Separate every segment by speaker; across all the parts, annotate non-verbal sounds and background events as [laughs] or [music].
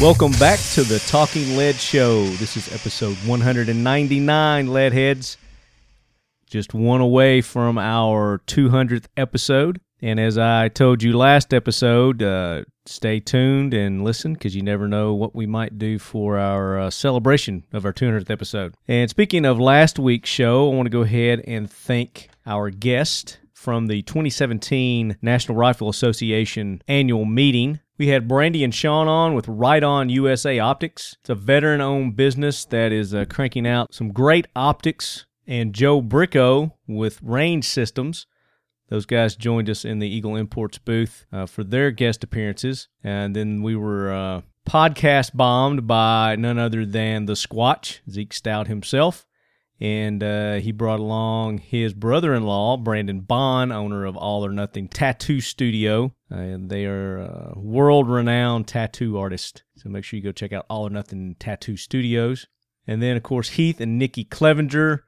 Speaker 1: Welcome back to the Talking Lead Show. This is episode 199, Lead Heads. Just one away from our 200th episode. And as I told you last episode, uh, stay tuned and listen because you never know what we might do for our uh, celebration of our 200th episode. And speaking of last week's show, I want to go ahead and thank our guest from the 2017 National Rifle Association annual meeting. We had Brandy and Sean on with Right On USA Optics. It's a veteran owned business that is uh, cranking out some great optics. And Joe Bricko with Range Systems. Those guys joined us in the Eagle Imports booth uh, for their guest appearances. And then we were uh, podcast bombed by none other than the Squatch, Zeke Stout himself. And uh, he brought along his brother in law, Brandon Bond, owner of All or Nothing Tattoo Studio. And they are uh, world renowned tattoo artists. So make sure you go check out All or Nothing Tattoo Studios. And then, of course, Heath and Nikki Clevenger.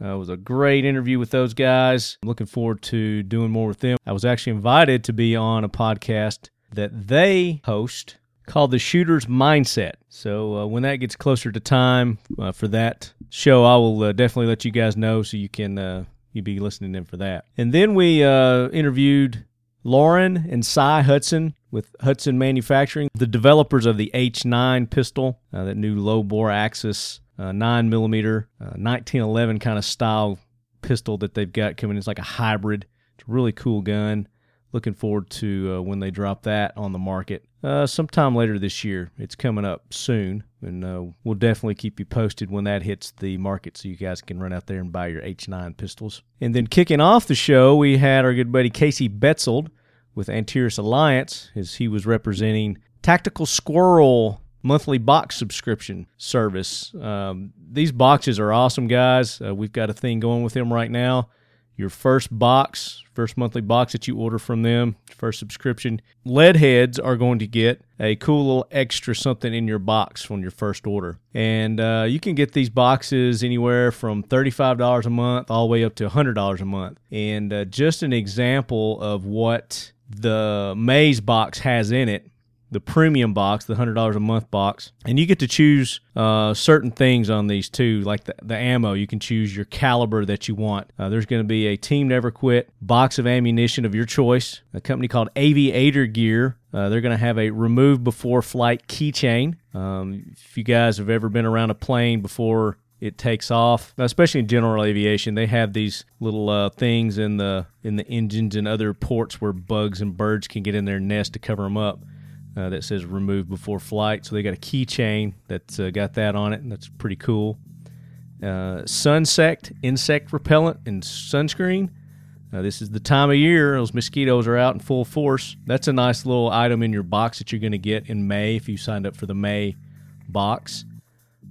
Speaker 1: Uh, it was a great interview with those guys. I'm looking forward to doing more with them. I was actually invited to be on a podcast that they host called The Shooter's Mindset. So uh, when that gets closer to time uh, for that show, I will uh, definitely let you guys know so you can uh, you be listening in for that. And then we uh, interviewed Lauren and Cy Hudson with Hudson Manufacturing, the developers of the H9 pistol, uh, that new low bore axis, uh, 9 millimeter, uh, 1911 kind of style pistol that they've got coming. It's like a hybrid. It's a really cool gun. Looking forward to uh, when they drop that on the market uh, sometime later this year. It's coming up soon, and uh, we'll definitely keep you posted when that hits the market so you guys can run out there and buy your H9 pistols. And then kicking off the show, we had our good buddy Casey Betzold with Antirus Alliance as he was representing Tactical Squirrel monthly box subscription service. Um, these boxes are awesome, guys. Uh, we've got a thing going with them right now. Your first box, first monthly box that you order from them, first subscription, Leadheads are going to get a cool little extra something in your box from your first order. And uh, you can get these boxes anywhere from $35 a month all the way up to $100 a month. And uh, just an example of what the Maze box has in it the premium box, the hundred dollars a month box, and you get to choose uh, certain things on these too, like the, the ammo. You can choose your caliber that you want. Uh, there's going to be a Team Never Quit box of ammunition of your choice. A company called Aviator Gear. Uh, they're going to have a remove before flight keychain. Um, if you guys have ever been around a plane before it takes off especially in general aviation they have these little uh, things in the in the engines and other ports where bugs and birds can get in their nest to cover them up uh, that says remove before flight. So they got a keychain that's uh, got that on it, and that's pretty cool. Uh, Sunsect, insect repellent, and sunscreen. Uh, this is the time of year those mosquitoes are out in full force. That's a nice little item in your box that you're going to get in May if you signed up for the May box.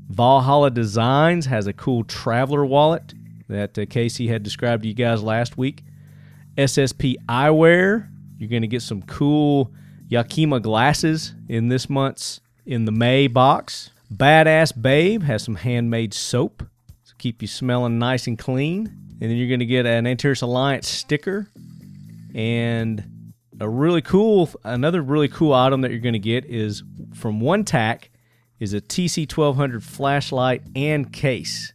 Speaker 1: Valhalla Designs has a cool traveler wallet that uh, Casey had described to you guys last week. SSP Eyewear, you're going to get some cool Yakima glasses in this month's in the May box. Badass Babe has some handmade soap to keep you smelling nice and clean. And then you're going to get an Antares Alliance sticker and a really cool another really cool item that you're going to get is from one tack is a TC1200 flashlight and case.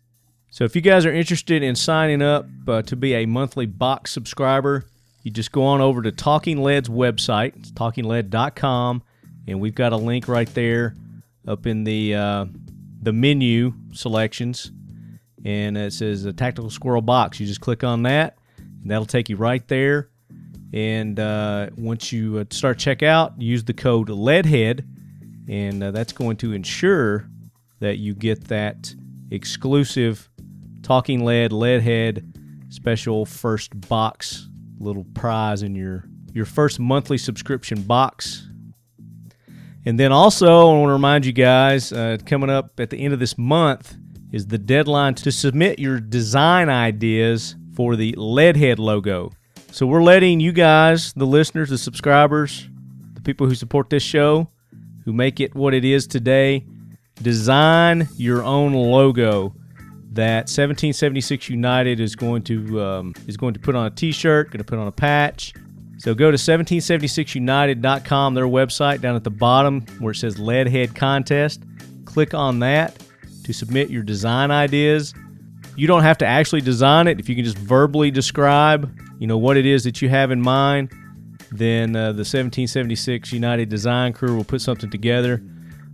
Speaker 1: So if you guys are interested in signing up uh, to be a monthly box subscriber, you just go on over to Talking Lead's website, it's talkingled.com, and we've got a link right there up in the uh, the menu selections, and it says a tactical squirrel box. You just click on that, and that'll take you right there. And uh, once you uh, start checkout, use the code LEADHEAD, and uh, that's going to ensure that you get that exclusive Talking Lead Leadhead special first box little prize in your your first monthly subscription box. And then also, I want to remind you guys, uh, coming up at the end of this month is the deadline to submit your design ideas for the Leadhead logo. So we're letting you guys, the listeners, the subscribers, the people who support this show, who make it what it is today, design your own logo that 1776 United is going to um, is going to put on a T-shirt, going to put on a patch, So go to 1776united.com, their website, down at the bottom where it says Leadhead Contest. Click on that to submit your design ideas. You don't have to actually design it. If you can just verbally describe, you know, what it is that you have in mind, then uh, the 1776 United Design Crew will put something together.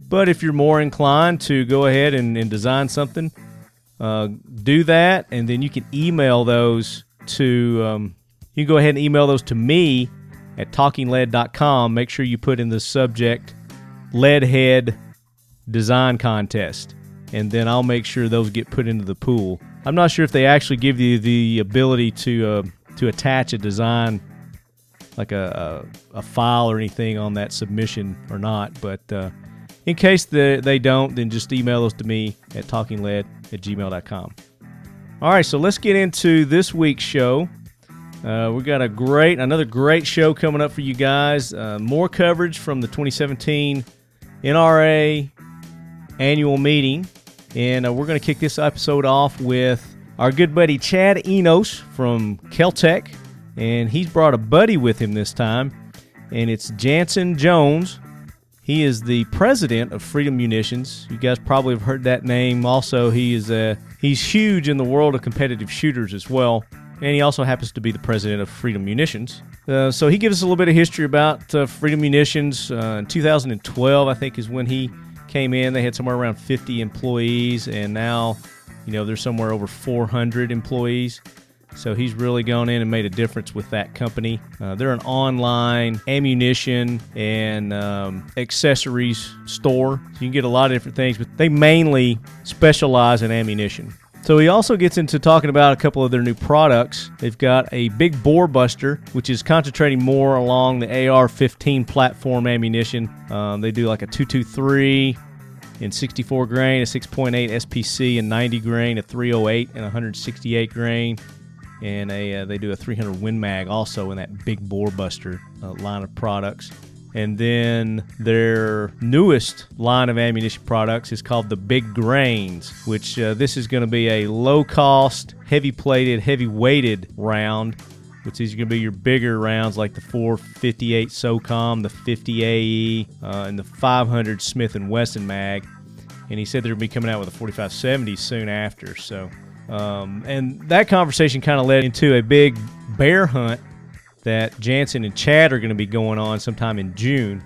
Speaker 1: But if you're more inclined to go ahead and, and design something, uh, do that, and then you can email those to. Um, you can go ahead and email those to me at talkingled.com. Make sure you put in the subject "leadhead design contest," and then I'll make sure those get put into the pool. I'm not sure if they actually give you the ability to uh, to attach a design like a, a, a file or anything on that submission or not. But uh, in case the, they don't, then just email those to me at talkingled at gmail.com. All right, so let's get into this week's show. Uh, we got a great, another great show coming up for you guys. Uh, more coverage from the 2017 NRA annual meeting. And uh, we're going to kick this episode off with our good buddy Chad Enos from Keltec. And he's brought a buddy with him this time, and it's Jansen Jones. He is the president of Freedom Munitions. You guys probably have heard that name. Also, he is uh, he's huge in the world of competitive shooters as well, and he also happens to be the president of Freedom Munitions. Uh, so he gives us a little bit of history about uh, Freedom Munitions. Uh, in 2012, I think, is when he came in. They had somewhere around 50 employees, and now, you know, they're somewhere over 400 employees. So he's really gone in and made a difference with that company. Uh, they're an online ammunition and um, accessories store. So you can get a lot of different things, but they mainly specialize in ammunition. So he also gets into talking about a couple of their new products. They've got a big bore buster, which is concentrating more along the AR-15 platform ammunition. Um, they do like a 223 in 64 grain, a 6.8 SPC, and 90 grain, a 308, and 168 grain and a, uh, they do a 300 Win Mag also in that big bore buster uh, line of products. And then their newest line of ammunition products is called the Big Grains, which uh, this is going to be a low cost, heavy plated, heavy weighted round, which is going to be your bigger rounds like the 458 SOCOM, the 50 AE, uh, and the 500 Smith and Wesson Mag. And he said they're going to be coming out with a 4570 soon after. So um, and that conversation kind of led into a big bear hunt that Jansen and Chad are going to be going on sometime in June.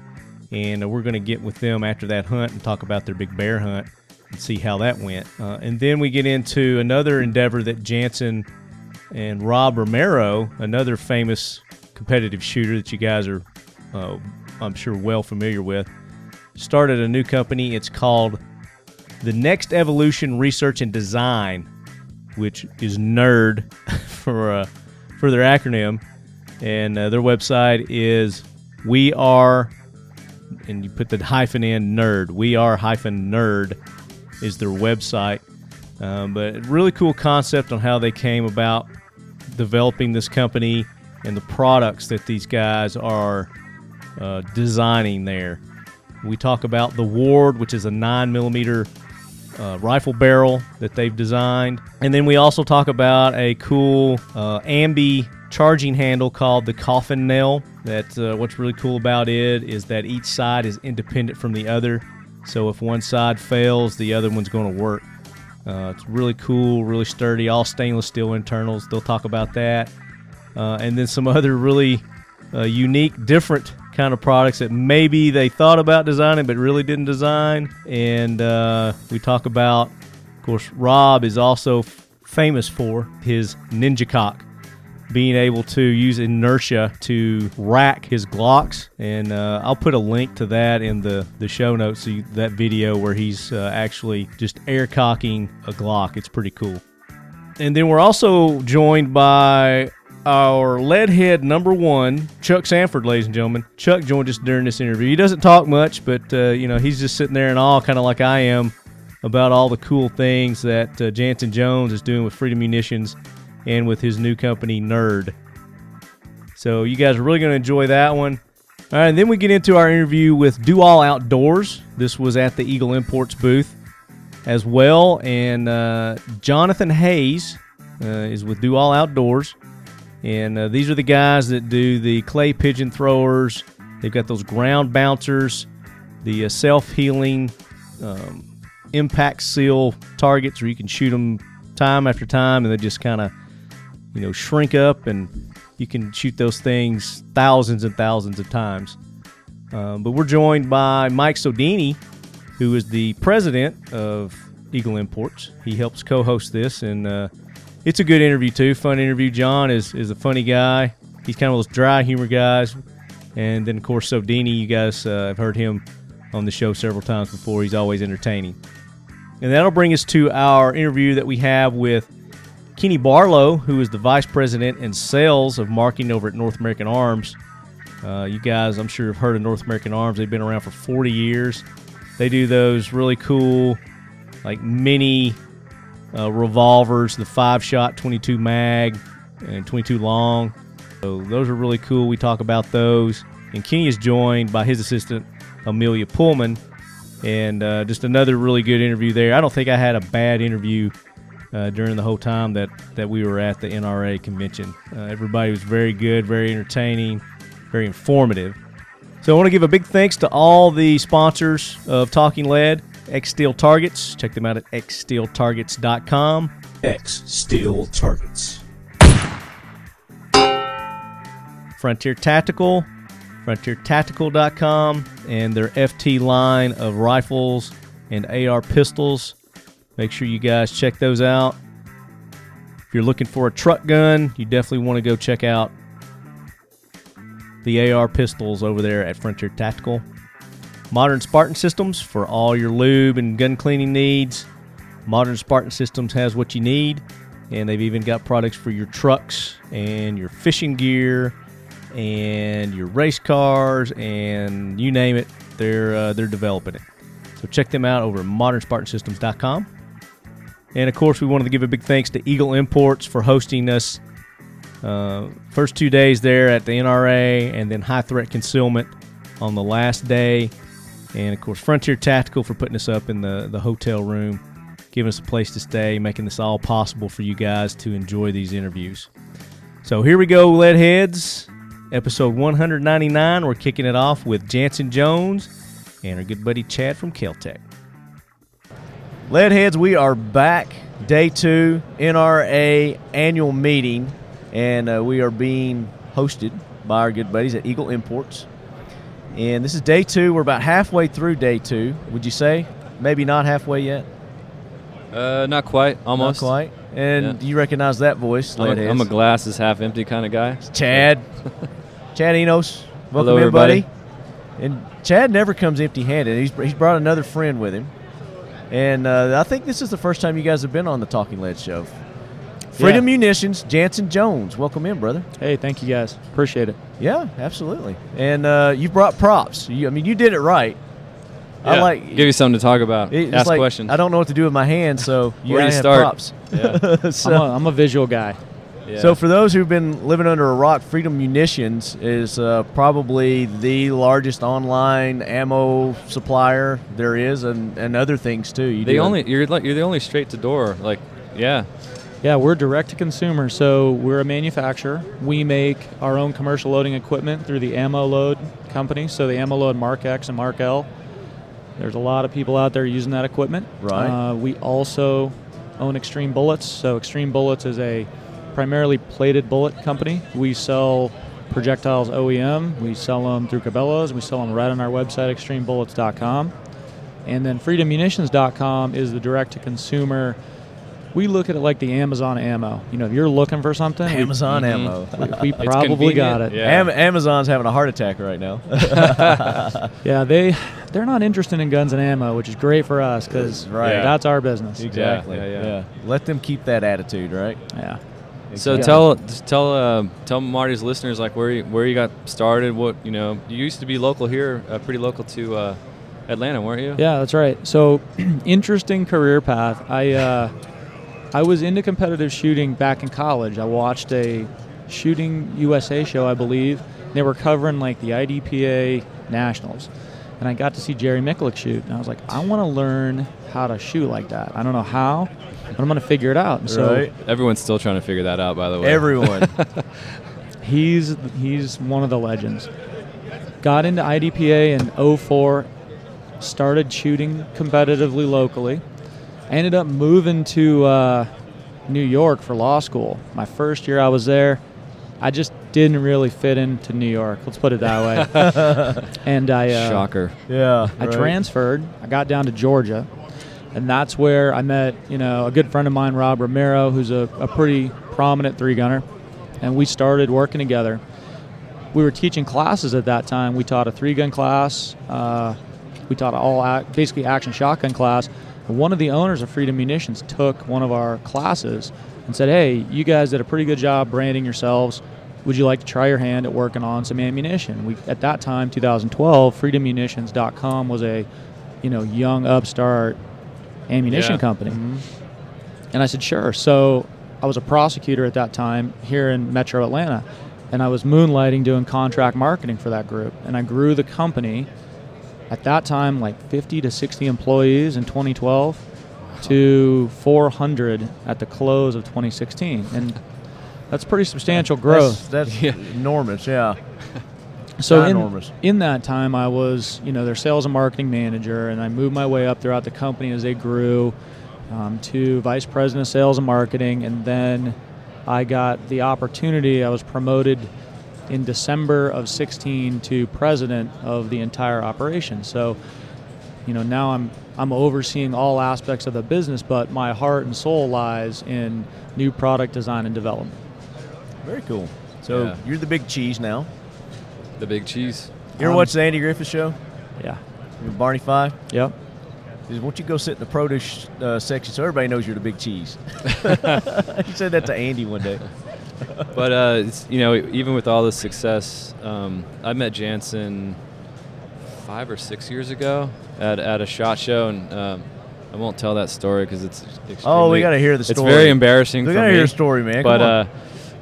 Speaker 1: And uh, we're going to get with them after that hunt and talk about their big bear hunt and see how that went. Uh, and then we get into another endeavor that Jansen and Rob Romero, another famous competitive shooter that you guys are, uh, I'm sure, well familiar with, started a new company. It's called The Next Evolution Research and Design which is nerd [laughs] for uh, for their acronym, and uh, their website is we are, and you put the hyphen in nerd. We are hyphen nerd is their website, um, but really cool concept on how they came about developing this company and the products that these guys are uh, designing there. We talk about the Ward, which is a nine millimeter uh, rifle barrel that they've designed. And then we also talk about a cool uh, ambi charging handle called the coffin nail. That uh, what's really cool about it is that each side is independent from the other. So if one side fails, the other one's going to work. Uh, it's really cool, really sturdy, all stainless steel internals. They'll talk about that. Uh, and then some other really uh, unique, different kind of products that maybe they thought about designing but really didn't design. And uh, we talk about, of course, Rob is also f- famous for his ninja cock, being able to use inertia to rack his Glocks. And uh, I'll put a link to that in the, the show notes, so you, that video where he's uh, actually just air cocking a Glock. It's pretty cool. And then we're also joined by our leadhead number one, Chuck Sanford, ladies and gentlemen. Chuck joined us during this interview. He doesn't talk much, but uh, you know he's just sitting there in awe, kind of like I am, about all the cool things that uh, Jansen Jones is doing with Freedom Munitions and with his new company, Nerd. So you guys are really going to enjoy that one. All right, and then we get into our interview with Do All Outdoors. This was at the Eagle Imports booth as well, and uh, Jonathan Hayes uh, is with Do All Outdoors, And uh, these are the guys that do the clay pigeon throwers. They've got those ground bouncers, the uh, self healing um, impact seal targets where you can shoot them time after time and they just kind of, you know, shrink up and you can shoot those things thousands and thousands of times. Um, but we're joined by Mike Sodini, who is the president of Eagle Imports. He helps co host this and, uh, it's a good interview too. Fun interview. John is is a funny guy. He's kind of one of those dry humor guys. And then of course Sodini, you guys uh, have heard him on the show several times before. He's always entertaining. And that'll bring us to our interview that we have with Kenny Barlow, who is the vice president and sales of marketing over at North American Arms. Uh, you guys, I'm sure, have heard of North American Arms. They've been around for 40 years. They do those really cool, like mini uh, revolvers, the five shot 22 mag and 22 long. So those are really cool. We talk about those. And Kenny is joined by his assistant, Amelia Pullman. And uh, just another really good interview there. I don't think I had a bad interview uh, during the whole time that, that we were at the NRA convention. Uh, everybody was very good, very entertaining, very informative. So I want to give a big thanks to all the sponsors of Talking Lead, X Steel Targets. Check them out at xsteeltargets.com.
Speaker 2: X Steel Targets.
Speaker 1: Frontier Tactical, frontiertactical.com, and their FT line of rifles and AR pistols. Make sure you guys check those out. If you're looking for a truck gun, you definitely want to go check out the AR pistols over there at Frontier Tactical. Modern Spartan Systems for all your lube and gun cleaning needs. Modern Spartan Systems has what you need, and they've even got products for your trucks and your fishing gear and your race cars and you name it. They're uh, they're developing it. So check them out over at modernspartansystems.com. And of course, we wanted to give a big thanks to Eagle Imports for hosting us uh, first two days there at the NRA, and then High Threat Concealment on the last day and of course Frontier Tactical for putting us up in the, the hotel room, giving us a place to stay, making this all possible for you guys to enjoy these interviews. So here we go, Leadheads, episode 199. We're kicking it off with Jansen Jones and our good buddy Chad from Caltech. Leadheads, we are back, day two, NRA annual meeting, and uh, we are being hosted by our good buddies at Eagle Imports. And this is day two. We're about halfway through day two, would you say? Maybe not halfway yet.
Speaker 3: Uh, not quite. Almost.
Speaker 1: Not quite. And
Speaker 3: Yeah.
Speaker 1: do you recognize that voice,
Speaker 3: I'm a,
Speaker 1: Leadheads.
Speaker 3: I'm a glass is half empty kind of guy. [laughs]
Speaker 1: Chad. Chad Enos. Welcome
Speaker 3: Hello,
Speaker 1: in, buddy.
Speaker 3: everybody.
Speaker 1: And Chad never comes empty handed. He's, he's brought another friend with him. And uh, I think this is the first time you guys have been on the Talking Lead show. Freedom Munitions, Jansen Jones. Welcome in, brother.
Speaker 4: Hey, thank you guys. Appreciate it.
Speaker 1: Yeah, absolutely. And uh, you brought props. You, I mean, you did it right. I
Speaker 3: Yeah.
Speaker 1: like.
Speaker 3: Give you something to talk about.
Speaker 1: It- it's
Speaker 3: Ask
Speaker 1: like,
Speaker 3: questions.
Speaker 1: I don't know what to do with my
Speaker 3: [laughs]
Speaker 1: hands, so you
Speaker 3: Where do you
Speaker 1: gotta have
Speaker 3: start?
Speaker 1: props. [laughs]
Speaker 3: Yeah.
Speaker 1: so,
Speaker 4: I'm, a, I'm a visual guy.
Speaker 3: Yeah.
Speaker 1: so for those who've been living under a rock, Freedom Munitions is uh, probably the largest online ammo supplier there is, and, and other things too. You
Speaker 3: the
Speaker 1: do-
Speaker 3: only you're like you're the only straight to door. Like, yeah,
Speaker 4: Yeah, we're direct to consumer, so we're a manufacturer. We make our own commercial loading equipment through the Ammo Load company, so the Ammo Load Mark X and Mark L. There's a lot of people out there using that equipment.
Speaker 1: Right.
Speaker 4: Uh, we also own Extreme Bullets, so Extreme Bullets is a primarily plated bullet company. We sell projectiles OEM, we sell them through Cabela's, we sell them right on our website, extremebullets.com. And then freedommunitions.com is the direct to consumer. We look at it like the Amazon ammo. You know, if you're looking for something,
Speaker 1: [laughs]
Speaker 4: we-
Speaker 1: Amazon
Speaker 3: Mhm.
Speaker 1: ammo.
Speaker 4: [laughs] we,
Speaker 3: It's
Speaker 4: probably
Speaker 3: convenient.
Speaker 4: got it.
Speaker 3: Yeah.
Speaker 1: Am- Amazon's having a heart attack right now.
Speaker 4: Yeah, they they're not interested in guns and ammo, which is great for us because
Speaker 1: Right.
Speaker 3: Yeah.
Speaker 4: that's our
Speaker 1: [laughs]
Speaker 4: business.
Speaker 1: exactly.
Speaker 3: yeah, yeah.
Speaker 1: Let them keep that attitude, right?
Speaker 4: Yeah.
Speaker 3: So
Speaker 4: Yeah.
Speaker 3: tell just tell uh, tell Marty's listeners like where you, where you got started. What you know, you used to be local here, uh, pretty local to uh, Atlanta, weren't you?
Speaker 4: Yeah, that's right. So, [clears throat] interesting career path. I uh, I was into competitive shooting back in college. I watched a shooting USA show, I believe. They were covering like the IDPA nationals, and I got to see Jerry Miklick shoot, and I was like, I want to learn how to shoot like that. I don't know how, but I'm going to figure it out. And so
Speaker 5: Right.
Speaker 3: Everyone's still trying to figure that out, by the way.
Speaker 5: Everyone.
Speaker 4: he's he's one of the legends. Got into IDPA in 04, started shooting competitively locally. Ended up moving to uh, New York for law school. My first year I was there, I just didn't really fit into New York. Let's put it that way. and I uh,
Speaker 3: Shocker.
Speaker 5: yeah.
Speaker 4: I
Speaker 5: right.
Speaker 4: transferred. I got down to Georgia, and that's where I met you know a good friend of mine, Rob Romero, who's a, a pretty prominent three gunner, and we started working together. We were teaching classes at that time. We taught a three gun class. Uh, we taught an all ac- basically action shotgun class. And one of the owners of Freedom Munitions took one of our classes and said, "Hey, you guys did a pretty good job branding yourselves. Would you like to try your hand at working on some ammunition?" We at that time, 2012, FreedomMunitions.com was a you know young upstart ammunition
Speaker 3: Yeah.
Speaker 4: company. And I said, sure. So I was a prosecutor at that time here in Metro Atlanta, and I was moonlighting doing contract marketing for that group. And I grew the company at that time, like 50 to 60 employees in 2012 to 400 at the close of 2016. And that's pretty substantial growth.
Speaker 1: That's, that's enormous. Yeah.
Speaker 4: So in,
Speaker 1: Ginormous.
Speaker 4: in that time, I was you know their sales and marketing manager, and I moved my way up throughout the company as they grew um, to vice president of sales and marketing, and then I got the opportunity. I was promoted in December of 16 to president of the entire operation. So you know now I'm I'm overseeing all aspects of the business, but my heart and soul lies in new product design and development.
Speaker 1: Very cool. So
Speaker 3: Yeah.
Speaker 1: you're the big cheese now.
Speaker 3: The big cheese.
Speaker 1: You ever
Speaker 4: Um,
Speaker 1: watch the Andy Griffith Show?
Speaker 4: Yeah.
Speaker 1: With Barney Five?
Speaker 4: Yep.
Speaker 1: He says, Why don't you go sit in the produce uh, section so everybody knows you're the big cheese? [laughs] he said that to Andy one day.
Speaker 3: But uh, it's, you know, even with all this success, um, I met Jansen five or six years ago at, at a shot show, and um, I won't tell that story because it's. Extremely,
Speaker 1: Oh, we gotta hear the
Speaker 3: It's
Speaker 1: story.
Speaker 3: very embarrassing.
Speaker 1: We
Speaker 3: for
Speaker 1: gotta hear
Speaker 3: me.
Speaker 1: the story, man. Come
Speaker 3: But
Speaker 1: on.
Speaker 3: uh,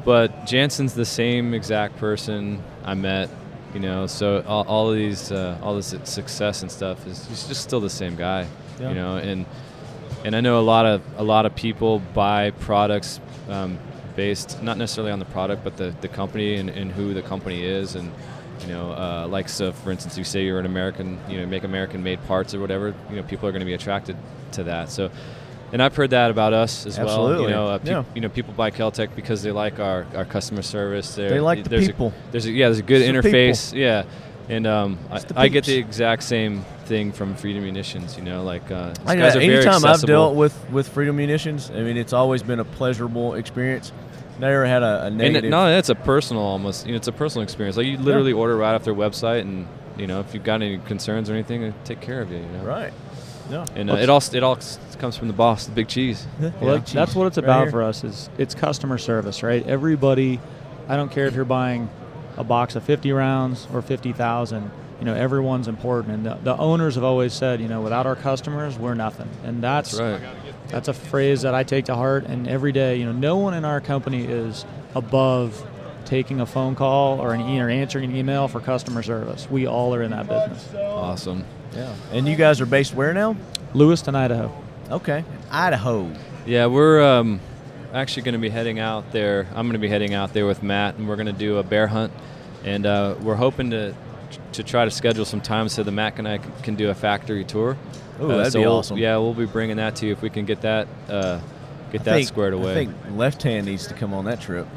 Speaker 3: but Jansen's the same exact person I met. You know, so all, all of these, uh, all this success and stuff is he's just still the same guy.
Speaker 1: Yeah.
Speaker 3: You know, and and I know a lot of a lot of people buy products um, based not necessarily on the product, but the, the company and, and who the company is, and you know, uh, like so for instance, you say you're an American, you know, make American made parts or whatever, you know, people are going to be attracted to that. So, and I've heard that about us as well. You
Speaker 1: Absolutely.
Speaker 3: know, uh, peop-
Speaker 1: Yeah.
Speaker 3: you know, people buy Caltech because they like our, our customer service. They're,
Speaker 1: They like the
Speaker 3: there's
Speaker 1: people.
Speaker 3: A, there's a, yeah, there's a good
Speaker 1: It's the people.
Speaker 3: interface. yeah, and um, I,
Speaker 1: the
Speaker 3: I get
Speaker 1: peeps.
Speaker 3: the exact same thing from Freedom Munitions. You know, like uh, these
Speaker 1: I,
Speaker 3: guys are very
Speaker 1: anytime I've
Speaker 3: accessible.
Speaker 1: dealt with, with Freedom Munitions, I mean, it's always been a pleasurable experience. Never had a, a
Speaker 3: And
Speaker 1: negative.
Speaker 3: it, no, that's a personal almost. You know, it's a personal experience. Like you literally order right off their website, and you know, if you've got any concerns or anything, they take care of you. You know,
Speaker 1: right. No.
Speaker 3: And uh, it all it all s- comes from the boss, the big cheese.
Speaker 4: Well,
Speaker 1: Yeah.
Speaker 4: that- that's what it's
Speaker 1: Right
Speaker 4: about
Speaker 1: here.
Speaker 4: for us is it's customer service, right? Everybody, I don't care if you're buying a box of 50 rounds or 50,000, you know, everyone's important. And the, the owners have always said, you know, without our customers, we're nothing. And that's
Speaker 3: That's right.
Speaker 4: that's a phrase that I take to heart. And every day, you know, no one in our company is above taking a phone call or an e- or answering an email for customer service. We all are in that business.
Speaker 3: Awesome.
Speaker 1: Yeah. And you guys are based where now?
Speaker 4: Lewiston, Idaho.
Speaker 1: Okay. Idaho.
Speaker 3: Yeah, we're um, actually going to be heading out there. I'm going to be heading out there with Matt, and we're going to do a bear hunt. And uh, we're hoping to to try to schedule some time so that Matt and I c- can do a factory tour. Uh,
Speaker 1: Ooh, that'd
Speaker 3: so
Speaker 1: be
Speaker 3: we'll-
Speaker 1: awesome.
Speaker 3: Yeah, we'll be bringing that to you if we can get that uh, get that
Speaker 1: think-
Speaker 3: squared away.
Speaker 1: I think left hand needs to come on
Speaker 3: [laughs]
Speaker 1: that trip.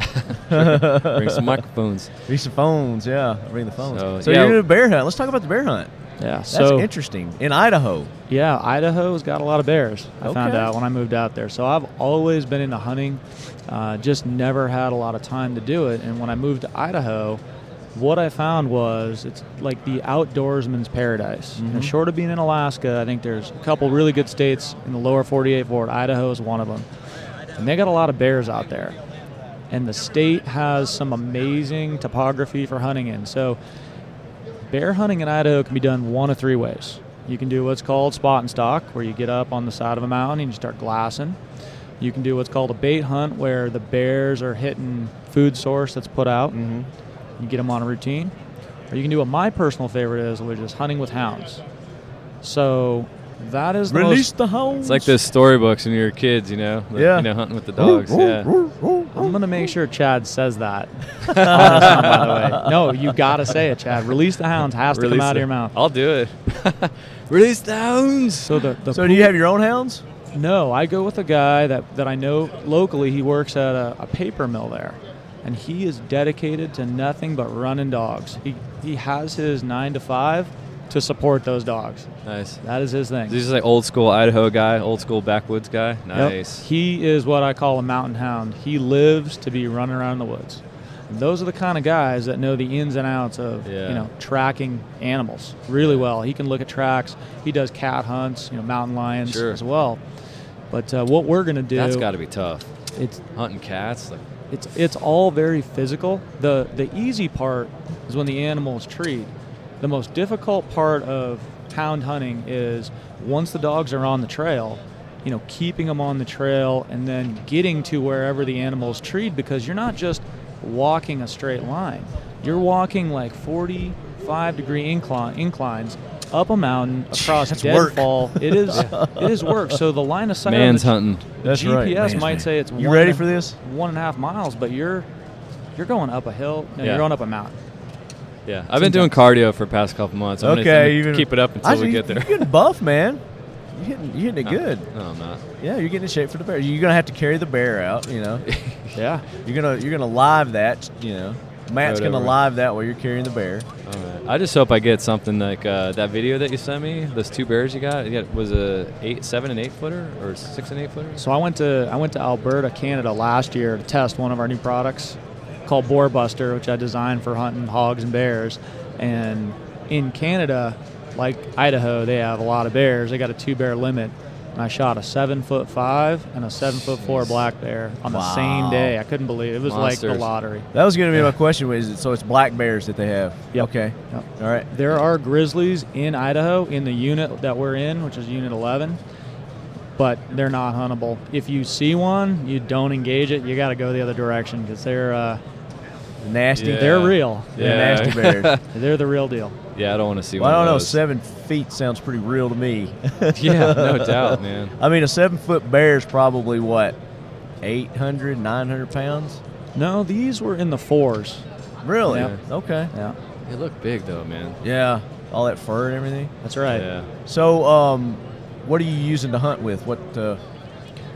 Speaker 3: Bring some microphones.
Speaker 1: Bring some phones, yeah. Bring the phones. So,
Speaker 3: So, yeah.
Speaker 1: you're doing a bear hunt. Let's talk about the bear hunt.
Speaker 4: Yeah.
Speaker 1: That's
Speaker 4: So
Speaker 1: interesting. In Idaho.
Speaker 4: Yeah, Idaho's got a lot of bears. I found
Speaker 1: Okay.
Speaker 4: out when I moved out there. So I've always been into hunting, uh, just never had a lot of time to do it. And when I moved to Idaho, what I found was it's like the outdoorsman's paradise. You know, short of being in Alaska, I think there's a couple really good states in the lower 48 for it. Idaho is one of them. And they got a lot of bears out there. And the state has some amazing topography for hunting in. So Bear hunting in Idaho can be done one of three ways. You can do what's called spot and stalk, where you get up on the side of a mountain and you start glassing. You can do what's called a bait hunt, where
Speaker 1: Mm-hmm.
Speaker 4: the bears are hitting food source that's put out. You get them on a routine. Or you can do what my personal favorite is, which is hunting with hounds. So that is the most-
Speaker 1: the hounds.
Speaker 3: It's like those storybooks when you were kids, you know. the-
Speaker 1: Yeah.
Speaker 3: You know, hunting with the dogs. yeah.
Speaker 4: I'm gonna make sure Chad says that. On this one, by the way. No, you gotta say it, Chad. Release the hounds has to
Speaker 3: Release
Speaker 4: come out
Speaker 3: the-
Speaker 4: of your mouth.
Speaker 3: I'll do it. [laughs] Release the hounds.
Speaker 4: So the, the
Speaker 1: So do you have your own hounds?
Speaker 4: No, I go with a guy that, that I know locally. He works at a, a paper mill there, and he is dedicated to nothing but running dogs. He he has his nine to five to support those dogs.
Speaker 3: Nice.
Speaker 4: That is his thing.
Speaker 3: This is like old school Idaho guy, old school backwoods guy.
Speaker 4: Yep.
Speaker 3: Nice.
Speaker 4: He is what I call a mountain hound. He lives to be running around in the woods. And those are the kind of guys that know the ins and outs of
Speaker 3: Yeah.
Speaker 4: you know tracking animals really well. He can look at tracks. He does cat hunts, you know, mountain lions
Speaker 3: Sure.
Speaker 4: as well. But uh, what we're gonna do?
Speaker 3: That's got to be tough.
Speaker 4: It's
Speaker 3: Hunting cats. Like,
Speaker 4: it's it's all very physical. The the easy part is when the animal is treed. The most difficult part of hound hunting is once the dogs are on the trail, you know, keeping them on the trail and then getting to wherever the animal's treed because you're not just walking a straight line. You're walking like 45 degree incline, inclines up a mountain across
Speaker 1: That's work.
Speaker 4: deadfall. It is
Speaker 1: [laughs]
Speaker 4: it is work. So the line of sight on
Speaker 3: man's
Speaker 4: the-
Speaker 3: hunting.
Speaker 4: the
Speaker 1: That's right,
Speaker 4: GPS
Speaker 1: man.
Speaker 4: might say it's
Speaker 1: You
Speaker 4: one
Speaker 1: ready
Speaker 4: and a-
Speaker 1: for this?
Speaker 4: One and a half miles, but you're you're going up a hill. No,
Speaker 3: Yeah.
Speaker 4: you're going up a mountain.
Speaker 3: Yeah. I've been doing cardio for the past couple months. I'm Gonna,
Speaker 1: okay,
Speaker 3: I'm
Speaker 1: you
Speaker 3: gonna keep it up until
Speaker 1: I see
Speaker 3: we
Speaker 1: you-
Speaker 3: get there.
Speaker 1: You're getting
Speaker 3: [laughs]
Speaker 1: buff, man. You're hitting, you're hitting it good.
Speaker 3: No, I'm not.
Speaker 1: Yeah, you're getting in shape for the bear. You're gonna have to carry the bear out. You
Speaker 3: [laughs]
Speaker 1: know,
Speaker 4: Yeah.
Speaker 1: you're gonna you're gonna live that. You know, Matt's
Speaker 3: Right
Speaker 1: gonna
Speaker 3: over.
Speaker 1: live that while you're carrying the bear.
Speaker 3: All right. I just hope I get something like uh, that video that you sent me. Those two bears you got. You got was a eight, seven and eight footer or six and eight footer.
Speaker 4: So I went to I went to Alberta, Canada last year to test one of our new products called Boar Buster, which I designed for hunting hogs and bears. And in Canada, like Idaho, they have a lot of bears. They got a two bear limit. And I shot a seven foot five and a seven foot four black bear on the
Speaker 1: Wow.
Speaker 4: same day. I couldn't believe it. It was like
Speaker 3: Monsters.
Speaker 4: the lottery.
Speaker 1: That was gonna be my question. Was it, so it's black bears that they have?
Speaker 4: Yep.
Speaker 1: Okay.
Speaker 4: Yep.
Speaker 1: All right.
Speaker 4: There are grizzlies in Idaho in the unit that we're in, which is Unit 11, but they're not huntable. If you see one, you don't engage it. You got to go the other direction because they're uh,
Speaker 1: Nasty.
Speaker 3: Yeah.
Speaker 4: they're real.
Speaker 1: They're nasty
Speaker 3: [laughs]
Speaker 1: bears.
Speaker 4: They're the real deal.
Speaker 3: yeah, I don't want to see
Speaker 1: Well, I
Speaker 3: one
Speaker 1: don't know.
Speaker 3: of those.
Speaker 1: Seven feet sounds pretty real to me.
Speaker 3: [laughs] yeah,
Speaker 1: [laughs]
Speaker 3: no doubt, man.
Speaker 1: I mean, a seven foot bear is probably what, 800, 900 pounds?
Speaker 4: No, these were in the fours.
Speaker 1: Really?
Speaker 4: Yeah.
Speaker 1: Okay.
Speaker 4: Yeah,
Speaker 3: They look big though, man.
Speaker 1: Yeah. All that fur and everything.
Speaker 4: that's right.
Speaker 3: Yeah.
Speaker 1: So, um, what are you using to hunt with? What uh,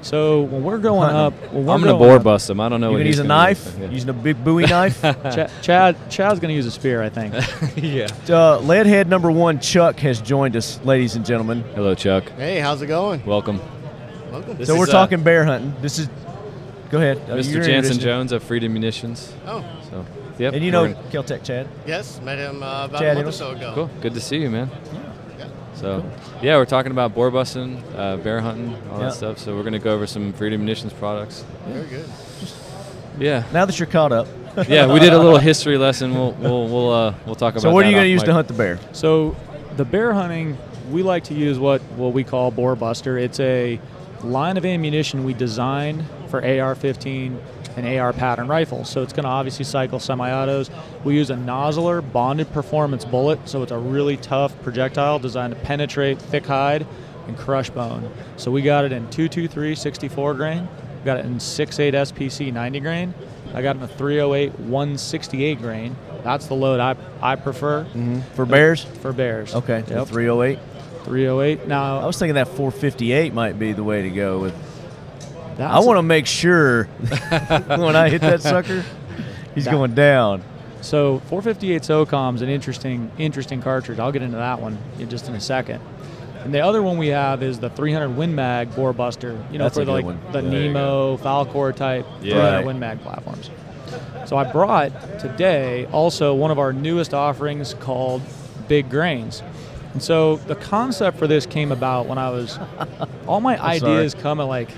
Speaker 4: So when we're going up,
Speaker 1: Hunting.
Speaker 4: when we're
Speaker 3: I'm gonna
Speaker 4: going
Speaker 3: boar
Speaker 4: up-
Speaker 3: bust him. I don't know.
Speaker 1: you
Speaker 3: what
Speaker 1: gonna
Speaker 3: he's
Speaker 1: use a
Speaker 3: gonna
Speaker 1: knife?
Speaker 3: do.
Speaker 1: Using a big Bowie
Speaker 3: [laughs]
Speaker 1: knife?
Speaker 4: Ch- Chad Chad's gonna use a spear, I think.
Speaker 3: Yeah.
Speaker 1: uh, Leadhead number one, Chuck has joined us, ladies and gentlemen.
Speaker 3: Hello, Chuck.
Speaker 6: Hey, how's it going?
Speaker 3: Welcome,
Speaker 6: Welcome.
Speaker 1: so
Speaker 3: is,
Speaker 1: we're
Speaker 3: uh,
Speaker 1: talking bear hunting. This is. Go ahead, Uh,
Speaker 3: Mr.
Speaker 1: you're
Speaker 3: Jansen
Speaker 1: introducing-
Speaker 3: Jones of Freedom Munitions.
Speaker 6: Oh,
Speaker 3: So, yep.
Speaker 1: And you
Speaker 3: we're
Speaker 1: know
Speaker 3: gonna-
Speaker 1: Caltech Chad.
Speaker 6: yes, met him uh, about
Speaker 1: Chad
Speaker 6: a month or
Speaker 1: Hiddleston.
Speaker 6: so ago.
Speaker 3: cool. Good to see you, man. So, yeah, we're talking about boar busting, uh, bear hunting, all
Speaker 1: Yeah.
Speaker 3: that stuff. So we're gonna go over some Freedom Munitions products.
Speaker 6: Very good.
Speaker 3: Yeah.
Speaker 1: Now that you're caught up,
Speaker 3: [laughs] yeah, we did a little history lesson. We'll we'll we'll, uh, we'll talk about.
Speaker 1: so what are
Speaker 3: that
Speaker 1: you going
Speaker 3: off
Speaker 1: to use
Speaker 3: mic.
Speaker 1: to hunt the bear?
Speaker 4: So, the bear hunting, we like to use what what we call boar buster. It's a line of ammunition we designed for AR-15 and AR pattern rifles. So it's going to obviously cycle semi-autos. We use a nozzler bonded performance bullet, so it's a really tough projectile designed to penetrate thick hide and crush bone. So we got it in 223 64 grain. We got it in 68 SPC 90 grain. I got it in a 308 168 grain. That's the load I, I prefer
Speaker 1: For bears?
Speaker 4: for bears.
Speaker 1: Okay,
Speaker 4: Yep.
Speaker 1: 308.
Speaker 4: 308.
Speaker 1: I
Speaker 4: Now,
Speaker 1: was thinking that 458 might be the way to go with.
Speaker 4: that's
Speaker 1: I want to
Speaker 3: [laughs]
Speaker 1: make sure [laughs] when I hit that sucker, he's
Speaker 4: That-
Speaker 1: going down.
Speaker 4: So 458 SOCOM is an interesting, interesting cartridge. I'll get into that one in just in a second. And the other one we have is the 300 Win Mag Bore Buster. You know,
Speaker 1: That's a
Speaker 4: for
Speaker 1: good
Speaker 4: like
Speaker 1: one.
Speaker 4: the
Speaker 3: There you
Speaker 4: Nemo, Falcor type
Speaker 3: Yeah.
Speaker 4: 300
Speaker 1: Right.
Speaker 4: Win Mag platforms. So I brought today also one of our newest offerings called Big Grains. And so the concept for this came about when
Speaker 1: [laughs]
Speaker 4: I was all my
Speaker 1: sorry.
Speaker 4: ideas come at like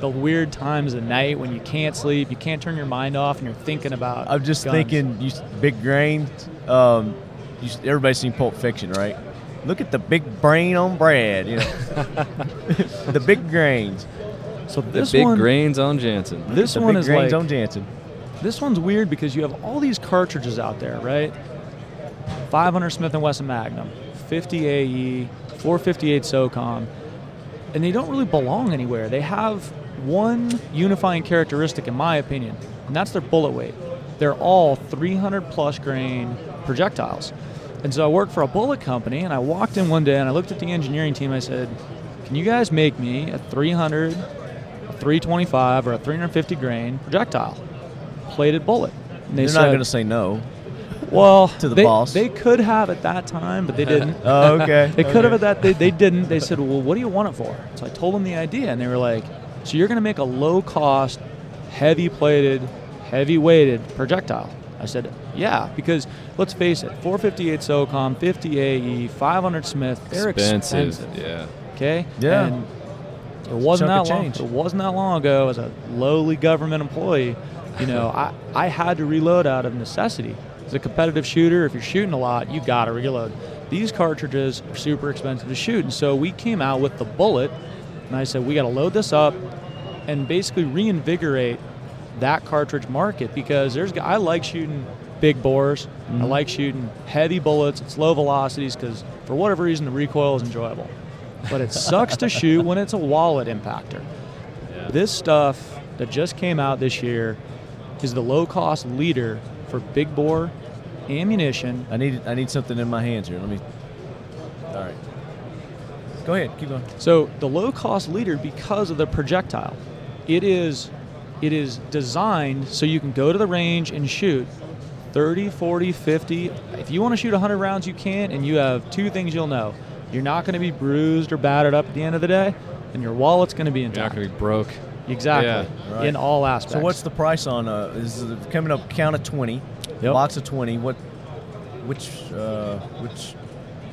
Speaker 4: the weird times of night when you can't sleep, you can't turn your mind off, and you're thinking about.
Speaker 1: I'm just
Speaker 4: guns.
Speaker 1: thinking, you s- big grain. Um, you, s- everybody's seen Pulp Fiction, right? Look at the big brain on Brad. You know, [laughs] the big grains.
Speaker 4: So
Speaker 3: The
Speaker 4: this
Speaker 3: big
Speaker 4: one,
Speaker 3: grains on Jansen.
Speaker 4: this
Speaker 1: The
Speaker 4: one
Speaker 1: big
Speaker 4: is
Speaker 1: grains
Speaker 4: like
Speaker 1: on Jansen.
Speaker 4: this one's weird because you have all these cartridges out there, right? 500 Smith and Wesson Magnum, 50 AE, 458 SOCOM, and they don't really belong anywhere. They have one unifying characteristic, in my opinion, and that's their bullet weight. They're all 300 plus grain projectiles. And so I worked for a bullet company, and I walked in one day and I looked at the engineering team. I said, "Can you guys make me a 300, a 325, or a 350 grain projectile plated bullet?" And they
Speaker 1: They're not
Speaker 4: said,
Speaker 1: going to say no.
Speaker 4: well,
Speaker 1: to the
Speaker 4: they,
Speaker 1: boss.
Speaker 4: They could have at that time, but they didn't.
Speaker 1: [laughs] Oh, okay.
Speaker 4: they could have
Speaker 1: Okay.
Speaker 4: at that. They, they didn't.
Speaker 1: [laughs]
Speaker 4: They said, "Well, what do you want it for?" So I told them the idea, and they were like, "So you're going to make a low-cost, heavy-plated, heavy-weighted projectile?" I said, "Yeah," because let's face it, 458 SOCOM, 50 AE, 500 Smith, they're
Speaker 3: expensive.
Speaker 4: expensive.
Speaker 3: Yeah.
Speaker 4: Okay.
Speaker 1: Yeah.
Speaker 4: And it wasn't
Speaker 1: Chunk
Speaker 4: that
Speaker 1: of
Speaker 4: long.
Speaker 1: change.
Speaker 4: It wasn't that long ago as a lowly government employee. You know, I, I had to reload out of necessity. As a competitive shooter, if you're shooting a lot, you got to reload. These cartridges are super expensive to shoot, and so we came out with the bullet, and I said we got to load this up, and basically reinvigorate that cartridge market because there's I like shooting big bores.
Speaker 1: Mm-hmm.
Speaker 4: I like shooting heavy bullets. It's low velocities because for whatever reason the recoil is enjoyable, but it sucks to shoot when it's a wallet impactor. This stuff that just came out this year is the low cost leader for big bore ammunition.
Speaker 1: I need I need something in my hands here. Let me. All right. Go ahead. Keep going.
Speaker 4: So the low cost leader because of the projectile. It is it is designed so you can go to the range and shoot 30, 40, 50. If you want to shoot 100 rounds you can and you have two things you'll know. You're not going to be bruised or battered up at the end of the day and your wallet's going to be
Speaker 3: You're not
Speaker 4: intact.
Speaker 3: going to be broke.
Speaker 4: exactly.
Speaker 3: Yeah,
Speaker 1: right.
Speaker 4: In all aspects.
Speaker 1: So what's the price on uh? Is it coming up? Count of twenty.
Speaker 4: Yep.
Speaker 1: Box of twenty. What? Which? Uh, which?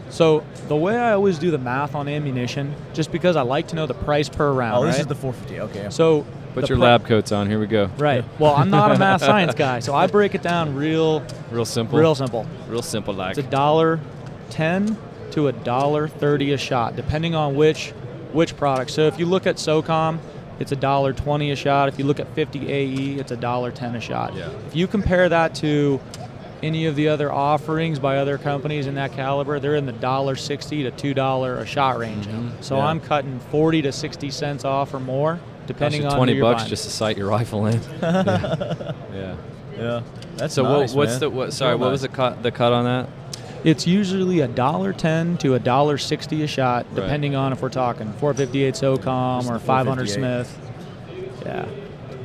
Speaker 4: So the way I always do the math on ammunition just because I like to know the price per round,
Speaker 1: Oh, this
Speaker 4: right?
Speaker 1: is the 450. Okay.
Speaker 4: So
Speaker 3: Put
Speaker 4: the
Speaker 3: your
Speaker 4: pri-
Speaker 3: lab coats on. Here we go.
Speaker 4: Right. Well, I'm not a
Speaker 3: [laughs]
Speaker 4: math science guy, so I break it down real
Speaker 3: Real simple.
Speaker 4: Real simple.
Speaker 3: Real simple like.
Speaker 4: It's a dollar ten to a dollar thirty a shot, depending on which which product. So if you look at SOCOM, it's a dollar twenty a shot. If you look at fifty AE, it's a dollar ten a shot.
Speaker 3: Yeah.
Speaker 4: If you compare that to any of the other offerings by other companies in that caliber, they're in the dollar sixty to two dollar a shot range.
Speaker 3: Mm-hmm.
Speaker 4: So
Speaker 1: Yeah.
Speaker 4: I'm cutting forty to sixty cents off or more,
Speaker 3: Costs you
Speaker 4: depending on who
Speaker 3: 20
Speaker 4: you're
Speaker 3: bucks
Speaker 4: buying.
Speaker 3: just to sight your rifle in. yeah. Yeah.
Speaker 1: yeah. That's
Speaker 3: So
Speaker 1: nice,
Speaker 3: what, what's
Speaker 1: man.
Speaker 3: the what? Sorry,
Speaker 1: Real
Speaker 3: what was the
Speaker 1: nice.
Speaker 3: cut? The cut on that?
Speaker 4: It's usually a dollar ten to a dollar sixty a shot,
Speaker 3: Right.
Speaker 4: depending on if we're talking four fifty eight SOCOM or five
Speaker 1: 458.
Speaker 4: hundred Smith. Yeah.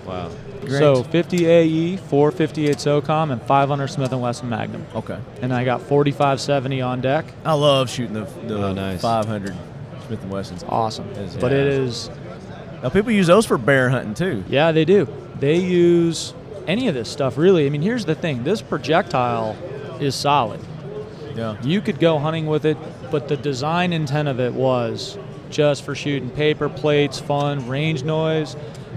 Speaker 3: Wow.
Speaker 1: Great.
Speaker 4: So fifty AE, four fifty eight SOCOM, and five hundred Smith and Wesson Magnum.
Speaker 1: Okay.
Speaker 4: And I got forty five seventy on deck.
Speaker 1: I love shooting the, the
Speaker 3: Oh, nice.
Speaker 1: 500 Smith and Wessons.
Speaker 4: It's awesome.
Speaker 1: Is-
Speaker 4: But it
Speaker 1: yeah.
Speaker 4: is
Speaker 1: Now people use those for bear hunting too.
Speaker 4: Yeah, they do. They use any of this stuff really. I mean here's the thing, this projectile is solid.
Speaker 1: Yeah.
Speaker 4: You could go hunting with it, but the design intent of it was just for shooting paper plates, fun, range noise.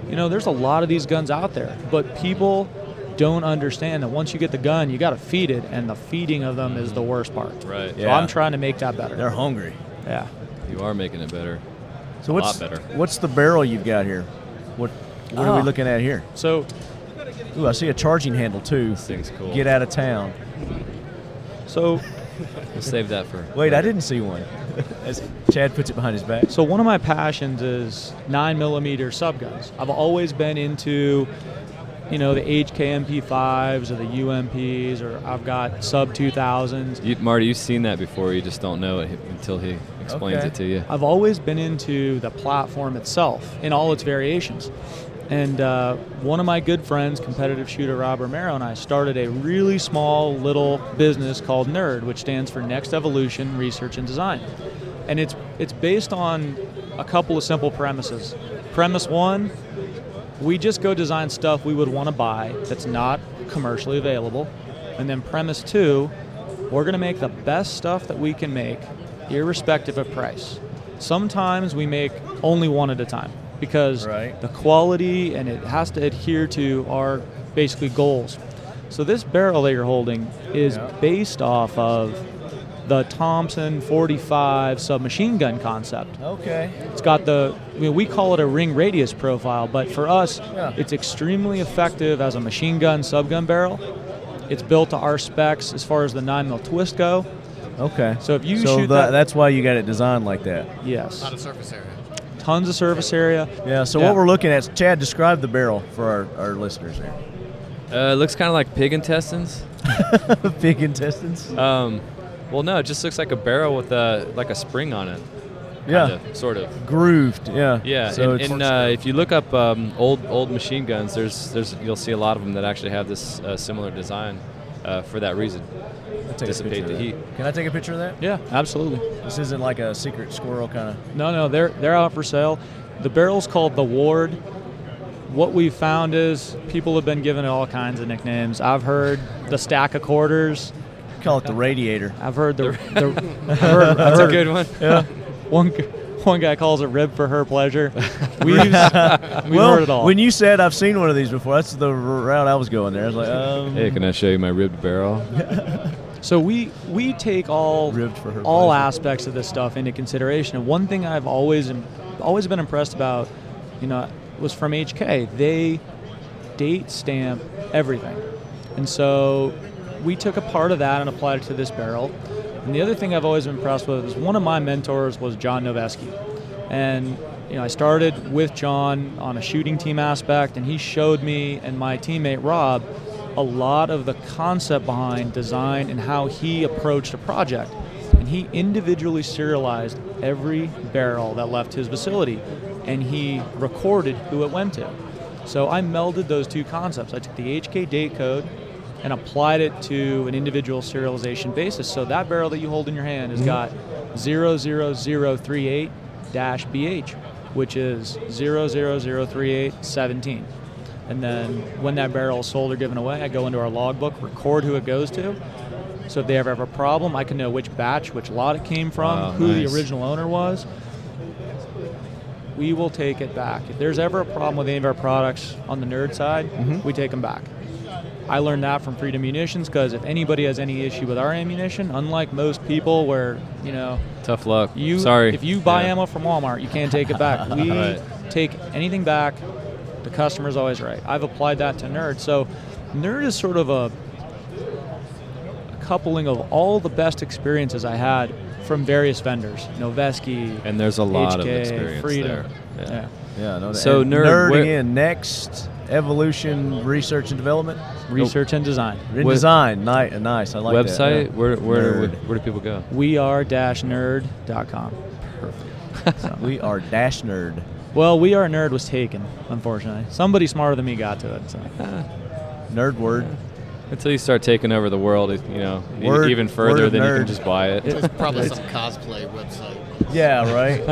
Speaker 4: You know, there's a lot of these guns out there, but people don't understand that once you get the gun, you got to feed it, and the feeding of them is the worst part.
Speaker 3: Right.
Speaker 4: So
Speaker 1: Yeah.
Speaker 4: I'm trying to make that better.
Speaker 1: They're hungry.
Speaker 4: Yeah.
Speaker 3: You are making it better. A
Speaker 1: So
Speaker 3: lot
Speaker 1: what's
Speaker 3: better.
Speaker 1: what's the barrel you've got here? What what are we
Speaker 4: Ah.
Speaker 1: looking at here?
Speaker 4: So,
Speaker 1: Oh. Ooh, I see a charging handle too.
Speaker 3: This thing's cool.
Speaker 1: Get out of town.
Speaker 4: so,
Speaker 3: We'll save that for.
Speaker 1: Wait, I didn't see one. [laughs] As Chad puts it behind his back.
Speaker 4: so one of my passions is nine millimeter subguns. I've always been into you know the HKMP5s or the UMPs or I've got sub 2000s.
Speaker 3: You, Marty, you've seen that before. You just don't know it until he explains
Speaker 1: Okay.
Speaker 3: it to you.
Speaker 4: I've always been into the platform itself in all its variations. And uh, one of my good friends, competitive shooter Rob Romero, and I started a really small little business called NERD, which stands for Next Evolution Research and Design. And it's it's based on a couple of simple premises. Premise one, we just go design stuff we would want to buy that's not commercially available. And then premise two, we're going to make the best stuff that we can make, irrespective of price. Sometimes we make only one at a time because
Speaker 1: Right.
Speaker 4: the quality and it has to adhere to our basically goals. So this barrel that you're holding is
Speaker 1: Yeah.
Speaker 4: based off of the Thompson 45 submachine gun concept.
Speaker 1: Okay.
Speaker 4: It's got the, I mean, we call it a ring radius profile, but for us,
Speaker 1: Yeah.
Speaker 4: it's extremely effective as a machine gun, subgun barrel. It's built to our specs as far as the nine mil twist go.
Speaker 1: Okay.
Speaker 4: So if you
Speaker 1: so
Speaker 4: shoot
Speaker 1: the-
Speaker 4: that-
Speaker 1: that's why you got it designed like that.
Speaker 4: Yes,
Speaker 6: Not a surface area.
Speaker 4: tons of surface area.
Speaker 1: Yeah. So
Speaker 4: Yeah.
Speaker 1: what we're looking at, Chad, describe the barrel for our, our listeners here.
Speaker 3: Uh, it looks kind of like pig intestines.
Speaker 1: Big intestines.
Speaker 3: Um, well, no, it just looks like a barrel with a like a spring on it.
Speaker 1: yeah.
Speaker 3: kinda, sort of.
Speaker 1: Grooved. Yeah.
Speaker 3: Yeah,
Speaker 1: So
Speaker 3: and,
Speaker 1: it's
Speaker 3: and uh, if you look up um, old old machine guns, there's there's you'll see a lot of them that actually have this uh, similar design uh, for that reason.
Speaker 1: I'll take a
Speaker 3: dissipate
Speaker 1: picture of
Speaker 3: the
Speaker 1: that.
Speaker 3: heat.
Speaker 1: Can I take a picture of that?
Speaker 4: Yeah, absolutely.
Speaker 1: This isn't like a secret squirrel kind of.
Speaker 4: No, no, they're they're out for sale. The barrel's called the Ward. What we've found is people have been given it all kinds of nicknames. I've heard the stack of quarters.
Speaker 1: Call it the radiator.
Speaker 4: I've heard the, the I've heard, I've
Speaker 3: That's a
Speaker 4: heard
Speaker 3: good one.
Speaker 4: one g- one guy calls it rib for
Speaker 1: [laughs]
Speaker 4: her pleasure. We've, we've heard it all.
Speaker 1: when you said I've seen one of these before, that's the r- route I was going there. I was like, um,
Speaker 3: Hey, can I show you my ribbed barrel?
Speaker 4: So we we take all
Speaker 1: Ribbed for her
Speaker 4: all
Speaker 1: pleasure.
Speaker 4: aspects of this stuff into consideration. And one thing I've always always been impressed about, you know, was from HK. They date stamp everything, and so we took a part of that and applied it to this barrel. And the other thing I've always been impressed with is one of my mentors was John Noveski, and you know I started with John on a shooting team aspect, and he showed me and my teammate Rob a lot of the concept behind design and how he approached a project. And he individually serialized every barrel that left his facility and he recorded who it went to. So I melded those two concepts. I took the HK date code and applied it to an individual serialization basis. So that barrel that you hold in your hand
Speaker 3: Mm-hmm.
Speaker 4: has got 00038 BH, which is 0003817. And then when that barrel is sold or given away, I go into our logbook, record who it goes to. So if they ever have a problem, I can know which batch, which lot it came from,
Speaker 3: Wow,
Speaker 4: who
Speaker 3: nice.
Speaker 4: the original owner was. We will take it back. If there's ever a problem with any of our products on the nerd side,
Speaker 3: Mm-hmm.
Speaker 4: we take them back. I learned that from Freedom Munitions because if anybody has any issue with our ammunition, unlike most people where, you know,
Speaker 3: Tough luck.
Speaker 4: you
Speaker 3: Sorry.
Speaker 4: if you buy
Speaker 3: Yeah.
Speaker 4: ammo from Walmart, you can't take
Speaker 3: [laughs]
Speaker 4: it back. We
Speaker 3: Right.
Speaker 4: take anything back. The customer's always right. I've applied that to Nerd. So Nerd is sort of a, a coupling of all the best experiences I had from various vendors. Noveski,
Speaker 3: and there's a lot of
Speaker 4: HK,
Speaker 3: experience
Speaker 4: Freedom.
Speaker 3: there. Yeah.
Speaker 4: Yeah.
Speaker 1: Yeah, no,
Speaker 3: So,
Speaker 1: and
Speaker 3: nerd,
Speaker 1: nerd
Speaker 3: where-
Speaker 1: again. Next, evolution, research and development,
Speaker 4: Research and design.
Speaker 1: in
Speaker 3: What-
Speaker 1: design. Ni- uh, nice, I like
Speaker 3: Website?
Speaker 1: That, yeah.
Speaker 3: Where where, where
Speaker 1: Nerd.
Speaker 3: where do people go?
Speaker 4: We are nerd.com.
Speaker 1: we are dash nerd.
Speaker 4: Well, we are nerd was taken, unfortunately. Somebody smarter than me got to it. So.
Speaker 1: Nerd word.
Speaker 3: Until you start taking over the world, it- you know, e-
Speaker 1: Word-
Speaker 3: even further,
Speaker 1: word
Speaker 3: then you
Speaker 1: nerd.
Speaker 3: can just buy it.
Speaker 6: It's [laughs] probably some cosplay website.
Speaker 1: Yeah,
Speaker 3: [laughs]
Speaker 1: right.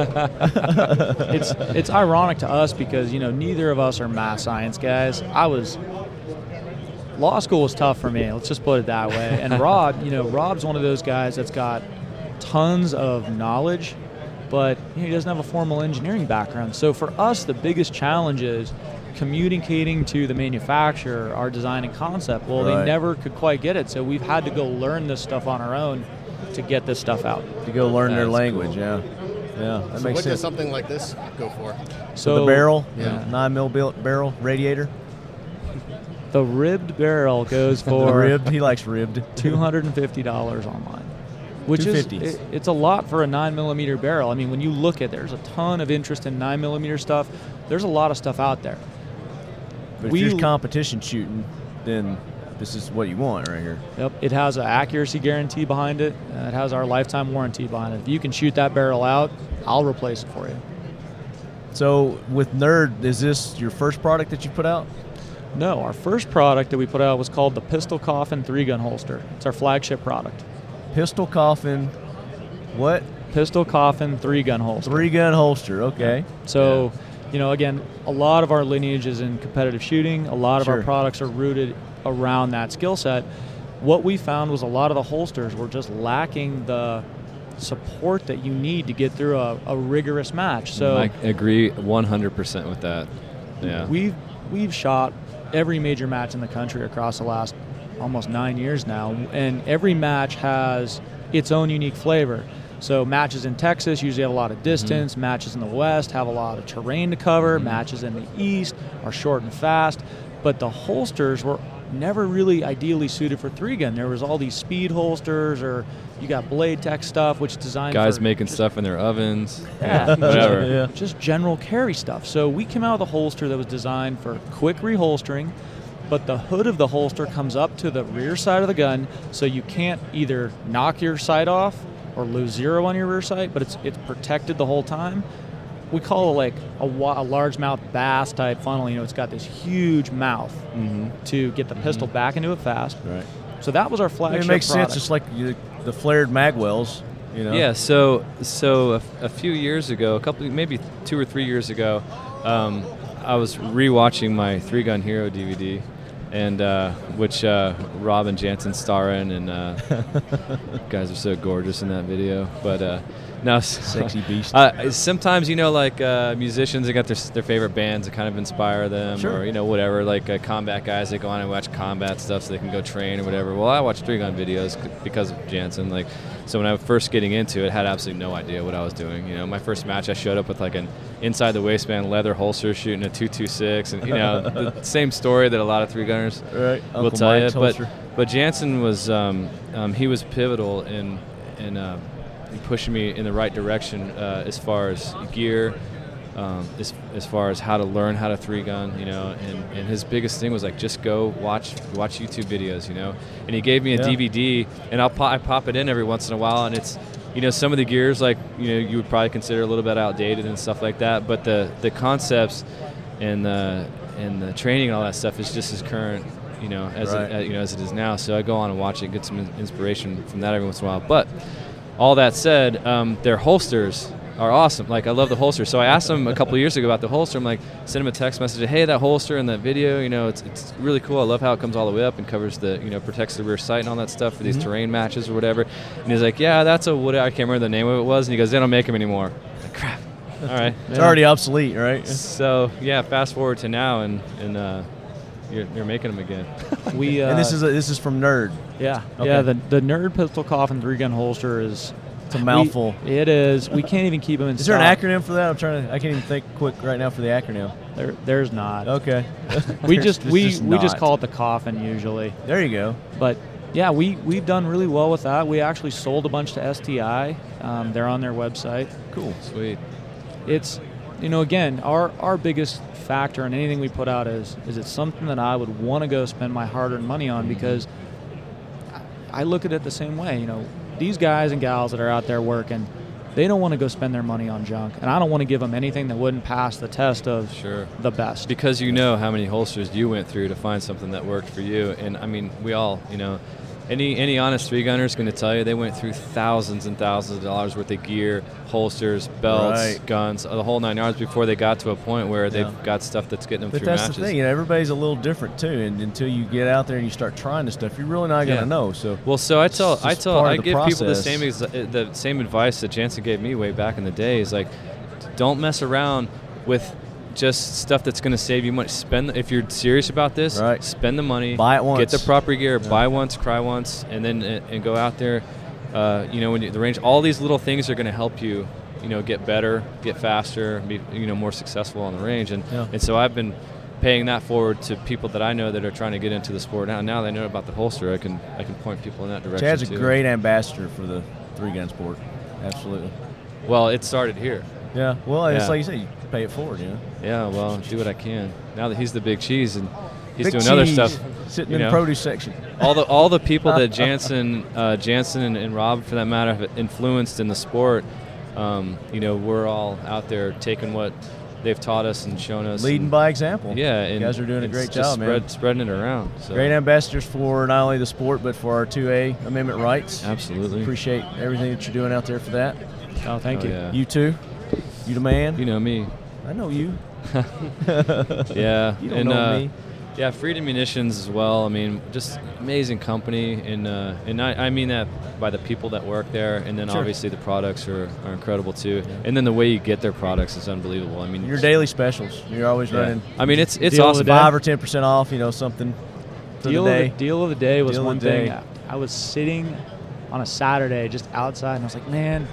Speaker 4: it's it's ironic to us because you know neither of us are math science guys. I was law school was tough for me. Let's just put it that way.
Speaker 1: [laughs]
Speaker 4: And Rob, you know, Rob's one of those guys that's got tons of knowledge, but you know, he doesn't have a formal engineering background. So for us, the biggest challenge is communicating to the manufacturer our design and concept. Well,
Speaker 1: Right.
Speaker 4: they never could quite get it, so we've had to go learn this stuff on our own to get this stuff out.
Speaker 1: to go learn their
Speaker 3: That's
Speaker 1: language. Yeah, yeah, that
Speaker 6: So
Speaker 1: makes
Speaker 6: what does
Speaker 1: sense.
Speaker 6: something like this go for?
Speaker 1: So the barrel,
Speaker 6: Yeah.
Speaker 1: nine mil bil- barrel radiator.
Speaker 4: The ribbed barrel goes
Speaker 1: [laughs] Or
Speaker 4: for
Speaker 1: ribbed. He likes ribbed.
Speaker 4: two hundred and fifty dollars online, which is
Speaker 1: 250.
Speaker 4: it- it's a lot for a nine millimeter barrel. I mean, when you look at there's a ton of interest in nine millimeter stuff. There's a lot of stuff out there.
Speaker 1: But
Speaker 4: we-
Speaker 1: if you're competition shooting, then this is what you want right here.
Speaker 4: Yep, it has an accuracy guarantee behind it. And it has our lifetime warranty behind it. If you can shoot that barrel out, I'll replace it for you.
Speaker 1: So with Nerd, is this your first product that you put out?
Speaker 4: No, our first product that we put out was called the Pistol Coffin three gun holster. It's our flagship product.
Speaker 1: Pistol coffin, what?
Speaker 4: Pistol Coffin three gun holster.
Speaker 1: Three gun holster. Okay.
Speaker 4: So, you know, again, a lot of our lineage is in competitive shooting. A lot of
Speaker 1: Sure.
Speaker 4: our products are rooted around that skill set. What we found was a lot of the holsters were just lacking the support that you need to get through a, a rigorous match. So
Speaker 3: I agree 100% with that. Yeah.
Speaker 4: we've we've shot every major match in the country across the last almost nine years now, and every match has its own unique flavor. So matches in Texas usually have a lot
Speaker 3: Mm-hmm.
Speaker 4: of distance. Matches in the West have a lot of terrain to cover. Matches in the East are short and fast, but the holsters were never really ideally suited for three gun. There was all these speed holsters, or you got blade tech stuff, which is designed
Speaker 3: Guys
Speaker 4: for
Speaker 3: making
Speaker 4: just-
Speaker 3: stuff in their ovens.
Speaker 4: Yeah,
Speaker 3: Whatever.
Speaker 1: [laughs] Yeah.
Speaker 4: just general carry stuff. So we came out with a holster that was designed for quick reholstering, but the hood of the holster comes up to the rear side of the gun, so you can't either knock your sight off or lose zero on your rear sight, but it's it's protected the whole time. We call it like a, wa- a largemouth bass type funnel. You know, it's got this huge mouth to get the pistol back into it fast.
Speaker 1: Right.
Speaker 4: So that was our flagship
Speaker 1: it makes
Speaker 4: product.
Speaker 1: sense. It's like you, the flared magwells. You know.
Speaker 3: Yeah. So so a, a few years ago, a couple maybe two or three years ago, um, I was rewatching my Three Gun Hero DVD, and uh, which uh, Rob and Jansen star in, and
Speaker 1: [laughs]
Speaker 3: uh, guys are so gorgeous in that video. But uh, no,
Speaker 1: [laughs] Sexy beast.
Speaker 3: Uh, sometimes you know, like uh, musicians, they got their, their favorite bands that kind of inspire them, or you know, whatever. Like uh, combat guys, they go on and watch combat stuff so they can go train or whatever. Well, I watch three gun videos c- because of Jansen. Like, so when I was first getting into it, I had absolutely no idea what I was doing. You know, my first match, I showed up with like an inside the waistband leather holster, shooting a two two six, and you
Speaker 1: [laughs]
Speaker 3: know, the same story that a lot of three gunners
Speaker 1: Right.
Speaker 3: will
Speaker 1: Uncle
Speaker 3: tell
Speaker 1: Mike's
Speaker 3: you. But
Speaker 1: holster.
Speaker 3: but Jansen was um, um, he was pivotal in in, uh, in pushing me in the right direction uh, as far as gear, um, as, as far as how to learn how to three gun, you know. And, and his biggest thing was like just go watch watch YouTube videos, you know. And he gave me a
Speaker 1: Yeah.
Speaker 3: DVD, and I'll pop, I pop it in every once in a while, and it's. You know some of the gears, like you know, you would probably consider a little bit outdated and stuff like that. But the the concepts and the and the training and all that stuff is just as current, you know, as
Speaker 1: Right.
Speaker 3: it, you know as it is now. So I go on and watch it, get some in- inspiration from that every once in a while. But all that said, um, their holsters are awesome. Like I love the holster. So I asked them a couple years ago about the holster. I'm like, send them a text message, hey, that holster in that video, you know, it's, it's really cool. I love how it comes all the way up and covers the, you know, protects the rear sight and all that stuff for these terrain matches or whatever. And he's like, yeah, that's a what I can't remember the name of it was. And he goes, they don't make them anymore. I'm like, Crap. All right.
Speaker 1: It's already obsolete, right?
Speaker 3: So yeah, fast forward to now, and and uh, you're, you're making them again.
Speaker 4: we
Speaker 1: [laughs]
Speaker 4: uh,
Speaker 1: and this is a, this is from Nerd.
Speaker 4: yeah
Speaker 1: Okay.
Speaker 4: yeah the the nerd pistol coffin three gun holster is
Speaker 1: It's a mouthful.
Speaker 4: We- it is. We can't even keep them in
Speaker 1: is there
Speaker 4: stock.
Speaker 1: an acronym for that? I'm trying to. I can't even think quick right now for the acronym.
Speaker 4: There, there's not.
Speaker 3: [laughs]
Speaker 1: Okay. [laughs]
Speaker 4: We just
Speaker 1: There's
Speaker 4: we we just
Speaker 1: not.
Speaker 4: call it the coffin usually.
Speaker 1: There you go.
Speaker 4: But yeah, we we've done really well with that. We actually sold a bunch to STI. Um, they're on their website.
Speaker 1: Cool.
Speaker 3: Sweet.
Speaker 4: It's you know again our our biggest factor in anything we put out is is it something that I would want to go spend my hard-earned money on because I, I look at it the same way. You know these guys and gals that are out there working. They don't want to go spend their money on junk, and I don't want to give them anything that wouldn't pass the test of
Speaker 3: Sure.
Speaker 4: the best.
Speaker 3: Because you know how many holsters you went through to find something that worked for you, and I mean, we all, you know, any any honest three gunner is going to tell you they went through thousands and thousands of dollars worth of gear, holsters, belts,
Speaker 1: Right.
Speaker 3: guns, uh, the whole nine yards before they got to a point where they've got stuff that's getting them
Speaker 1: But
Speaker 3: through
Speaker 1: that's
Speaker 3: matches.
Speaker 1: the thing. You know, everybody's a little different too. And until you get out there and you start trying this stuff, you're really not
Speaker 3: Yeah.
Speaker 1: gonna know. So
Speaker 3: Well, so I tell,
Speaker 1: It's
Speaker 3: I
Speaker 1: just
Speaker 3: tell,
Speaker 1: part
Speaker 3: I
Speaker 1: of the
Speaker 3: give people the
Speaker 1: process.
Speaker 3: same ex- the same advice that Jansen gave me way back in the day. Is like, don't mess around with just stuff that's going to save you money. Spend if you're serious about this,
Speaker 1: Right.
Speaker 3: spend the money,
Speaker 1: Buy it
Speaker 3: get
Speaker 1: once.
Speaker 3: the proper gear, buy once, cry once, and then and go out there. Uh, you know, when you, the range, all these little things are going to help you. You know, get better, get faster, be you know more successful on the range, and
Speaker 1: Yeah.
Speaker 3: and so I've been paying that forward to people that I know that are trying to get into the sport now. Now they know about the holster. I can I can point people in that direction.
Speaker 1: Chad's a
Speaker 3: too.
Speaker 1: great ambassador for the three gun sport. Absolutely.
Speaker 3: Well, it started here.
Speaker 1: Yeah. Well, it's
Speaker 3: Yeah.
Speaker 1: like you said, you pay it forward. You know.
Speaker 3: Yeah. Well, do what I can. Now that he's the big cheese and he's
Speaker 1: Big
Speaker 3: doing other
Speaker 1: cheese,
Speaker 3: stuff.
Speaker 1: Sitting
Speaker 3: you
Speaker 1: in
Speaker 3: know.
Speaker 1: the produce section.
Speaker 3: all the all the people
Speaker 1: [laughs]
Speaker 3: that Jansen, uh, Jansen and, and Rob, for that matter, have influenced in the sport. Um, you know, we're all out there taking what they've taught us and shown us.
Speaker 1: Leading
Speaker 3: and-
Speaker 1: by example.
Speaker 3: Yeah,
Speaker 1: You
Speaker 3: and
Speaker 1: guys are doing a
Speaker 3: it's
Speaker 1: great
Speaker 3: just
Speaker 1: job, man.
Speaker 3: spread, Spreading it around. So.
Speaker 1: Great ambassadors for not only the sport but for our 2A amendment rights.
Speaker 3: Absolutely.
Speaker 1: Appreciate everything that you're doing out there for that.
Speaker 4: Oh, thank
Speaker 3: Oh,
Speaker 4: you.
Speaker 3: yeah.
Speaker 1: You too. You the man.
Speaker 3: You know
Speaker 1: [laughs]
Speaker 3: me.
Speaker 1: I know you.
Speaker 3: Yeah.
Speaker 1: You don't
Speaker 3: and,
Speaker 1: know
Speaker 3: uh,
Speaker 1: me.
Speaker 3: Yeah, Freedom Munitions as well. I mean, just amazing company, and uh, and I, I mean that by the people that work there, and then obviously the products are, are incredible too, and then the way you get their products is unbelievable. I mean,
Speaker 1: Your daily specials. You're always
Speaker 3: yeah.
Speaker 1: running
Speaker 3: I mean, it's it's
Speaker 4: Deal of
Speaker 3: awesome.
Speaker 4: the day.
Speaker 1: five or ten percent off. You know something for
Speaker 4: deal
Speaker 1: the
Speaker 4: of
Speaker 1: day.
Speaker 4: the deal of the day was
Speaker 1: Deal of
Speaker 4: one
Speaker 1: the day.
Speaker 4: thing. I- I was sitting on a Saturday just outside, and I was like, man,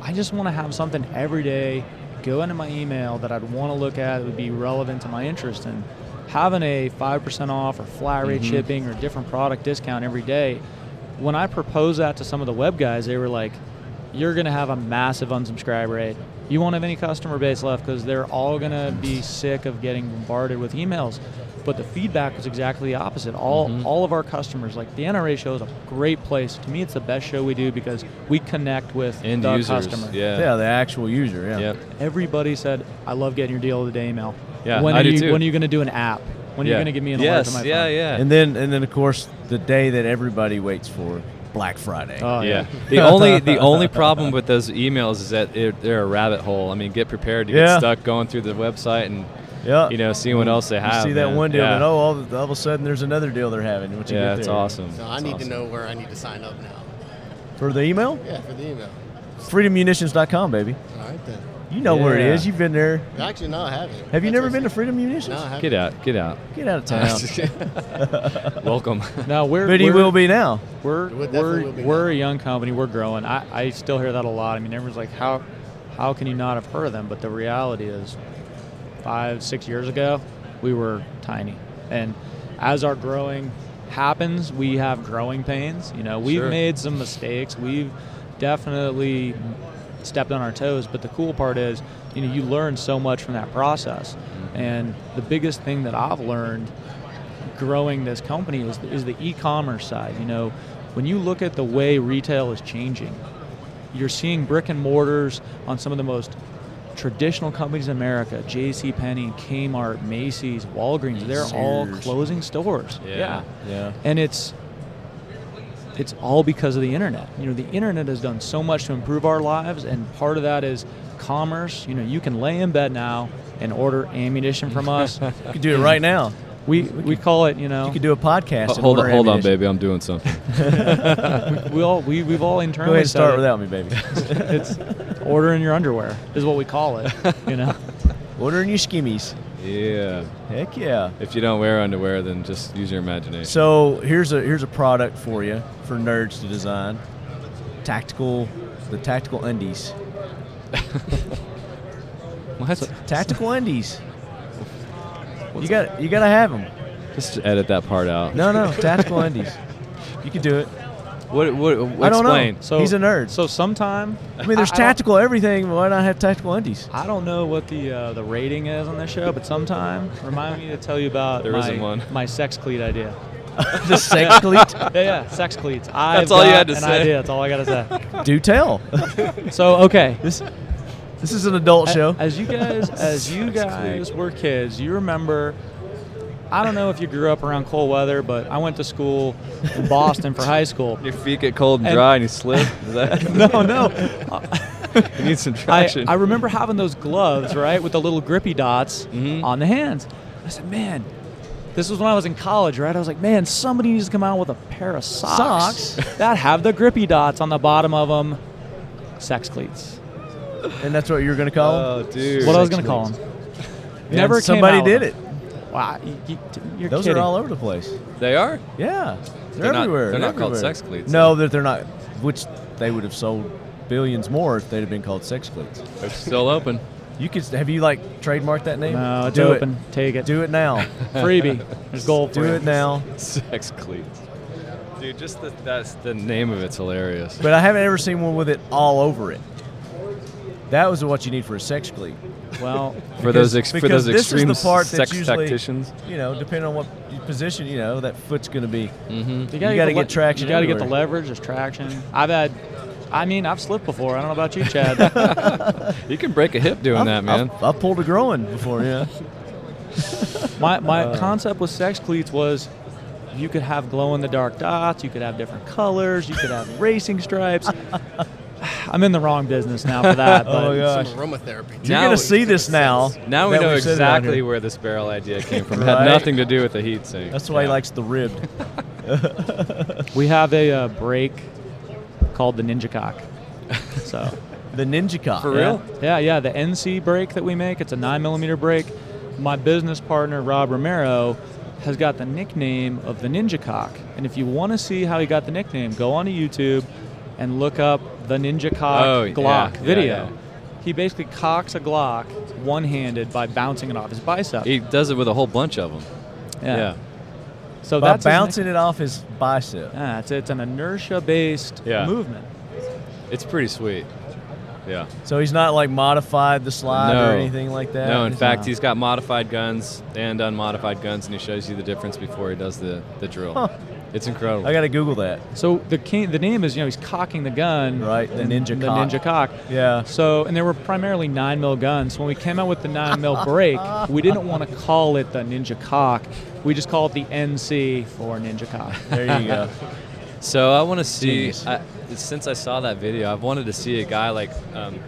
Speaker 4: I just want to have something every day go into my email that I'd want to look at that would be relevant to my interest. And having a 5% off or flat rate shipping or different product discount every day, when I proposed that to some of the web guys, they were like, you're going to have a massive unsubscribe rate. You won't have any customer base left because they're all going to be sick of getting bombarded with emails. But the feedback was exactly the opposite. All, all of our customers, like the NRA show is a great place. To me, it's the best show we do because we connect with
Speaker 3: End
Speaker 4: the
Speaker 3: users.
Speaker 4: customer.
Speaker 3: Yeah.
Speaker 1: Yeah, the actual user. Yeah.
Speaker 3: Yep.
Speaker 4: Everybody said, "I love getting your deal of the day email."
Speaker 3: Yeah,
Speaker 4: when
Speaker 3: I
Speaker 4: are
Speaker 3: do
Speaker 4: you
Speaker 3: too.
Speaker 4: when are you going to do an app? When are
Speaker 3: Yeah.
Speaker 4: you going to give me an alert
Speaker 3: yes,
Speaker 4: on my
Speaker 3: yeah,
Speaker 4: phone?
Speaker 3: yeah.
Speaker 1: And then and then of course the day that everybody waits for, Black Friday. [laughs]
Speaker 4: Oh,
Speaker 3: yeah. the only the only problem with those emails is that it, they're a rabbit hole. I mean, get prepared to
Speaker 1: Yeah.
Speaker 3: get stuck going through the website and
Speaker 1: yeah.
Speaker 3: you know seeing what else they
Speaker 1: You
Speaker 3: have.
Speaker 1: see that
Speaker 3: man.
Speaker 1: one deal,
Speaker 3: Yeah.
Speaker 1: and oh, all, of- all of a sudden there's another deal they're having. What you
Speaker 3: yeah,
Speaker 1: get
Speaker 3: it's
Speaker 1: there.
Speaker 3: awesome.
Speaker 6: So I
Speaker 3: It's
Speaker 6: need to
Speaker 3: awesome.
Speaker 6: know where I need to sign up now.
Speaker 1: For the email,
Speaker 6: Yeah, for the email.
Speaker 1: freedommunitions.com, baby.
Speaker 6: All right then.
Speaker 1: You know where it
Speaker 3: Yeah.
Speaker 1: is. You've been there.
Speaker 6: Actually, no, I haven't.
Speaker 1: Have you
Speaker 6: That's
Speaker 1: never
Speaker 6: what-
Speaker 1: been to Freedom Munitions?
Speaker 6: No, I haven't.
Speaker 3: Get out, get out.
Speaker 1: Get out of town.
Speaker 6: [laughs]
Speaker 3: [laughs] Welcome. [laughs]
Speaker 4: Now we're
Speaker 1: but he
Speaker 4: we're,
Speaker 1: will be now.
Speaker 4: We're
Speaker 6: It would
Speaker 4: we're,
Speaker 6: definitely will be
Speaker 4: we're
Speaker 6: now.
Speaker 4: a young company. We're growing. I, I still hear that a lot. I mean, everyone's like, "How how can you not have heard of them?" But the reality is, five six years ago, we were tiny, and as our growing happens, we have growing pains. You know, we've
Speaker 3: Sure.
Speaker 4: made some mistakes. We've definitely stepped on our toes. But the cool part is, you know, you learn so much from that process.
Speaker 6: Mm-hmm.
Speaker 4: And the biggest thing that I've learned growing this company is, is the e-commerce side. You know, when you look at the way retail is changing, you're seeing brick and mortars on some of the most traditional companies in America, J.C. Penney, Kmart, Macy's, Walgreens, they're all
Speaker 1: Sears.
Speaker 4: closing stores.
Speaker 3: Yeah.
Speaker 1: Yeah.
Speaker 4: And it's it's all because of the internet. You know, the internet has done so much to improve our lives, and part of that is commerce. You know, you can lay in bed now and order ammunition from us.
Speaker 1: You could do it right now.
Speaker 4: we we call it, you know,
Speaker 1: You could do a podcast.
Speaker 3: Ho-
Speaker 1: and
Speaker 3: hold on,
Speaker 1: order
Speaker 3: hold on,
Speaker 1: ammunition.
Speaker 3: baby. I'm doing something.
Speaker 4: we all we we've all internally
Speaker 1: Go ahead and
Speaker 4: said
Speaker 1: start
Speaker 4: it.
Speaker 1: without me, baby.
Speaker 4: It's order in your underwear is what we call
Speaker 1: [laughs]
Speaker 4: it. You know, [laughs]
Speaker 1: Ordering your skimmies.
Speaker 3: yeah.
Speaker 1: Heck yeah.
Speaker 3: If you don't wear underwear, then just use your imagination.
Speaker 1: So here's a here's a product for you for nerds to design. Tactical, the tactical undies.
Speaker 3: what?
Speaker 1: Tactical undies. You got you gotta have them.
Speaker 3: Just edit that part out.
Speaker 1: No,
Speaker 4: [laughs]
Speaker 1: no, tactical undies. You could do it.
Speaker 3: What? What?
Speaker 1: I don't know.
Speaker 3: explain.
Speaker 4: so
Speaker 1: He's a nerd.
Speaker 4: So sometime
Speaker 1: I mean, there's
Speaker 4: I- I don't-
Speaker 1: tactical everything. Why not have tactical undies?
Speaker 4: I don't know what the uh, the rating is on this show, but sometime remind me to tell you about
Speaker 3: There
Speaker 4: my,
Speaker 3: isn't one.
Speaker 4: my sex cleat idea.
Speaker 1: the sex cleat.
Speaker 4: Yeah, yeah, sex cleats. i
Speaker 3: [laughs] That's all you had to
Speaker 4: an
Speaker 3: say.
Speaker 4: Idea. That's all I gotta
Speaker 3: [laughs]
Speaker 4: say.
Speaker 1: Do tell. [laughs]
Speaker 4: So okay,
Speaker 1: This this is an adult
Speaker 4: A-
Speaker 1: show.
Speaker 4: As
Speaker 1: [laughs]
Speaker 4: you guys, as you guys were kids, you remember. I don't know if you grew up around cold weather, but I went to school in Boston for high school.
Speaker 3: Your feet get cold and
Speaker 4: And-
Speaker 3: dry, and you
Speaker 1: [laughs]
Speaker 3: slip. Is that?
Speaker 4: No, no.
Speaker 3: [laughs] you need some
Speaker 4: I,
Speaker 3: traction.
Speaker 4: I remember having those gloves, right, with the little grippy dots
Speaker 1: Mm-hmm.
Speaker 4: on the hands. I said, man, this was when I was in college, right? I was like, man, somebody needs to come out with a pair of socks, [laughs] that have the grippy dots on the bottom of them. Sex cleats.
Speaker 1: and that's what you were gonna call them.
Speaker 3: oh, dude.
Speaker 4: What I was going to call them. Uh, Never came
Speaker 1: somebody
Speaker 4: out with
Speaker 1: did
Speaker 4: them.
Speaker 1: it.
Speaker 4: Wow, you, you, you're
Speaker 1: Those
Speaker 4: kidding.
Speaker 1: are all over the place.
Speaker 3: They are.
Speaker 1: Yeah, they're,
Speaker 3: They're not-
Speaker 1: everywhere.
Speaker 3: they're not called
Speaker 1: everywhere.
Speaker 3: sex cleats.
Speaker 1: No, that they're not. Which they would have sold billions more if they'd have been called sex cleats.
Speaker 3: They're still open. [laughs]
Speaker 1: You could have you like trademarked that name?
Speaker 4: No, it's
Speaker 1: Do it.
Speaker 4: open. Take it.
Speaker 1: Do it now.
Speaker 4: [laughs] Freebie. There's gold.
Speaker 1: Do
Speaker 4: for
Speaker 1: it now.
Speaker 3: Sex cleats. Dude, just the, that's the name of it's hilarious.
Speaker 1: But I haven't ever seen one with it all over it. That was what you need for a sex cleat. [laughs]
Speaker 4: Well,
Speaker 3: for those ex- for
Speaker 1: Because-
Speaker 3: those
Speaker 1: because this is
Speaker 3: extreme
Speaker 1: the part that's
Speaker 3: sex
Speaker 1: usually-
Speaker 3: tacticians.
Speaker 1: You know, depending on what position, you know, that foot's going to be.
Speaker 4: you
Speaker 1: gotta
Speaker 4: gotta,
Speaker 1: get
Speaker 4: the le-
Speaker 1: traction
Speaker 4: You gotta get the
Speaker 1: everywhere.
Speaker 4: leverage. There's traction. I've had. I mean, I've slipped before. I don't know about
Speaker 1: [laughs]
Speaker 4: you, Chad.
Speaker 3: You can break a hip doing that, man.
Speaker 1: I've, I've pulled a groin before,
Speaker 3: [laughs]
Speaker 1: yeah.
Speaker 4: my my concept with sex cleats was you could have glow in the dark dots. You could have different colors. You could have racing stripes. [sighs] I'm in the wrong business now for that. But
Speaker 1: Oh, gosh.
Speaker 6: Some aromatherapy.
Speaker 1: You're
Speaker 3: Now
Speaker 1: going
Speaker 3: we-
Speaker 1: to see this now.
Speaker 3: [laughs] now we
Speaker 1: that
Speaker 3: know
Speaker 1: we've said it on
Speaker 3: exactly
Speaker 1: here.
Speaker 3: where this barrel idea came from. It
Speaker 1: Right.
Speaker 3: had nothing to do with the heat sink.
Speaker 1: That's why he
Speaker 3: Yeah.
Speaker 1: likes the ribbed.
Speaker 4: we have a uh, break called the Ninja Cock. So.
Speaker 1: The ninja cop.
Speaker 3: For real?
Speaker 4: Yeah, yeah. The NC brake that we make, it's a nine millimeter brake. My business partner Rob Romero has got the nickname of the Ninja Cock, and if you want to see how he got the nickname, go onto YouTube and look up the Ninja Cock
Speaker 3: Oh, yeah,
Speaker 4: Glock
Speaker 3: yeah,
Speaker 4: video.
Speaker 3: yeah.
Speaker 4: He basically cocks a Glock one handed by bouncing it off his bicep.
Speaker 3: He does it with a whole bunch of them.
Speaker 4: Yeah.
Speaker 3: yeah.
Speaker 4: So
Speaker 1: By
Speaker 4: that's his
Speaker 1: bouncing
Speaker 4: nick-
Speaker 1: it off his bicep.
Speaker 4: Yeah, it's, it's an inertia-based
Speaker 3: Yeah.
Speaker 4: movement.
Speaker 3: It's pretty sweet. Yeah.
Speaker 1: So he's not like modified the slide or
Speaker 3: No.
Speaker 1: anything like that.
Speaker 3: No, in
Speaker 1: He's
Speaker 3: fact,
Speaker 1: not.
Speaker 3: he's got modified guns and unmodified guns, and he shows you the difference before he does the, the drill.
Speaker 1: Huh.
Speaker 3: It's incredible.
Speaker 1: I gotta Google that.
Speaker 4: So the king, the name is you know he's cocking the gun.
Speaker 1: Right, the
Speaker 4: and-
Speaker 1: ninja
Speaker 4: The
Speaker 1: cock.
Speaker 4: ninja cock.
Speaker 1: Yeah.
Speaker 4: So and they were primarily nine mil guns. When we came out with the nine mil break, we didn't want to call it the ninja cock. We just call it the NC for ninja cock. [laughs]
Speaker 1: There
Speaker 3: [laughs]
Speaker 1: you go.
Speaker 3: So I want to see.
Speaker 1: Genius.
Speaker 3: I, since I saw that video, I've wanted to see a guy like um,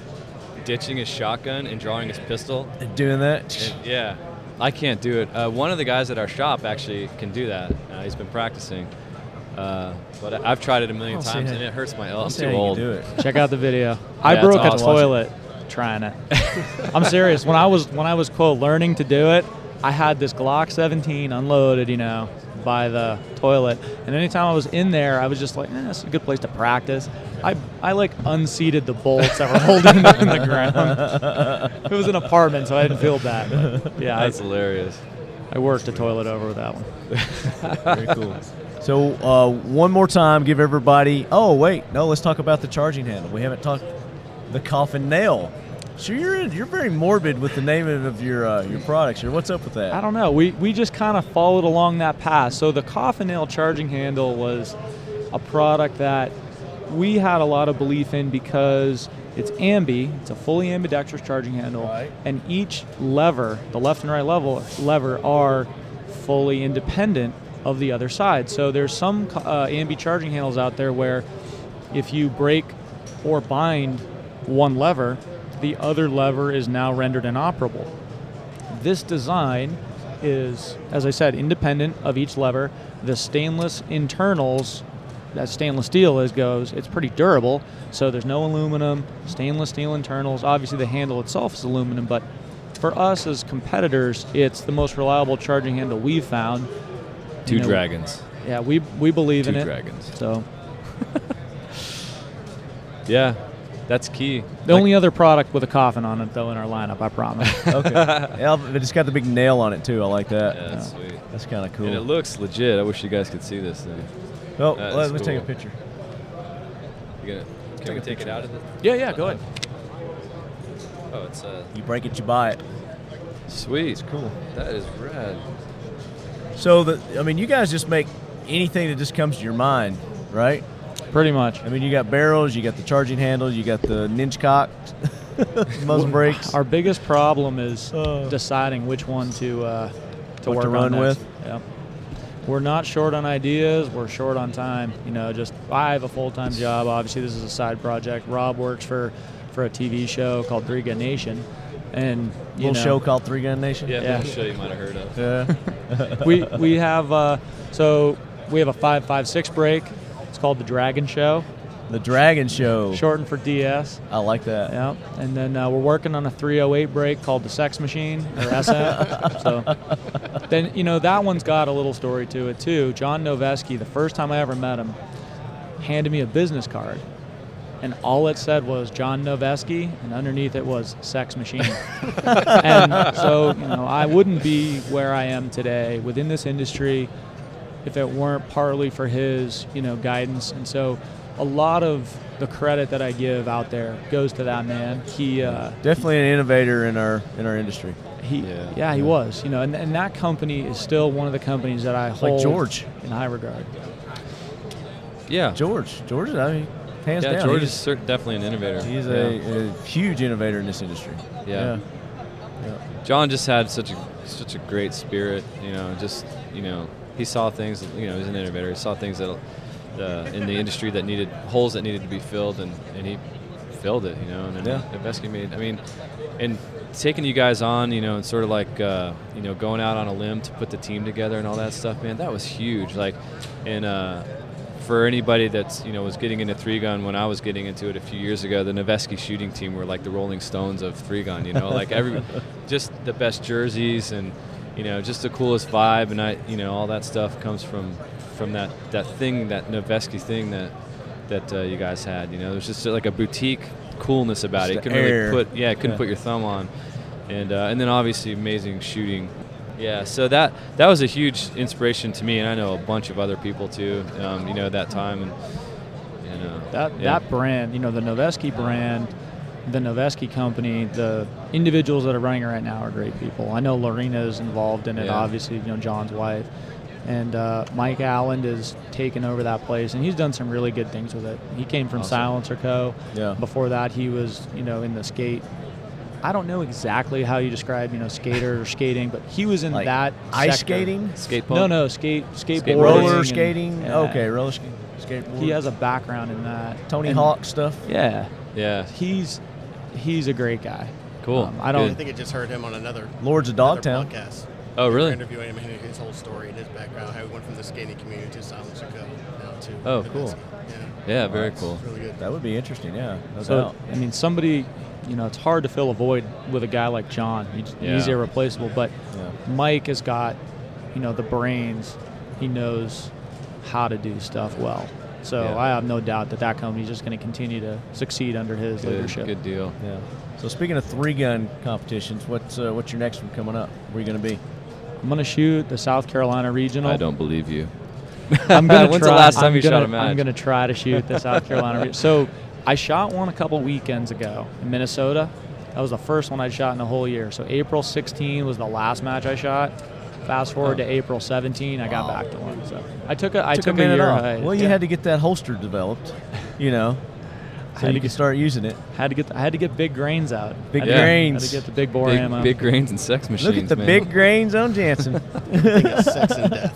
Speaker 3: ditching his shotgun and drawing his pistol.
Speaker 1: Doing that.
Speaker 3: And, yeah, I can't do it. Uh, one of the guys at our shop actually can do that. Uh, he's been practicing, uh, but I- I've tried it a million
Speaker 1: I'll see
Speaker 3: times
Speaker 1: how-
Speaker 3: and it hurts my. elbow. I'm
Speaker 1: Let's see
Speaker 3: too
Speaker 1: how you
Speaker 3: old.
Speaker 1: Do it.
Speaker 4: Check out the video. I
Speaker 3: Yeah,
Speaker 4: broke
Speaker 3: it's
Speaker 4: a
Speaker 3: awesome.
Speaker 4: toilet trying it. [laughs] I'm serious. When I was when I was quote learning to do it, I had this Glock 17 unloaded, you know, by the toilet. And anytime I was in there, I was just like, eh, "That's a good place to practice." I I like unseated the bolts [laughs] that were holding them in the ground. It was an apartment, so I didn't feel bad. But yeah, I,
Speaker 3: That's hilarious.
Speaker 4: I worked a toilet over with that one.
Speaker 1: Very
Speaker 3: [laughs]
Speaker 1: cool. So uh, one more time, give everybody. Oh wait, no, let's talk about the charging handle. We haven't talked the coffin nail. So you're you're very morbid with the name of your uh, your products here. What's up with that?
Speaker 4: I don't know. We, we just kind of followed along that path. So the coffin nail charging handle was a product that we had a lot of belief in because it's ambi, it's a fully ambidextrous charging handle,
Speaker 1: Right.
Speaker 4: and each lever, the left and right level lever, are fully independent of the other side. So there's some co- uh, ambi charging handles out there where if you break or bind one lever, the other lever is now rendered inoperable this design is, as I said, independent of each lever. The stainless internals, that stainless steel is goes, it's pretty durable. So there's no aluminum, stainless steel internals. Obviously, the handle itself is aluminum, but for us as competitors, it's the most reliable charging handle we've found.
Speaker 3: Two
Speaker 4: You know,
Speaker 3: dragons.
Speaker 4: Yeah, we we believe
Speaker 3: Two
Speaker 4: in it.
Speaker 3: dragons.
Speaker 4: So
Speaker 3: Yeah, that's key.
Speaker 4: the only other product with a coffin on it, though, in our lineup, I promise.
Speaker 1: Okay. [laughs] yeah, but it's got the big nail on it too. I like that.
Speaker 3: Yeah, that's sweet.
Speaker 1: That's kind of cool.
Speaker 3: And it looks legit. I wish you guys could see this thing.
Speaker 1: oh,
Speaker 3: that's
Speaker 1: let me take a
Speaker 3: cool.
Speaker 1: picture.
Speaker 3: You gonna, can we take it out of the?
Speaker 4: [laughs] yeah, yeah, go ahead.
Speaker 3: Oh, it's uh,
Speaker 1: You break it, you buy it.
Speaker 3: sweet. It's
Speaker 1: cool.
Speaker 3: That is rad.
Speaker 1: So the I mean, you guys just make anything that just comes to your mind, right?
Speaker 4: Pretty much.
Speaker 1: I mean, you got barrels, you got the charging handle, you got the ninja cock, [laughs] muzzle brakes.
Speaker 4: Our biggest problem is
Speaker 1: Uh.
Speaker 4: deciding which one to uh, to
Speaker 1: What
Speaker 4: work
Speaker 1: to run
Speaker 4: on next.
Speaker 1: with?
Speaker 4: Yeah. We're not short on ideas. We're short on time. You know, just I have a full time job. Obviously, this is a side project. Rob works for for a TV show called Three Gun Nation, and you
Speaker 1: little
Speaker 4: know,
Speaker 1: show called Three Gun Nation.
Speaker 3: Yeah,
Speaker 4: Yeah.
Speaker 3: yeah. show you might have heard of.
Speaker 1: Yeah.
Speaker 4: we we have uh, so we have a five five six break. It's called the Dragon Show,
Speaker 1: [laughs] The Dragon Show.
Speaker 4: shortened for DS.
Speaker 1: I like that.
Speaker 4: Yeah, and then uh, we're working on a 308 break called the Sex Machine or SM. so then you know that one's got a little story to it too. John Noveski, the first time I ever met him, handed me a business card, and all it said was John Noveski, and underneath it was Sex Machine. and so you know I wouldn't be where I am today within this industry if it weren't partly for his you know guidance and so a lot of the credit that i give out there goes to that man he uh,
Speaker 1: Definitely an innovator in our in our industry.
Speaker 4: he
Speaker 3: Yeah.
Speaker 4: yeah, he was you know and, and that company is still one of the companies that i
Speaker 1: like
Speaker 4: hold
Speaker 1: George.
Speaker 4: in high regard
Speaker 3: Yeah,
Speaker 1: George, George, I mean, hands
Speaker 3: yeah.
Speaker 1: down,
Speaker 3: George is
Speaker 1: he's,
Speaker 3: cer- definitely an innovator.
Speaker 1: he's
Speaker 3: yeah.
Speaker 1: a, a huge innovator in this industry.
Speaker 3: Yeah. John just had such a such a great spirit, you know. Just you know, he saw things. You know, he's an innovator. He saw things that uh, in the industry that needed holes that needed to be filled, and, and he filled it. You know, and
Speaker 1: Yeah.
Speaker 3: then Noveski made. I mean, and taking you guys on, you know, and sort of like uh, you know going out on a limb to put the team together and all that stuff, man. That was huge. Like, and uh, for anybody that's you know was getting into three gun when I was getting into it a few years ago, the Noveski shooting team were like the Rolling Stones of three gun. You know, like every just the best jerseys and you know just the coolest vibe and I you know all that stuff comes from from that that thing that Noveski thing that that uh, you guys had. You know, there's just like a boutique coolness about
Speaker 1: Just
Speaker 3: it. You
Speaker 1: the
Speaker 3: couldn't
Speaker 1: air.
Speaker 3: really put yeah, couldn't
Speaker 1: Yeah.
Speaker 3: put your thumb on. And uh, and then obviously amazing shooting. Yeah, so that that was a huge inspiration to me, and I know a bunch of other people too. Um, you know, at that time and, and uh,
Speaker 4: That
Speaker 3: yeah.
Speaker 4: that brand, you know, the Noveski brand, the Noveski company, the individuals that are running it right now are great people. I know Lorena is involved in it,
Speaker 3: Yeah.
Speaker 4: obviously, you know, John's wife. And uh, Mike Allen is taken over that place, and he's done some really good things with it. He came from
Speaker 3: Awesome.
Speaker 4: Silencer Co.
Speaker 1: Yeah.
Speaker 4: Before that, he was, you know, in the skate. I don't know exactly how you describe, you know, skater or skating, but he was in
Speaker 1: Like
Speaker 4: that
Speaker 1: ice
Speaker 4: sector.
Speaker 1: skating,
Speaker 3: skate punk.
Speaker 4: No, no, skate, skateboarding,
Speaker 1: roller
Speaker 4: and-
Speaker 1: skating.
Speaker 4: yeah.
Speaker 1: Okay, roller skating, skateboard.
Speaker 4: He has a background in that.
Speaker 1: Tony
Speaker 4: And-
Speaker 1: Hawk stuff.
Speaker 4: Yeah,
Speaker 3: Yeah,
Speaker 4: he's he's a great guy.
Speaker 3: cool.
Speaker 4: Um, I don't
Speaker 6: I
Speaker 3: Good.
Speaker 6: think I just heard him on another
Speaker 1: Lords of
Speaker 6: another
Speaker 1: Dogtown.
Speaker 6: podcast.
Speaker 3: Oh,
Speaker 6: They were
Speaker 3: really?
Speaker 6: Interviewing him and his whole story and his background, how he went from the skating community to Silent Circle now to
Speaker 3: Oh,
Speaker 6: the
Speaker 3: cool.
Speaker 6: Netscape. Yeah,
Speaker 3: Yeah, very cool.
Speaker 6: it's really good.
Speaker 1: That would be interesting. Yeah, no
Speaker 4: So
Speaker 1: doubt.
Speaker 4: I mean, somebody, you know, it's hard to fill a void with a guy like John. He's,
Speaker 3: Yeah.
Speaker 4: he's irreplaceable. But
Speaker 1: Yeah.
Speaker 4: Mike has got, you know, the brains. He knows how to do stuff well. So
Speaker 3: Yeah.
Speaker 4: I have no doubt that that company's just going to continue to succeed under his leadership.
Speaker 3: Good, good deal.
Speaker 1: Yeah. So speaking of three gun competitions, what's uh, what's your next one coming up? Where you going to be?
Speaker 4: I'm going to shoot the South Carolina regional.
Speaker 3: I don't believe you.
Speaker 4: I'm gonna
Speaker 3: [laughs] When's the
Speaker 4: try,
Speaker 3: last time
Speaker 4: I'm
Speaker 3: you shot
Speaker 4: gonna,
Speaker 3: a match?
Speaker 4: I'm gonna try to shoot the South Carolina. re- So I shot one a couple weekends ago in Minnesota. That was the first one I shot in a whole year. So April 16 was the last match I shot. Fast forward
Speaker 3: Oh.
Speaker 4: to April 17, I got back to one. So I took a I took,
Speaker 1: minute
Speaker 4: year
Speaker 1: off.
Speaker 4: hiatus.
Speaker 1: Well, you
Speaker 4: Yeah.
Speaker 1: had to get that holster developed,
Speaker 3: [laughs]
Speaker 1: you know, so
Speaker 4: had
Speaker 1: you
Speaker 4: to
Speaker 1: could
Speaker 4: get-
Speaker 1: start using it.
Speaker 4: had to get I had to get big grains out.
Speaker 1: Big
Speaker 4: Had to get-
Speaker 1: grains.
Speaker 4: Had to get the big bore ammo.
Speaker 3: Big, big grains and sex machines.
Speaker 1: Look at the
Speaker 3: man.
Speaker 1: big grains on Jansen.
Speaker 6: It's sex and death.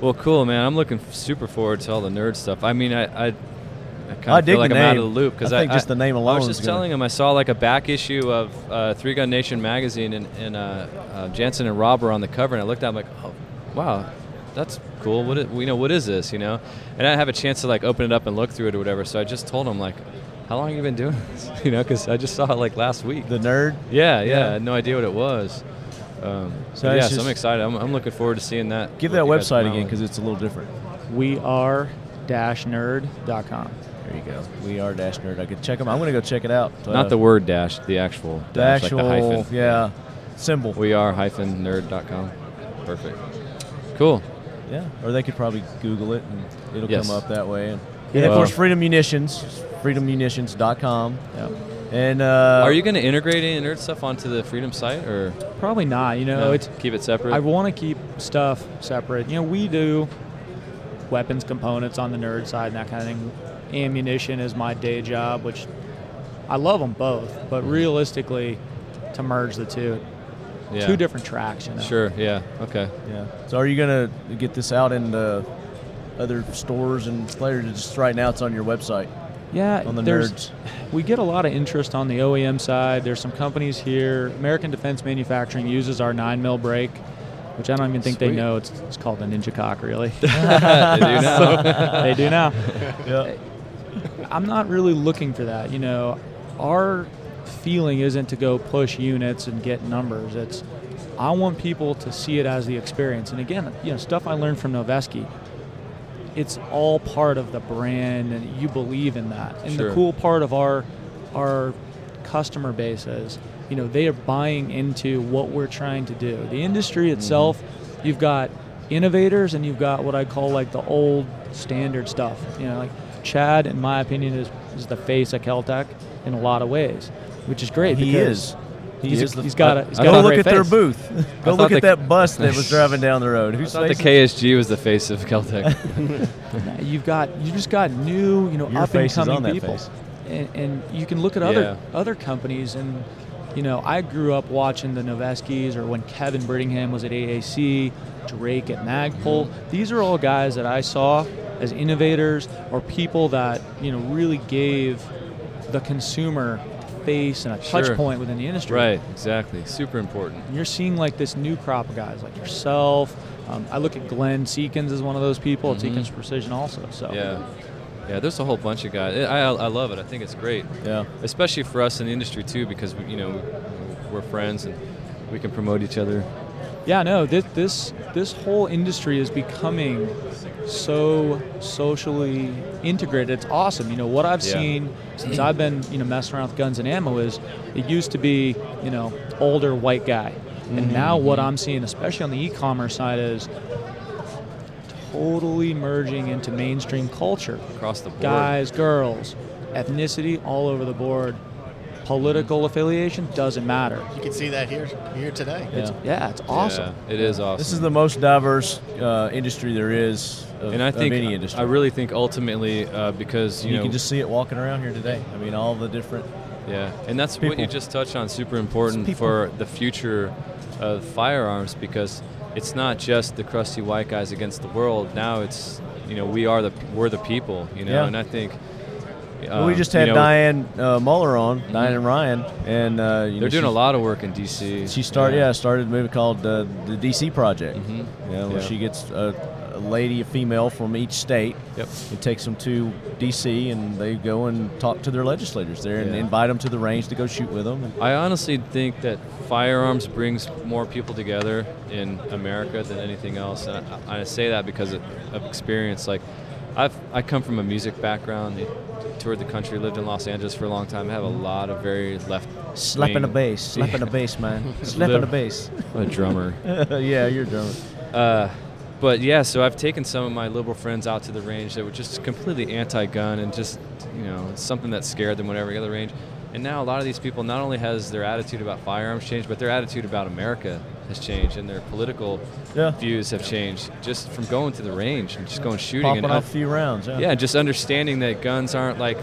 Speaker 3: Well, cool, man. I'm looking f- super forward to all the nerd stuff. I mean, I, I, I
Speaker 1: I
Speaker 3: kind of
Speaker 1: dig
Speaker 3: feel like
Speaker 1: the
Speaker 3: I'm out of
Speaker 1: name.
Speaker 3: the loop because
Speaker 1: I
Speaker 3: I,
Speaker 1: think just the name
Speaker 3: I
Speaker 1: alone
Speaker 3: was just
Speaker 1: is gonna-
Speaker 3: telling him I saw like a back issue of uh, Three Gun Nation magazine, and, and uh, uh, Jansen and Rob were on the cover, and I looked at, it, I'm like, oh, wow, that's cool. What is, you know? What is this? You know? And I have a chance to like open it up and look through it or whatever. So I just told him like, how long have you been doing [laughs] this? You know, because I just saw it like last week. [laughs]
Speaker 1: the nerd.
Speaker 3: yeah, yeah,
Speaker 1: Yeah.
Speaker 3: I had no idea what it was. Um,
Speaker 1: So
Speaker 3: so yeah,
Speaker 1: it's
Speaker 3: so
Speaker 1: just-
Speaker 3: I'm excited. I'm, I'm looking forward to seeing that.
Speaker 1: Give
Speaker 3: what
Speaker 1: that
Speaker 3: you guys come
Speaker 1: website
Speaker 3: out
Speaker 1: again
Speaker 3: with.
Speaker 1: because it's a little different.
Speaker 4: we are dash nerd.com.
Speaker 1: There you go. We are dash nerd. I could check them. I'm going to go check it out. Uh,
Speaker 3: Not the word dash, the actual
Speaker 1: the
Speaker 3: dash,
Speaker 1: actual
Speaker 3: like the hyphen.
Speaker 1: yeah symbol.
Speaker 3: We are hyphen nerd.com. Perfect. Cool.
Speaker 1: Yeah, or they could probably Google it and it'll
Speaker 3: Yes.
Speaker 1: come up that way. And,
Speaker 4: Yeah.
Speaker 1: and of
Speaker 3: Wow.
Speaker 1: course, Freedom Munitions, freedommunitions.com.
Speaker 4: Yeah.
Speaker 1: And uh,
Speaker 3: are you going to integrate any nerd stuff onto the Freedom site or
Speaker 4: Probably not. You know,
Speaker 3: no,
Speaker 4: it's
Speaker 3: keep it separate?
Speaker 4: I want to keep stuff separate. You know, we do weapons components on the nerd side and that kind of thing. Ammunition is my day job, which I love them both, but realistically, to merge the two,
Speaker 3: yeah.
Speaker 4: two different tracks. You know,
Speaker 3: Sure. Yeah. Okay.
Speaker 1: Yeah. So are you gonna get this out in the other stores and players? Just right now, it's on your website.
Speaker 4: Yeah,
Speaker 1: On the
Speaker 4: there's-
Speaker 1: nerds.
Speaker 4: we get a lot of interest on the OEM side. There's some companies here. American Defense Manufacturing uses our nine mil break, which I don't even think they
Speaker 3: Sweet.
Speaker 4: know. It's, it's called the Ninja Cock, really. [laughs]
Speaker 3: I do now.
Speaker 4: they do now.
Speaker 1: Yeah.
Speaker 4: I'm not really looking for that. You know, our feeling isn't to go push units and get numbers. It's I want people to see it as the experience. And again, you know, stuff I learned from Noveski. It's all part of the brand, and you believe in that. And
Speaker 3: Sure.
Speaker 4: the cool part of our our customer base is, you know, they are buying into what we're trying to do. The industry
Speaker 1: Mm-hmm.
Speaker 4: itself, you've got innovators and you've got what I call like the old standard stuff. You know, like Chad, in my opinion, is, is the face of Caltech in a lot of ways, which is great.
Speaker 1: He
Speaker 4: because
Speaker 1: is. He
Speaker 4: he's a-
Speaker 1: is the-
Speaker 4: he's got a- he's
Speaker 1: I
Speaker 4: got
Speaker 1: go
Speaker 4: a
Speaker 1: look
Speaker 4: great
Speaker 1: at their
Speaker 3: [laughs]
Speaker 4: face.
Speaker 1: booth. go
Speaker 3: thought
Speaker 1: look at
Speaker 3: the-
Speaker 1: that bus that
Speaker 3: [laughs]
Speaker 1: was driving down the road. Who's
Speaker 3: I thought the
Speaker 1: face is-
Speaker 3: KSG was the face of Caltech.
Speaker 4: You've got you just got new, you know,
Speaker 1: Your
Speaker 4: up and
Speaker 1: face is
Speaker 4: coming
Speaker 1: on that
Speaker 4: people,
Speaker 1: face.
Speaker 4: and, and you can look at other
Speaker 3: Yeah.
Speaker 4: other companies and. You know, I grew up watching the Noveskis or when Kevin Brittingham was at AAC, Drake at Magpul.
Speaker 1: Mm-hmm.
Speaker 4: These are all guys that I saw as innovators or people that, you know, really gave the consumer a face and a touch
Speaker 3: Sure.
Speaker 4: point within the industry.
Speaker 3: right. Exactly. Super important.
Speaker 4: And you're seeing like this new crop of guys like yourself. Um, I look at Glenn Seekins as one of those people. It's
Speaker 1: Mm-hmm.
Speaker 4: Seekins Precision also. So
Speaker 3: Yeah. Yeah. There's a whole bunch of guys. I, I I love it. I think it's great.
Speaker 1: Yeah.
Speaker 3: Especially for us in the industry too, because we, you know we're friends and we can promote each other.
Speaker 4: Yeah, no, this this this whole industry is becoming so socially integrated. It's awesome. You know what I've
Speaker 3: Yeah.
Speaker 4: seen since I've been you know messing around with guns and ammo is it used to be you know older white guy
Speaker 3: Mm-hmm,
Speaker 4: And now what I'm seeing, especially on the e-commerce side, is totally merging into mainstream culture.
Speaker 3: across the board.
Speaker 4: Guys, girls, ethnicity, all over the board. Political affiliation doesn't matter.
Speaker 6: You can see that here here today.
Speaker 4: It's, yeah, it's awesome.
Speaker 3: Yeah, it is awesome.
Speaker 1: This is the most diverse uh, industry there is of,
Speaker 3: and I
Speaker 1: of
Speaker 3: think
Speaker 1: any industry.
Speaker 3: I really think ultimately uh, because you,
Speaker 1: you
Speaker 3: know,
Speaker 1: can just see it walking around here today. I mean, all the different.
Speaker 3: Yeah, and that's what
Speaker 1: People.
Speaker 3: you just touched on. Super important for the future of firearms because it's not just the crusty white guys against the world. Now it's you know we are the we're the people. You know,
Speaker 1: Yeah.
Speaker 3: and I think
Speaker 1: Well, we
Speaker 3: um,
Speaker 1: just
Speaker 3: you
Speaker 1: had
Speaker 3: know, Mhm.
Speaker 1: Diane uh, Muller on, Diane and Ryan, and uh, you know,
Speaker 3: They're doing a
Speaker 1: she's-
Speaker 3: lot of work in DC.
Speaker 1: She started, yeah, started a movie called uh, the DC Project.
Speaker 3: Mhm.
Speaker 1: Yeah, where
Speaker 3: Yeah.
Speaker 1: she gets a, a lady, a female from each state.
Speaker 3: Yep.
Speaker 1: It takes them to DC, and they go and talk to their legislators there, and
Speaker 3: Yeah.
Speaker 1: invite them to the range to go shoot with them. And
Speaker 3: I honestly think that firearms brings more people together in America than anything else, and I, I say that because of, of experience. Like, I've I come from a music background, toured the country, lived in Los Angeles for a long time. I have a lot of very left.
Speaker 1: slapping the
Speaker 3: wing-
Speaker 1: bass, slapping the bass, [laughs] man, slapping the bass.
Speaker 3: I'm [laughs] a drummer.
Speaker 1: yeah, you're drunk.
Speaker 3: Uh, but yeah, so I've taken some of my liberal friends out to the range that were just completely anti-gun and just you know something that scared them whenever they go to the range. And now a lot of these people not only has their attitude about firearms changed, but their attitude about America has changed, and their political
Speaker 1: Yeah.
Speaker 3: views have changed just from going to the range and just going shooting
Speaker 1: Popping
Speaker 3: and
Speaker 1: off a few rounds. Yeah.
Speaker 3: yeah, just understanding that guns aren't like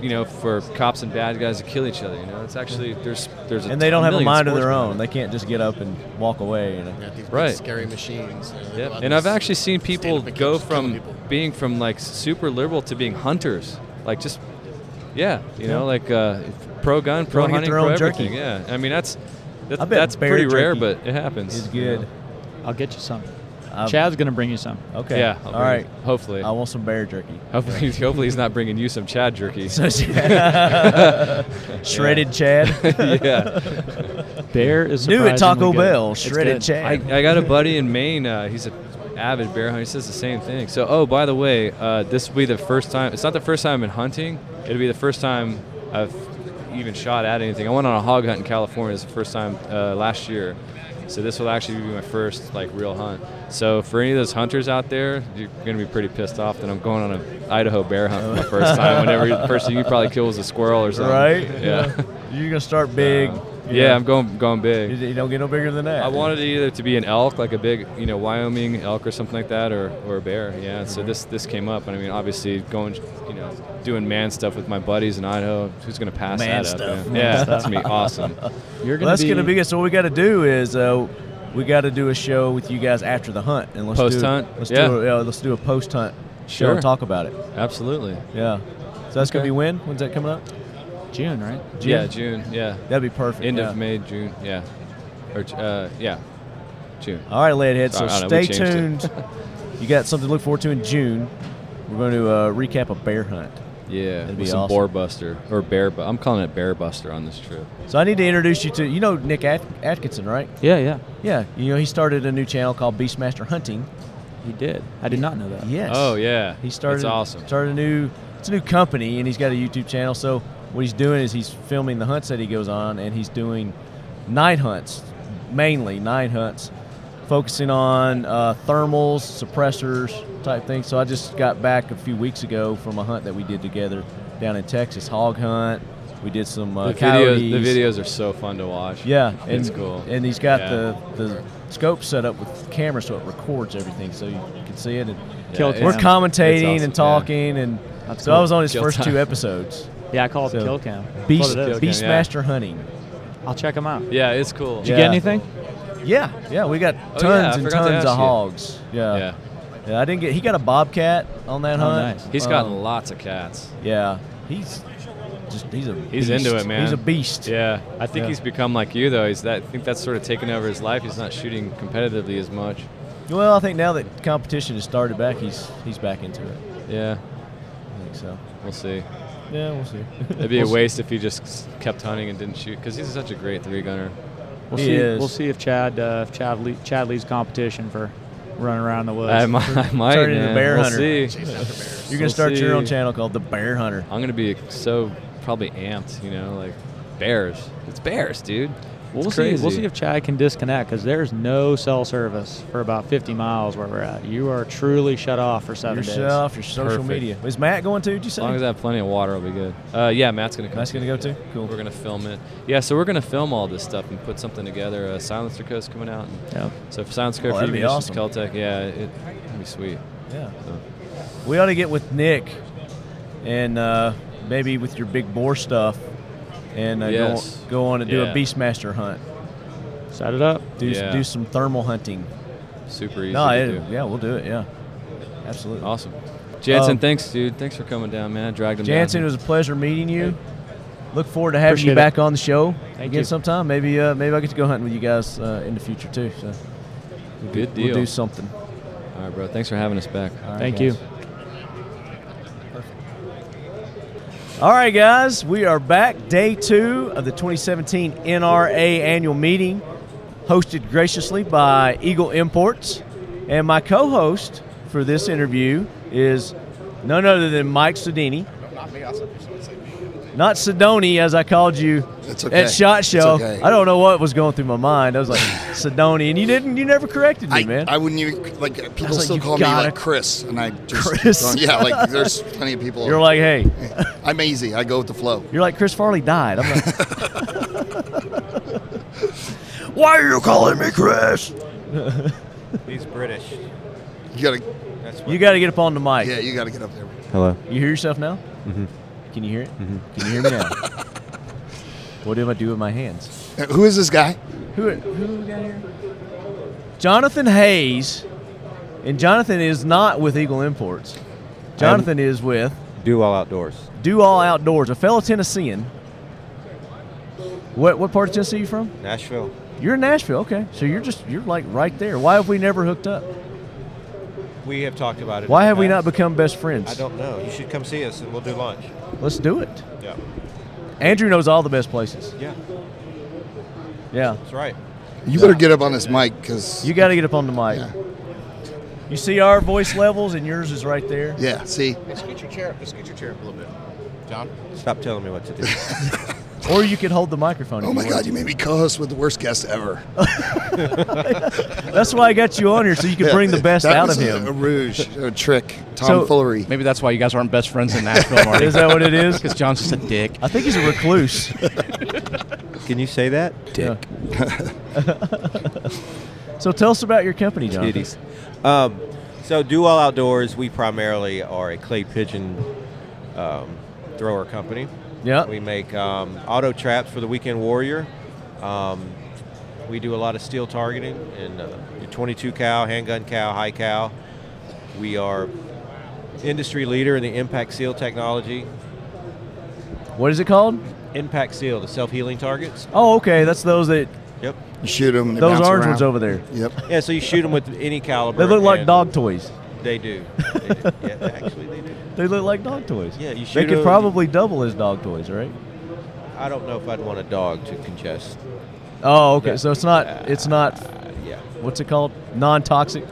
Speaker 3: you know for cops and bad guys to kill each other. You know, it's actually there's there's a
Speaker 1: And they don't
Speaker 3: ton-
Speaker 1: have a
Speaker 3: million
Speaker 1: mind of
Speaker 3: sports
Speaker 1: their
Speaker 3: behind
Speaker 1: own.
Speaker 3: it.
Speaker 1: They can't just get up and walk away. You know?
Speaker 6: Yeah, these big
Speaker 3: Right.
Speaker 6: scary machines. you know, they
Speaker 3: Yep.
Speaker 6: go out
Speaker 3: And
Speaker 6: there
Speaker 3: I've actually seen
Speaker 6: stand
Speaker 3: people
Speaker 6: up and
Speaker 3: go
Speaker 6: keep killing
Speaker 3: from
Speaker 6: people.
Speaker 3: being from like super liberal to being hunters. Like just, yeah, you know, like uh, pro gun, pro
Speaker 1: wanna get
Speaker 3: hunting,
Speaker 1: their
Speaker 3: pro
Speaker 1: own
Speaker 3: everything.
Speaker 1: jerky.
Speaker 3: Yeah, I mean that's that,
Speaker 1: I bet
Speaker 3: that's
Speaker 1: bear
Speaker 3: pretty rare,
Speaker 1: jerky
Speaker 3: but it happens.
Speaker 1: It's good.
Speaker 4: I'll get you some.
Speaker 1: I've-
Speaker 4: Chad's gonna bring you some.
Speaker 1: Okay.
Speaker 3: Yeah. I'll
Speaker 1: All
Speaker 3: bring-
Speaker 1: right.
Speaker 3: Hopefully.
Speaker 1: I want some bear [laughs] jerky.
Speaker 3: Hopefully, [laughs] hopefully he's not bringing you some Chad jerky.
Speaker 1: Shredded Chad.
Speaker 3: [laughs] yeah.
Speaker 4: Bear is
Speaker 1: New at Taco
Speaker 4: surprisingly good.
Speaker 1: Bell,
Speaker 4: It's
Speaker 1: shredded
Speaker 4: good.
Speaker 1: Chad.
Speaker 3: I, I got a buddy in Maine. Uh, he's a avid bear hunter. He says the same thing. So, oh, by the way, uh, this will be the first time. It's not the first time I've been hunting. It'll be the first time I've even shot at anything. I went on a hog hunt in California. It's the first time uh, last year. So this will actually be my first like real hunt. So for any of those hunters out there, you're gonna be pretty pissed off that I'm going on an Idaho bear hunt for my first time. Whenever the first thing you probably kill was a squirrel or something.
Speaker 1: right? [laughs]
Speaker 3: Yeah.
Speaker 1: You're gonna start big.
Speaker 3: Uh,
Speaker 1: you
Speaker 3: [laughs] yeah,
Speaker 1: know.
Speaker 3: I'm going going big.
Speaker 1: You, you don't get no bigger than that.
Speaker 3: I wanted it either to be an elk, like a big, you know, Wyoming elk or something like that, or, or a bear. Yeah. So this this came up, and I mean, obviously going, you know, doing man stuff with my buddies in Idaho. Who's gonna pass
Speaker 1: Man
Speaker 3: that
Speaker 1: stuff.
Speaker 3: up? Man? Yeah, that's gonna be
Speaker 1: [laughs]
Speaker 3: awesome.
Speaker 4: You're
Speaker 1: Well,
Speaker 4: gonna
Speaker 1: that's
Speaker 4: be,
Speaker 1: gonna be good. So what we got to do is uh, we got to do a show with you guys after the hunt, and let's do,
Speaker 3: Post-hunt?
Speaker 1: Let's
Speaker 3: Yeah.
Speaker 1: do a, yeah, let's do a post hunt show
Speaker 3: Sure.
Speaker 1: and talk about it.
Speaker 3: Absolutely.
Speaker 1: Yeah. So that's gonna
Speaker 3: Okay.
Speaker 1: be when? When's that coming up?
Speaker 4: June, right?
Speaker 3: Yeah, June. Yeah.
Speaker 1: That'd be perfect.
Speaker 3: End
Speaker 1: yeah.
Speaker 3: of May, June. Yeah. Or uh, yeah, June.
Speaker 1: All right, Leadhead. So
Speaker 3: Sorry, I know,
Speaker 1: stay
Speaker 3: we
Speaker 1: tuned.
Speaker 3: changed [laughs]
Speaker 1: you got something to look forward to in June. We're going to uh, recap a bear hunt.
Speaker 3: Yeah.
Speaker 1: That'd
Speaker 3: with
Speaker 1: be
Speaker 3: some
Speaker 1: awesome.
Speaker 3: boar buster or bear. Bu- I'm calling it bear buster on this trip.
Speaker 1: So I need to introduce you to you know Nick At- Atkinson, right?
Speaker 4: Yeah, yeah.
Speaker 1: Yeah. You know he started a new channel called Beastmaster Hunting.
Speaker 4: He did. I did not know that.
Speaker 1: Yes.
Speaker 3: Oh yeah.
Speaker 1: He started.
Speaker 3: It's awesome.
Speaker 1: Started a new. It's a new company, and he's got a YouTube channel. So what he's doing is he's filming the hunts that he goes on, and he's doing night hunts, mainly night hunts, focusing on uh, thermals, suppressors type things. So I just got back a few weeks ago from a hunt that we did together down in Texas, hog hunt. We did some uh,
Speaker 3: the videos, the
Speaker 1: coyotes.
Speaker 3: videos are so fun to watch.
Speaker 1: Yeah, and,
Speaker 3: it's cool.
Speaker 1: And he's got
Speaker 3: Yeah.
Speaker 1: the the scope set up with camera, so it records everything, so you, you can see it. And
Speaker 4: Kill
Speaker 3: it's-
Speaker 1: we're
Speaker 4: Yeah.
Speaker 1: commentating
Speaker 3: It's awesome,
Speaker 1: and talking, and
Speaker 4: That's
Speaker 1: so I
Speaker 4: cool.
Speaker 1: was on his
Speaker 3: Kill
Speaker 1: first
Speaker 3: time. [laughs]
Speaker 1: two episodes.
Speaker 4: Yeah, I call it the
Speaker 1: So,
Speaker 4: kill cam.
Speaker 1: Beast,
Speaker 4: That's what it is.
Speaker 3: Beast- yeah.
Speaker 1: Beastmaster hunting.
Speaker 4: I'll check him out. Did
Speaker 3: Yeah, it's cool.
Speaker 4: you
Speaker 1: Yeah.
Speaker 4: get anything?
Speaker 1: Yeah, yeah, we got
Speaker 3: Oh,
Speaker 1: tons
Speaker 3: yeah, I
Speaker 1: and
Speaker 3: forgot to
Speaker 1: tons
Speaker 3: ask
Speaker 1: of
Speaker 3: you.
Speaker 1: hogs. Yeah.
Speaker 3: Yeah.
Speaker 1: yeah, I didn't get. He got a bobcat on that
Speaker 4: Oh,
Speaker 1: hunt.
Speaker 4: nice.
Speaker 3: He's
Speaker 1: Um,
Speaker 3: gotten lots of cats.
Speaker 1: Yeah, he's just he's a
Speaker 3: He's into
Speaker 1: beast.
Speaker 3: it, man.
Speaker 1: He's a beast.
Speaker 3: Yeah, I think
Speaker 1: Yeah.
Speaker 3: he's become like you though. He's that. I think that's sort of taken over his life. He's not shooting competitively as much.
Speaker 1: Well, I think now that competition has started back, he's he's back into it.
Speaker 3: Yeah,
Speaker 1: I think so.
Speaker 3: we'll see.
Speaker 1: Yeah, we'll see.
Speaker 3: It'd be a waste if he just s- kept hunting and didn't shoot because he's such a great three gunner.
Speaker 4: We'll
Speaker 1: He
Speaker 4: see.
Speaker 1: is.
Speaker 4: We'll see if Chad uh, if Chad le- Chad leads competition for running around the woods.
Speaker 3: I might. [laughs] I might
Speaker 1: Turn into
Speaker 3: man.
Speaker 1: bear
Speaker 3: we'll
Speaker 1: hunter.
Speaker 3: see.
Speaker 6: Chase after bears.
Speaker 1: You're
Speaker 3: We'll
Speaker 1: gonna start your own
Speaker 3: see.
Speaker 1: channel called The Bear Hunter.
Speaker 3: I'm gonna be so probably amped. You know, like bears. It's bears, dude. We'll
Speaker 4: It's
Speaker 3: see.
Speaker 4: crazy. We'll
Speaker 3: crazy.
Speaker 4: see if Chad can disconnect because there's no cell service for about 50 miles where we're at. You are truly shut off for 7
Speaker 1: Your
Speaker 4: days.
Speaker 1: shit off your social
Speaker 3: Perfect.
Speaker 1: media. Is Matt going too? Did you
Speaker 3: As
Speaker 1: say?
Speaker 3: long as I have plenty of water, I'll be good. Uh, yeah, Matt's gonna come.
Speaker 1: Matt's gonna go too?
Speaker 3: Cool. We're gonna film it. Yeah, so we're gonna film all this stuff and put something together. Uh, Silencer Co's coming out. And
Speaker 4: Yeah.
Speaker 3: so if Silencer Co
Speaker 1: Oh,
Speaker 3: for
Speaker 1: that'd
Speaker 3: you
Speaker 1: be
Speaker 3: musicians,
Speaker 1: awesome.
Speaker 3: Caltech, yeah, it, it'd be sweet.
Speaker 1: yeah.
Speaker 3: So,
Speaker 1: We ought to get with Nick, and uh, maybe with your big boar stuff, and uh,
Speaker 3: Yes.
Speaker 1: go, go on and do
Speaker 3: Yeah.
Speaker 1: a beastmaster hunt.
Speaker 4: Set it up.
Speaker 1: Do
Speaker 3: Yeah.
Speaker 1: do some thermal hunting.
Speaker 3: super easy
Speaker 1: No,
Speaker 3: to
Speaker 1: it,
Speaker 3: do.
Speaker 1: yeah, we'll do it. Yeah, absolutely.
Speaker 3: Awesome. Jansen,
Speaker 1: Um,
Speaker 3: thanks, dude. Thanks for coming down, man. I dragged him
Speaker 1: Jansen, it
Speaker 3: down.
Speaker 1: was a pleasure meeting you. Look forward to having
Speaker 4: Appreciate
Speaker 1: you
Speaker 4: it.
Speaker 1: back on the show
Speaker 4: Thank
Speaker 1: again
Speaker 4: you.
Speaker 1: sometime. Maybe uh, maybe I get to go hunting with you guys uh, in the future too. So
Speaker 3: was good
Speaker 1: we'll
Speaker 3: deal.
Speaker 1: do something.
Speaker 3: all right, bro. Thanks for having us back.
Speaker 4: Thank
Speaker 1: guys.
Speaker 4: you.
Speaker 1: All right, guys, we are back. Day two of the 2017 NRA annual meeting, hosted graciously by Eagle Imports. And my co host for this interview is none other than Mike Sedini.
Speaker 6: Not me. I said you should say me.
Speaker 1: Not Sedoni, as I called you
Speaker 7: That's okay.
Speaker 1: at SHOT
Speaker 7: It's
Speaker 1: Show.
Speaker 7: okay.
Speaker 1: I don't know what was going through my mind. I was like, [laughs] Sedoni. And you didn't, you never corrected me,
Speaker 7: I,
Speaker 1: man.
Speaker 7: I wouldn't even like people
Speaker 1: like,
Speaker 7: still
Speaker 1: you
Speaker 7: call me
Speaker 1: gotta-
Speaker 7: like Chris, and I just
Speaker 1: Chris.
Speaker 7: don't- yeah,
Speaker 1: [laughs]
Speaker 7: like there's plenty of people.
Speaker 1: You're like, hey,
Speaker 7: I'm easy. I go with the flow.
Speaker 1: you're like, Chris Farley died. I'm like, [laughs]
Speaker 7: Why are you calling me Chris?
Speaker 8: He's British.
Speaker 7: You gotta,
Speaker 8: That's what
Speaker 1: you got to get up on the mic.
Speaker 7: yeah, you gotta get up there.
Speaker 2: Hello.
Speaker 1: You hear yourself now? Mm-hmm. Can you hear it? Mm-hmm. Can you hear me now? [laughs] what do I do with my hands?
Speaker 7: Uh, Who is this guy?
Speaker 1: Who, who we got here? Jonathan Hayes, and Jonathan is not with Eagle Imports. Jonathan is with
Speaker 2: Do all outdoors.
Speaker 1: Do All Outdoors, a fellow Tennessean. What what part of Tennessee you from?
Speaker 2: Nashville.
Speaker 1: You're in Nashville, okay. So you're just you're like right there. Why have we never hooked up?
Speaker 2: We have talked about it. in
Speaker 1: Why
Speaker 2: the
Speaker 1: have we not
Speaker 2: past.
Speaker 1: become best friends?
Speaker 2: I don't know. You should come see us, and we'll do lunch.
Speaker 1: Let's do it.
Speaker 2: Yeah.
Speaker 1: Andrew knows all the best places.
Speaker 2: Yeah.
Speaker 1: Yeah.
Speaker 2: That's right.
Speaker 7: You better get up on this mic because
Speaker 1: You got to get up on the mic.
Speaker 7: Yeah.
Speaker 1: You see our voice levels, and yours is right there.
Speaker 7: yeah, see,
Speaker 6: Hey, scoot your chair up. Just scoot your chair up a little bit. John?
Speaker 2: Stop telling me what to do.
Speaker 1: Or you could hold the microphone. if
Speaker 7: oh
Speaker 1: you
Speaker 7: my
Speaker 1: want.
Speaker 7: God, you made me co-host with the worst guest ever.
Speaker 1: That's why I got you on here so you could
Speaker 7: [laughs]
Speaker 1: bring the best
Speaker 7: That
Speaker 1: out
Speaker 7: was
Speaker 1: of
Speaker 7: a- A
Speaker 1: him.
Speaker 7: rouge,
Speaker 1: [laughs]
Speaker 7: a trick,
Speaker 1: So-
Speaker 7: tomfoolery.
Speaker 9: Maybe that's why you guys aren't best friends in
Speaker 1: [laughs]
Speaker 9: Nashville, Marty.
Speaker 1: Is that what it
Speaker 7: [laughs]
Speaker 1: is?
Speaker 9: Because John's just a dick.
Speaker 1: I think he's a recluse.
Speaker 2: [laughs] Can you say that?
Speaker 1: Dick. so tell us about your company, John.
Speaker 2: Titties. Um, so do all outdoors. We primarily are a clay pigeon um, thrower company.
Speaker 1: Yeah.
Speaker 2: We make um, auto traps for the weekend warrior. Um, we do a lot of steel targeting and uh, 22 cow, handgun cow, high cow. We are industry leader in the impact seal technology.
Speaker 1: What is it called?
Speaker 2: Impact seal, the self-healing targets.
Speaker 1: Oh, okay. That's those that
Speaker 2: Yep.
Speaker 7: You shoot him.
Speaker 1: those orange ones over there.
Speaker 7: Yep.
Speaker 2: Yeah. So you shoot them with any caliber.
Speaker 1: They look like
Speaker 2: and
Speaker 1: dog toys.
Speaker 2: They
Speaker 1: [laughs]
Speaker 2: do. They do. Yeah, actually they do.
Speaker 1: They look like dog toys.
Speaker 2: Yeah, you shoot
Speaker 1: They could
Speaker 2: 'em.
Speaker 1: probably double as dog toys, right?
Speaker 2: I don't know if I'd want a dog to congest.
Speaker 1: Oh, okay.
Speaker 2: Yeah.
Speaker 1: So it's not it's not
Speaker 2: Uh, yeah.
Speaker 1: what's it called? Non-toxic,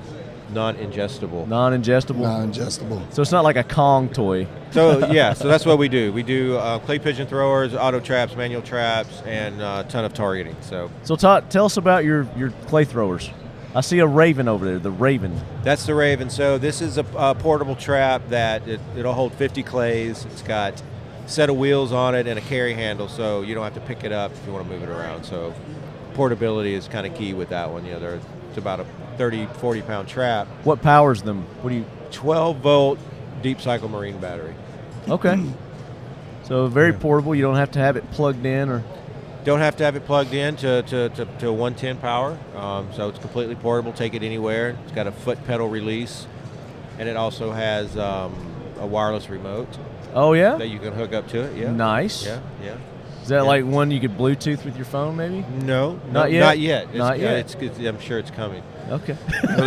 Speaker 2: Non-ingestible.
Speaker 1: non-ingestible. [laughs]
Speaker 7: Not ingestible.
Speaker 1: So it's not like a Kong toy.
Speaker 2: so yeah, so that's what we do. We do uh, clay pigeon throwers, auto traps, manual traps, and uh, a ton of targeting. So
Speaker 1: So Todd, tell us about your your clay throwers. I see a raven over there. The raven.
Speaker 2: that's the Raven. So this is a, a portable trap that it, it'll hold 50 clays. It's got a set of wheels on it and a carry handle, so you don't have to pick it up if you want to move it around. So portability is kind of key with that one. You know, they're, it's about a 30, 40 pound trap,
Speaker 1: What powers them? What do you?
Speaker 2: 12 volt deep cycle marine battery. [clears throat]
Speaker 1: Okay. So very portable. You don't have to have it plugged in or.
Speaker 2: Don't have to have it plugged in to, to, to, to 110 power, um, so it's completely portable. Take it anywhere. It's got a foot pedal release, and it also has um, a wireless remote
Speaker 1: Oh yeah.
Speaker 2: that you can hook up to it. Yeah.
Speaker 1: Nice.
Speaker 2: Yeah. Yeah.
Speaker 1: Is that like one you could Bluetooth with your phone maybe?
Speaker 2: No,
Speaker 1: Not yet?
Speaker 2: Not yet. It's,
Speaker 1: Not
Speaker 2: uh,
Speaker 1: yet.
Speaker 2: It's, it's- I'm sure it's coming.
Speaker 1: Okay.
Speaker 7: But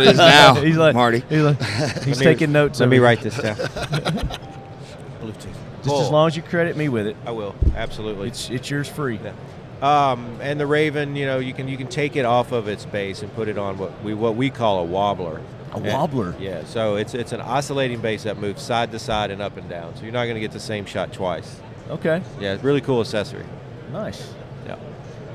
Speaker 1: [laughs]
Speaker 7: it is now,
Speaker 1: he's like
Speaker 7: Marty.
Speaker 2: [laughs]
Speaker 1: He's, like, he's
Speaker 2: Let me-
Speaker 1: taking notes.
Speaker 2: Let
Speaker 1: over
Speaker 2: me
Speaker 1: here.
Speaker 2: write this down. Bluetooth.
Speaker 1: Just as long as you credit me with it.
Speaker 2: [laughs] I will. Absolutely.
Speaker 1: It's it's yours free.
Speaker 2: Yeah. Um, and the Raven, you know, you can you can take it off of its base and put it on what we what we call a wobbler.
Speaker 1: A
Speaker 2: And-
Speaker 1: wobbler?
Speaker 2: yeah. So it's it's an oscillating base that moves side to side and up and down. So you're not going to get the same shot twice.
Speaker 1: Okay.
Speaker 2: Yeah, it's a really cool accessory.
Speaker 1: Nice.
Speaker 2: Yeah.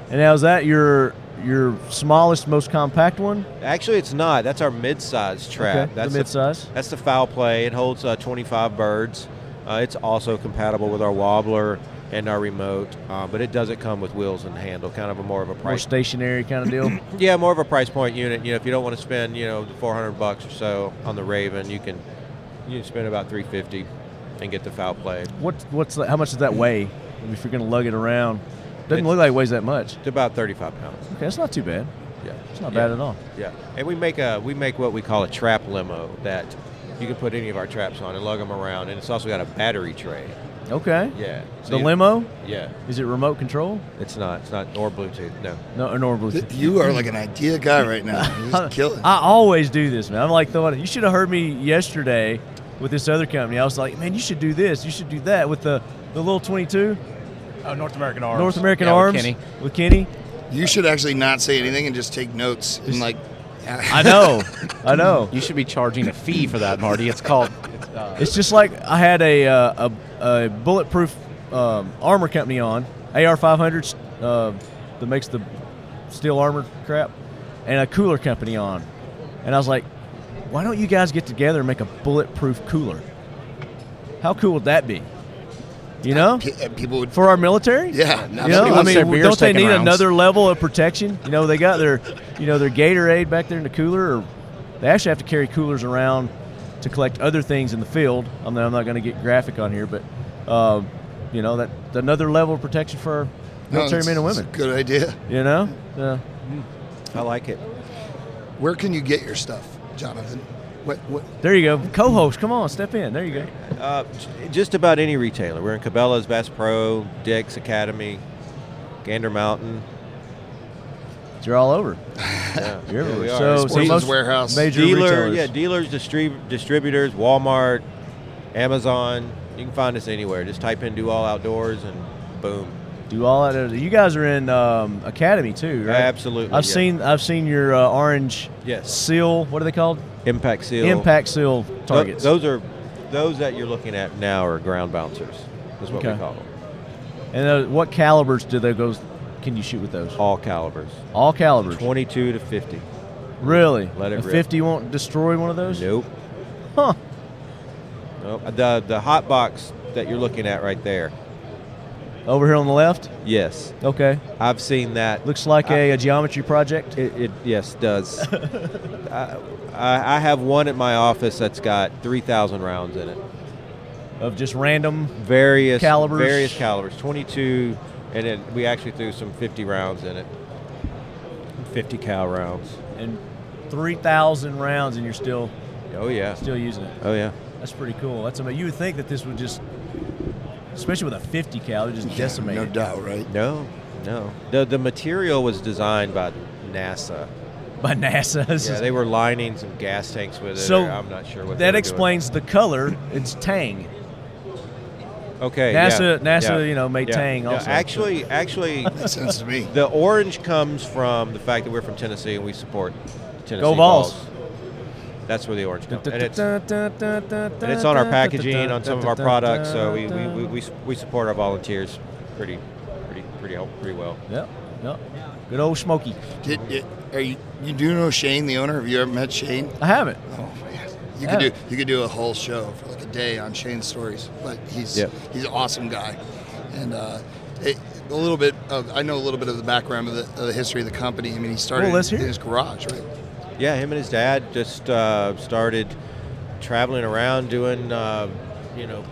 Speaker 1: And now is that your your smallest, most compact one?
Speaker 2: Actually, it's not. That's our mid-size trap.
Speaker 1: Okay, the
Speaker 2: that's
Speaker 1: mid-size.
Speaker 2: that's the foul play. It holds uh, 25 birds. Uh, it's also compatible with our wobbler and our remote, uh, but it doesn't come with wheels and handle. Kind of a more of a
Speaker 1: More
Speaker 2: price.
Speaker 1: stationary kind
Speaker 2: [clears throat]
Speaker 1: of deal.
Speaker 2: yeah, more of a price point unit. You know, if you don't want to spend, you know, the 400 bucks or so on the Raven, you can you can spend about 350 and get the foul play.
Speaker 1: what what's the, how much does that weigh? If you're gonna lug it around, doesn't look like it weighs that much.
Speaker 2: It's about 35 pounds.
Speaker 1: Okay, that's not too bad.
Speaker 2: Yeah,
Speaker 1: It's not
Speaker 2: Yeah.
Speaker 1: bad at all.
Speaker 2: Yeah, and we make a we make what we call a trap limo that you can put any of our traps on and lug them around, and it's also got a battery tray.
Speaker 1: Okay.
Speaker 2: Yeah. So
Speaker 1: the
Speaker 2: you-
Speaker 1: limo.
Speaker 2: Yeah,
Speaker 1: Is it remote control?
Speaker 2: it's not. It's not or Bluetooth. No.
Speaker 1: No, or Bluetooth.
Speaker 7: You are like an idea guy right now. You're
Speaker 1: [laughs]
Speaker 7: just killing.
Speaker 1: I always do this, man. I'm like throwing. You should have heard me yesterday with this other company. I was like, man, you should do this. You should do that with the the little 22
Speaker 8: Oh, North American arms.
Speaker 1: North American
Speaker 9: Yeah, with
Speaker 1: Arms
Speaker 9: Kenny.
Speaker 1: with Kenny.
Speaker 7: You should actually not say anything and just take notes and like.
Speaker 1: I know, I know.
Speaker 9: [laughs] You should be charging a fee for that, Marty. It's called. It's, uh,
Speaker 1: It's just like I had a uh, a, a bulletproof um, armor company on AR 500 uh, that makes the steel armor crap, and a cooler company on, and I was like, why don't you guys get together and make a bulletproof cooler? How cool would that be? You know,
Speaker 7: P- uh, people would.
Speaker 1: for our military.
Speaker 7: Yeah. no,
Speaker 1: You know,
Speaker 7: nobody
Speaker 1: I
Speaker 7: wants
Speaker 1: mean,
Speaker 7: their
Speaker 1: w-
Speaker 7: beer
Speaker 1: don't they
Speaker 7: second
Speaker 1: need
Speaker 7: rounds.
Speaker 1: another level of protection? You know, they got their, you know, their Gatorade back there in the cooler, or they actually have to carry coolers around to collect other things in the field. I mean, I'm not going to get graphic on here, but, um, you know, that another level of protection for
Speaker 7: No,
Speaker 1: military
Speaker 7: it's-
Speaker 1: men and
Speaker 7: it's a
Speaker 1: women.
Speaker 7: Good idea.
Speaker 1: You know, Uh, yeah.
Speaker 2: I like it.
Speaker 7: Where can you get your stuff, Jonathan? What? What?
Speaker 1: there you go. Co-host, come on, step in. There you go.
Speaker 2: Uh, j- just about any retailer. We're in Cabela's, Bass Pro, Dick's Academy, Gander Mountain.
Speaker 1: You're all over.
Speaker 2: Yeah,
Speaker 1: You're
Speaker 2: yeah,
Speaker 1: everywhere.
Speaker 2: we are.
Speaker 1: So, so
Speaker 7: Sportsman's
Speaker 1: most
Speaker 7: Warehouse.
Speaker 1: major
Speaker 2: dealer,
Speaker 1: retailers.
Speaker 2: yeah, dealers, distrib- distributors, Walmart, Amazon. You can find us anywhere. Just type in "Do All Outdoors" and boom.
Speaker 1: Do all that. You guys are in um, academy too, right?
Speaker 2: Absolutely,
Speaker 1: I've
Speaker 2: yeah.
Speaker 1: seen I've seen your uh, orange
Speaker 2: Yes.
Speaker 1: seal. What are they called?
Speaker 2: Impact Seal.
Speaker 1: Impact seal
Speaker 2: Tho-
Speaker 1: targets.
Speaker 2: Those are those that you're looking at now are ground bouncers. Is what
Speaker 1: Okay.
Speaker 2: we call them.
Speaker 1: and uh, what calibers do they go? Can you shoot with those?
Speaker 2: All calibers,
Speaker 1: All calibers.
Speaker 2: 22 to 50.
Speaker 1: Really?
Speaker 2: Let it
Speaker 1: a
Speaker 2: rip.
Speaker 1: 50 won't destroy one of those?
Speaker 2: Nope.
Speaker 1: Huh.
Speaker 2: Nope. The the hot box that you're looking at right there.
Speaker 1: Over here on the left.
Speaker 2: Yes,
Speaker 1: Okay.
Speaker 2: I've seen that.
Speaker 1: Looks like a a geometry project.
Speaker 2: It, it yes
Speaker 1: [laughs]
Speaker 2: does. I, I I have one at my office that's got 3,000 rounds in it.
Speaker 1: of just random.
Speaker 2: Various
Speaker 1: Calibers.
Speaker 2: Various calibers. 22, and then we actually threw some 50 rounds in it. 50 cal rounds.
Speaker 1: And 3,000 rounds, and you're still
Speaker 2: Oh yeah.
Speaker 1: still using it.
Speaker 2: Oh yeah.
Speaker 1: That's pretty cool. That's amazing. You would think that this would just, especially with a 50 cal, it would just decimate.
Speaker 7: No
Speaker 1: it.
Speaker 7: doubt, right?
Speaker 2: No, no. The the material was designed by NASA.
Speaker 1: By NASA. [laughs] This
Speaker 2: Yeah,
Speaker 1: is-
Speaker 2: they were lining some gas tanks with it.
Speaker 1: So
Speaker 2: or I'm not sure what they were
Speaker 1: that
Speaker 2: doing.
Speaker 1: explains the color. It's Tang.
Speaker 2: Okay,
Speaker 1: NASA-
Speaker 2: yeah,
Speaker 1: NASA,
Speaker 2: yeah,
Speaker 1: you know, made
Speaker 2: yeah.
Speaker 1: Tang
Speaker 2: Yeah,
Speaker 1: also.
Speaker 2: Actually, actually,
Speaker 7: Makes sense to me.
Speaker 2: the orange comes from the fact that we're from Tennessee and we support Tennessee
Speaker 1: Go Vols.
Speaker 2: That's where the orange comes, and it's and
Speaker 1: it's
Speaker 2: it's on our packaging, on some of our products. So we we, we, we, s- we support our volunteers pretty pretty pretty hel- pretty well.
Speaker 1: Yep, yep. Good old Smoky.
Speaker 7: Did, y- are you? You do know Shane, the owner? Have you ever met Shane?
Speaker 1: I haven't.
Speaker 7: Oh man, you
Speaker 1: Yeah.
Speaker 7: could do you could do a whole show for like a day on Shane's stories. But he's
Speaker 2: Yeah.
Speaker 7: he's an awesome guy, and uh, it, a little bit of I know a little bit of the background of the, of the history of the company. I mean, he started
Speaker 1: Well, let's hear
Speaker 7: in
Speaker 1: it.
Speaker 7: his garage, right?
Speaker 2: Yeah, him and his dad just uh, started traveling around doing, uh, you know,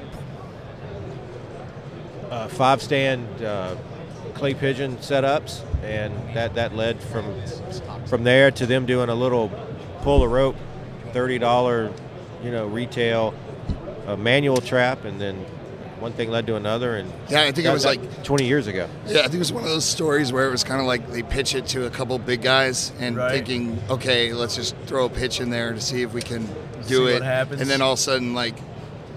Speaker 2: uh, five stand uh, clay pigeon setups, and that, that led from from there to them doing a little pull a rope, thirty dollar, you know, retail uh, manual trap, and then one thing led to another, and
Speaker 7: Yeah, I think it
Speaker 2: that-
Speaker 7: was
Speaker 2: that-
Speaker 7: like
Speaker 2: twenty years ago.
Speaker 7: yeah, I think it was one of those stories where it was kind of like they pitch it to a couple big guys and
Speaker 1: Right.
Speaker 7: thinking, okay, let's just throw a pitch in there to see if we can do
Speaker 1: See what
Speaker 7: it.
Speaker 1: happens.
Speaker 7: And then all of a sudden, like.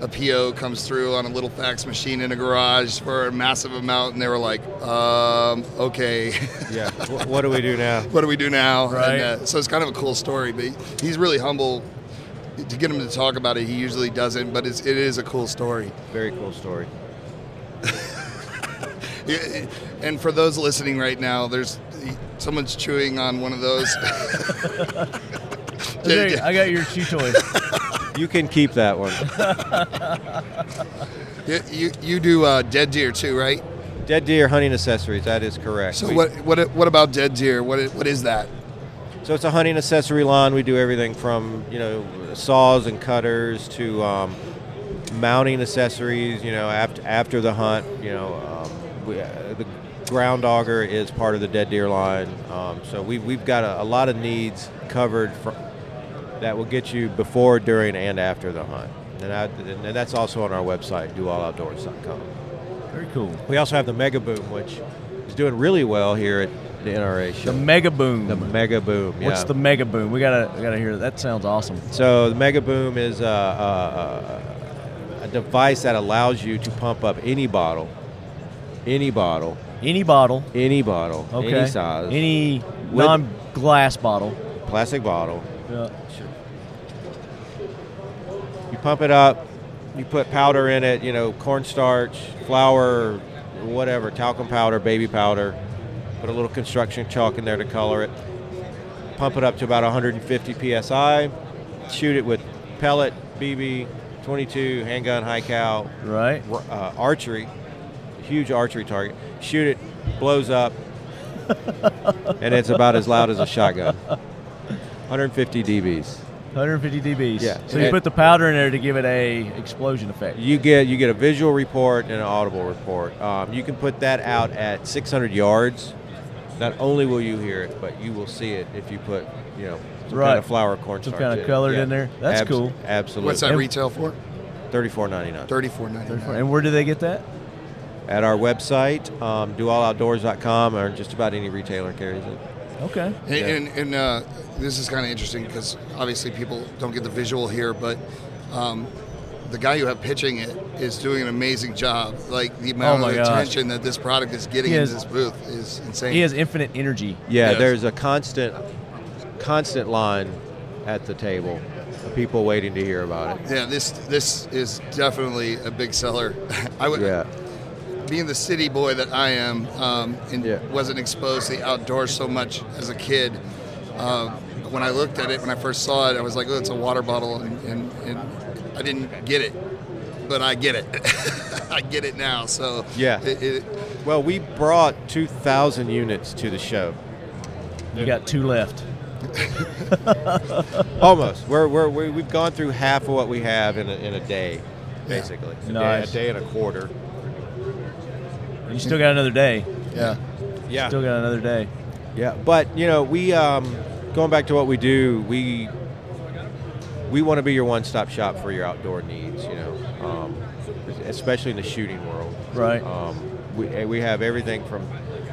Speaker 7: A PO comes through on a little fax machine in a garage for a massive amount, and they were like, um, "Okay, [laughs]
Speaker 2: Yeah, Wh- what do we do now?
Speaker 7: what do we do now?
Speaker 1: Right.
Speaker 7: And, uh, so it's kind of a cool story, but he's really humble. To get him to talk about it, he usually doesn't, but it's, it is a cool story.
Speaker 2: Very cool story.
Speaker 7: Yeah, And for those listening right now, there's someone's chewing on one
Speaker 1: [laughs]
Speaker 7: of those.
Speaker 1: Okay, I got your chew toy.
Speaker 2: You can keep that one.
Speaker 7: you, you, you do uh, dead deer too, right?
Speaker 2: Dead deer hunting accessories. That is correct.
Speaker 7: So
Speaker 2: We-
Speaker 7: what what what about dead deer? What i- what is that?
Speaker 2: So it's a hunting accessory line. We do everything from you know saws and cutters to um, mounting accessories. You know after after the hunt, you know um, we, uh, the ground dogger is part of the dead deer line. Um, so we we've got a, a lot of needs covered for, that will get you before, during, and after the hunt. And, I, and that's also on our website, doalloutdoors.com.
Speaker 1: Very cool.
Speaker 2: We also have the Mega Boom, which is doing really well here at the NRA show.
Speaker 1: The Mega Boom.
Speaker 2: The Mega Boom. Yeah.
Speaker 1: What's the Mega Boom? We gotta we gotta hear. That. that sounds awesome.
Speaker 2: So the Mega Boom is a, a, a device that allows you to pump up any bottle, any bottle,
Speaker 1: any bottle,
Speaker 2: any bottle,
Speaker 1: Okay.
Speaker 2: any size,
Speaker 1: Any
Speaker 2: With-
Speaker 1: non-glass bottle.
Speaker 2: plastic bottle.
Speaker 1: Yeah.
Speaker 2: You pump it up. You put powder in it. You know, cornstarch, flour, whatever, talcum powder, baby powder. Put a little construction chalk in there to color it. Pump it up to about 150 psi. Shoot it with pellet, BB, 22, handgun, high cow,
Speaker 1: Right.
Speaker 2: r- uh, archery, huge archery target. Shoot it, blows
Speaker 1: [laughs]
Speaker 2: up, and it's about as loud as a shotgun. 150 dBs.
Speaker 1: 150 dBs.
Speaker 2: Yeah.
Speaker 1: So you
Speaker 2: And-
Speaker 1: put the powder in there to give it a explosion effect.
Speaker 2: You get you get a visual report and an audible report. Um, you can put that out at 600 yards. Not only will you hear it, but you will see it if you put you know some
Speaker 1: Right.
Speaker 2: kind of flower corn
Speaker 1: Some kind of colored in there. That's cool.
Speaker 2: Absolutely.
Speaker 7: What's that retail for?
Speaker 2: 34.99.
Speaker 7: Thirty four ninety nine.
Speaker 1: And where do they get that?
Speaker 2: At our website, um, doalloutdoors.com, or just about any retailer carries it.
Speaker 1: Okay.
Speaker 7: And, and, and uh, this is kind of interesting because obviously people don't get the visual here, but um, the guy you have pitching it is doing an amazing job. Like the amount
Speaker 1: Oh my
Speaker 7: of
Speaker 1: gosh.
Speaker 7: attention that this product is getting
Speaker 1: He
Speaker 7: in
Speaker 1: is-
Speaker 7: this booth is insane.
Speaker 1: He has infinite energy.
Speaker 2: Yeah,
Speaker 7: Yes.
Speaker 2: there's a constant, constant line at the table of people waiting to hear about it.
Speaker 7: Yeah, this this is definitely a big seller. [laughs] I would
Speaker 2: Yeah,
Speaker 7: being the city boy that I am, um, and
Speaker 2: Yeah.
Speaker 7: wasn't exposed to the outdoors so much as a kid. Uh, when I looked at it, when I first saw it, I was like, "Oh, it's a water bottle," and, and, and I didn't get it, but I get it. [laughs] I get it now. So
Speaker 2: yeah.
Speaker 7: it, it,
Speaker 2: Well, we brought 2,000 units to the show.
Speaker 1: You got two left.
Speaker 2: Almost. We're, we're, we we've gone through half of what we have in a, in a day, basically.
Speaker 9: A day-
Speaker 1: Nice.
Speaker 9: a day and a quarter.
Speaker 1: You still got another day.
Speaker 7: yeah,
Speaker 2: Yeah.
Speaker 1: Still got another day.
Speaker 2: Yeah, but you know, we um, going back to what we do, we we want to be your one-stop shop for your outdoor needs. You know, um, especially in the shooting world.
Speaker 1: Right.
Speaker 2: Um, we eh, we have everything from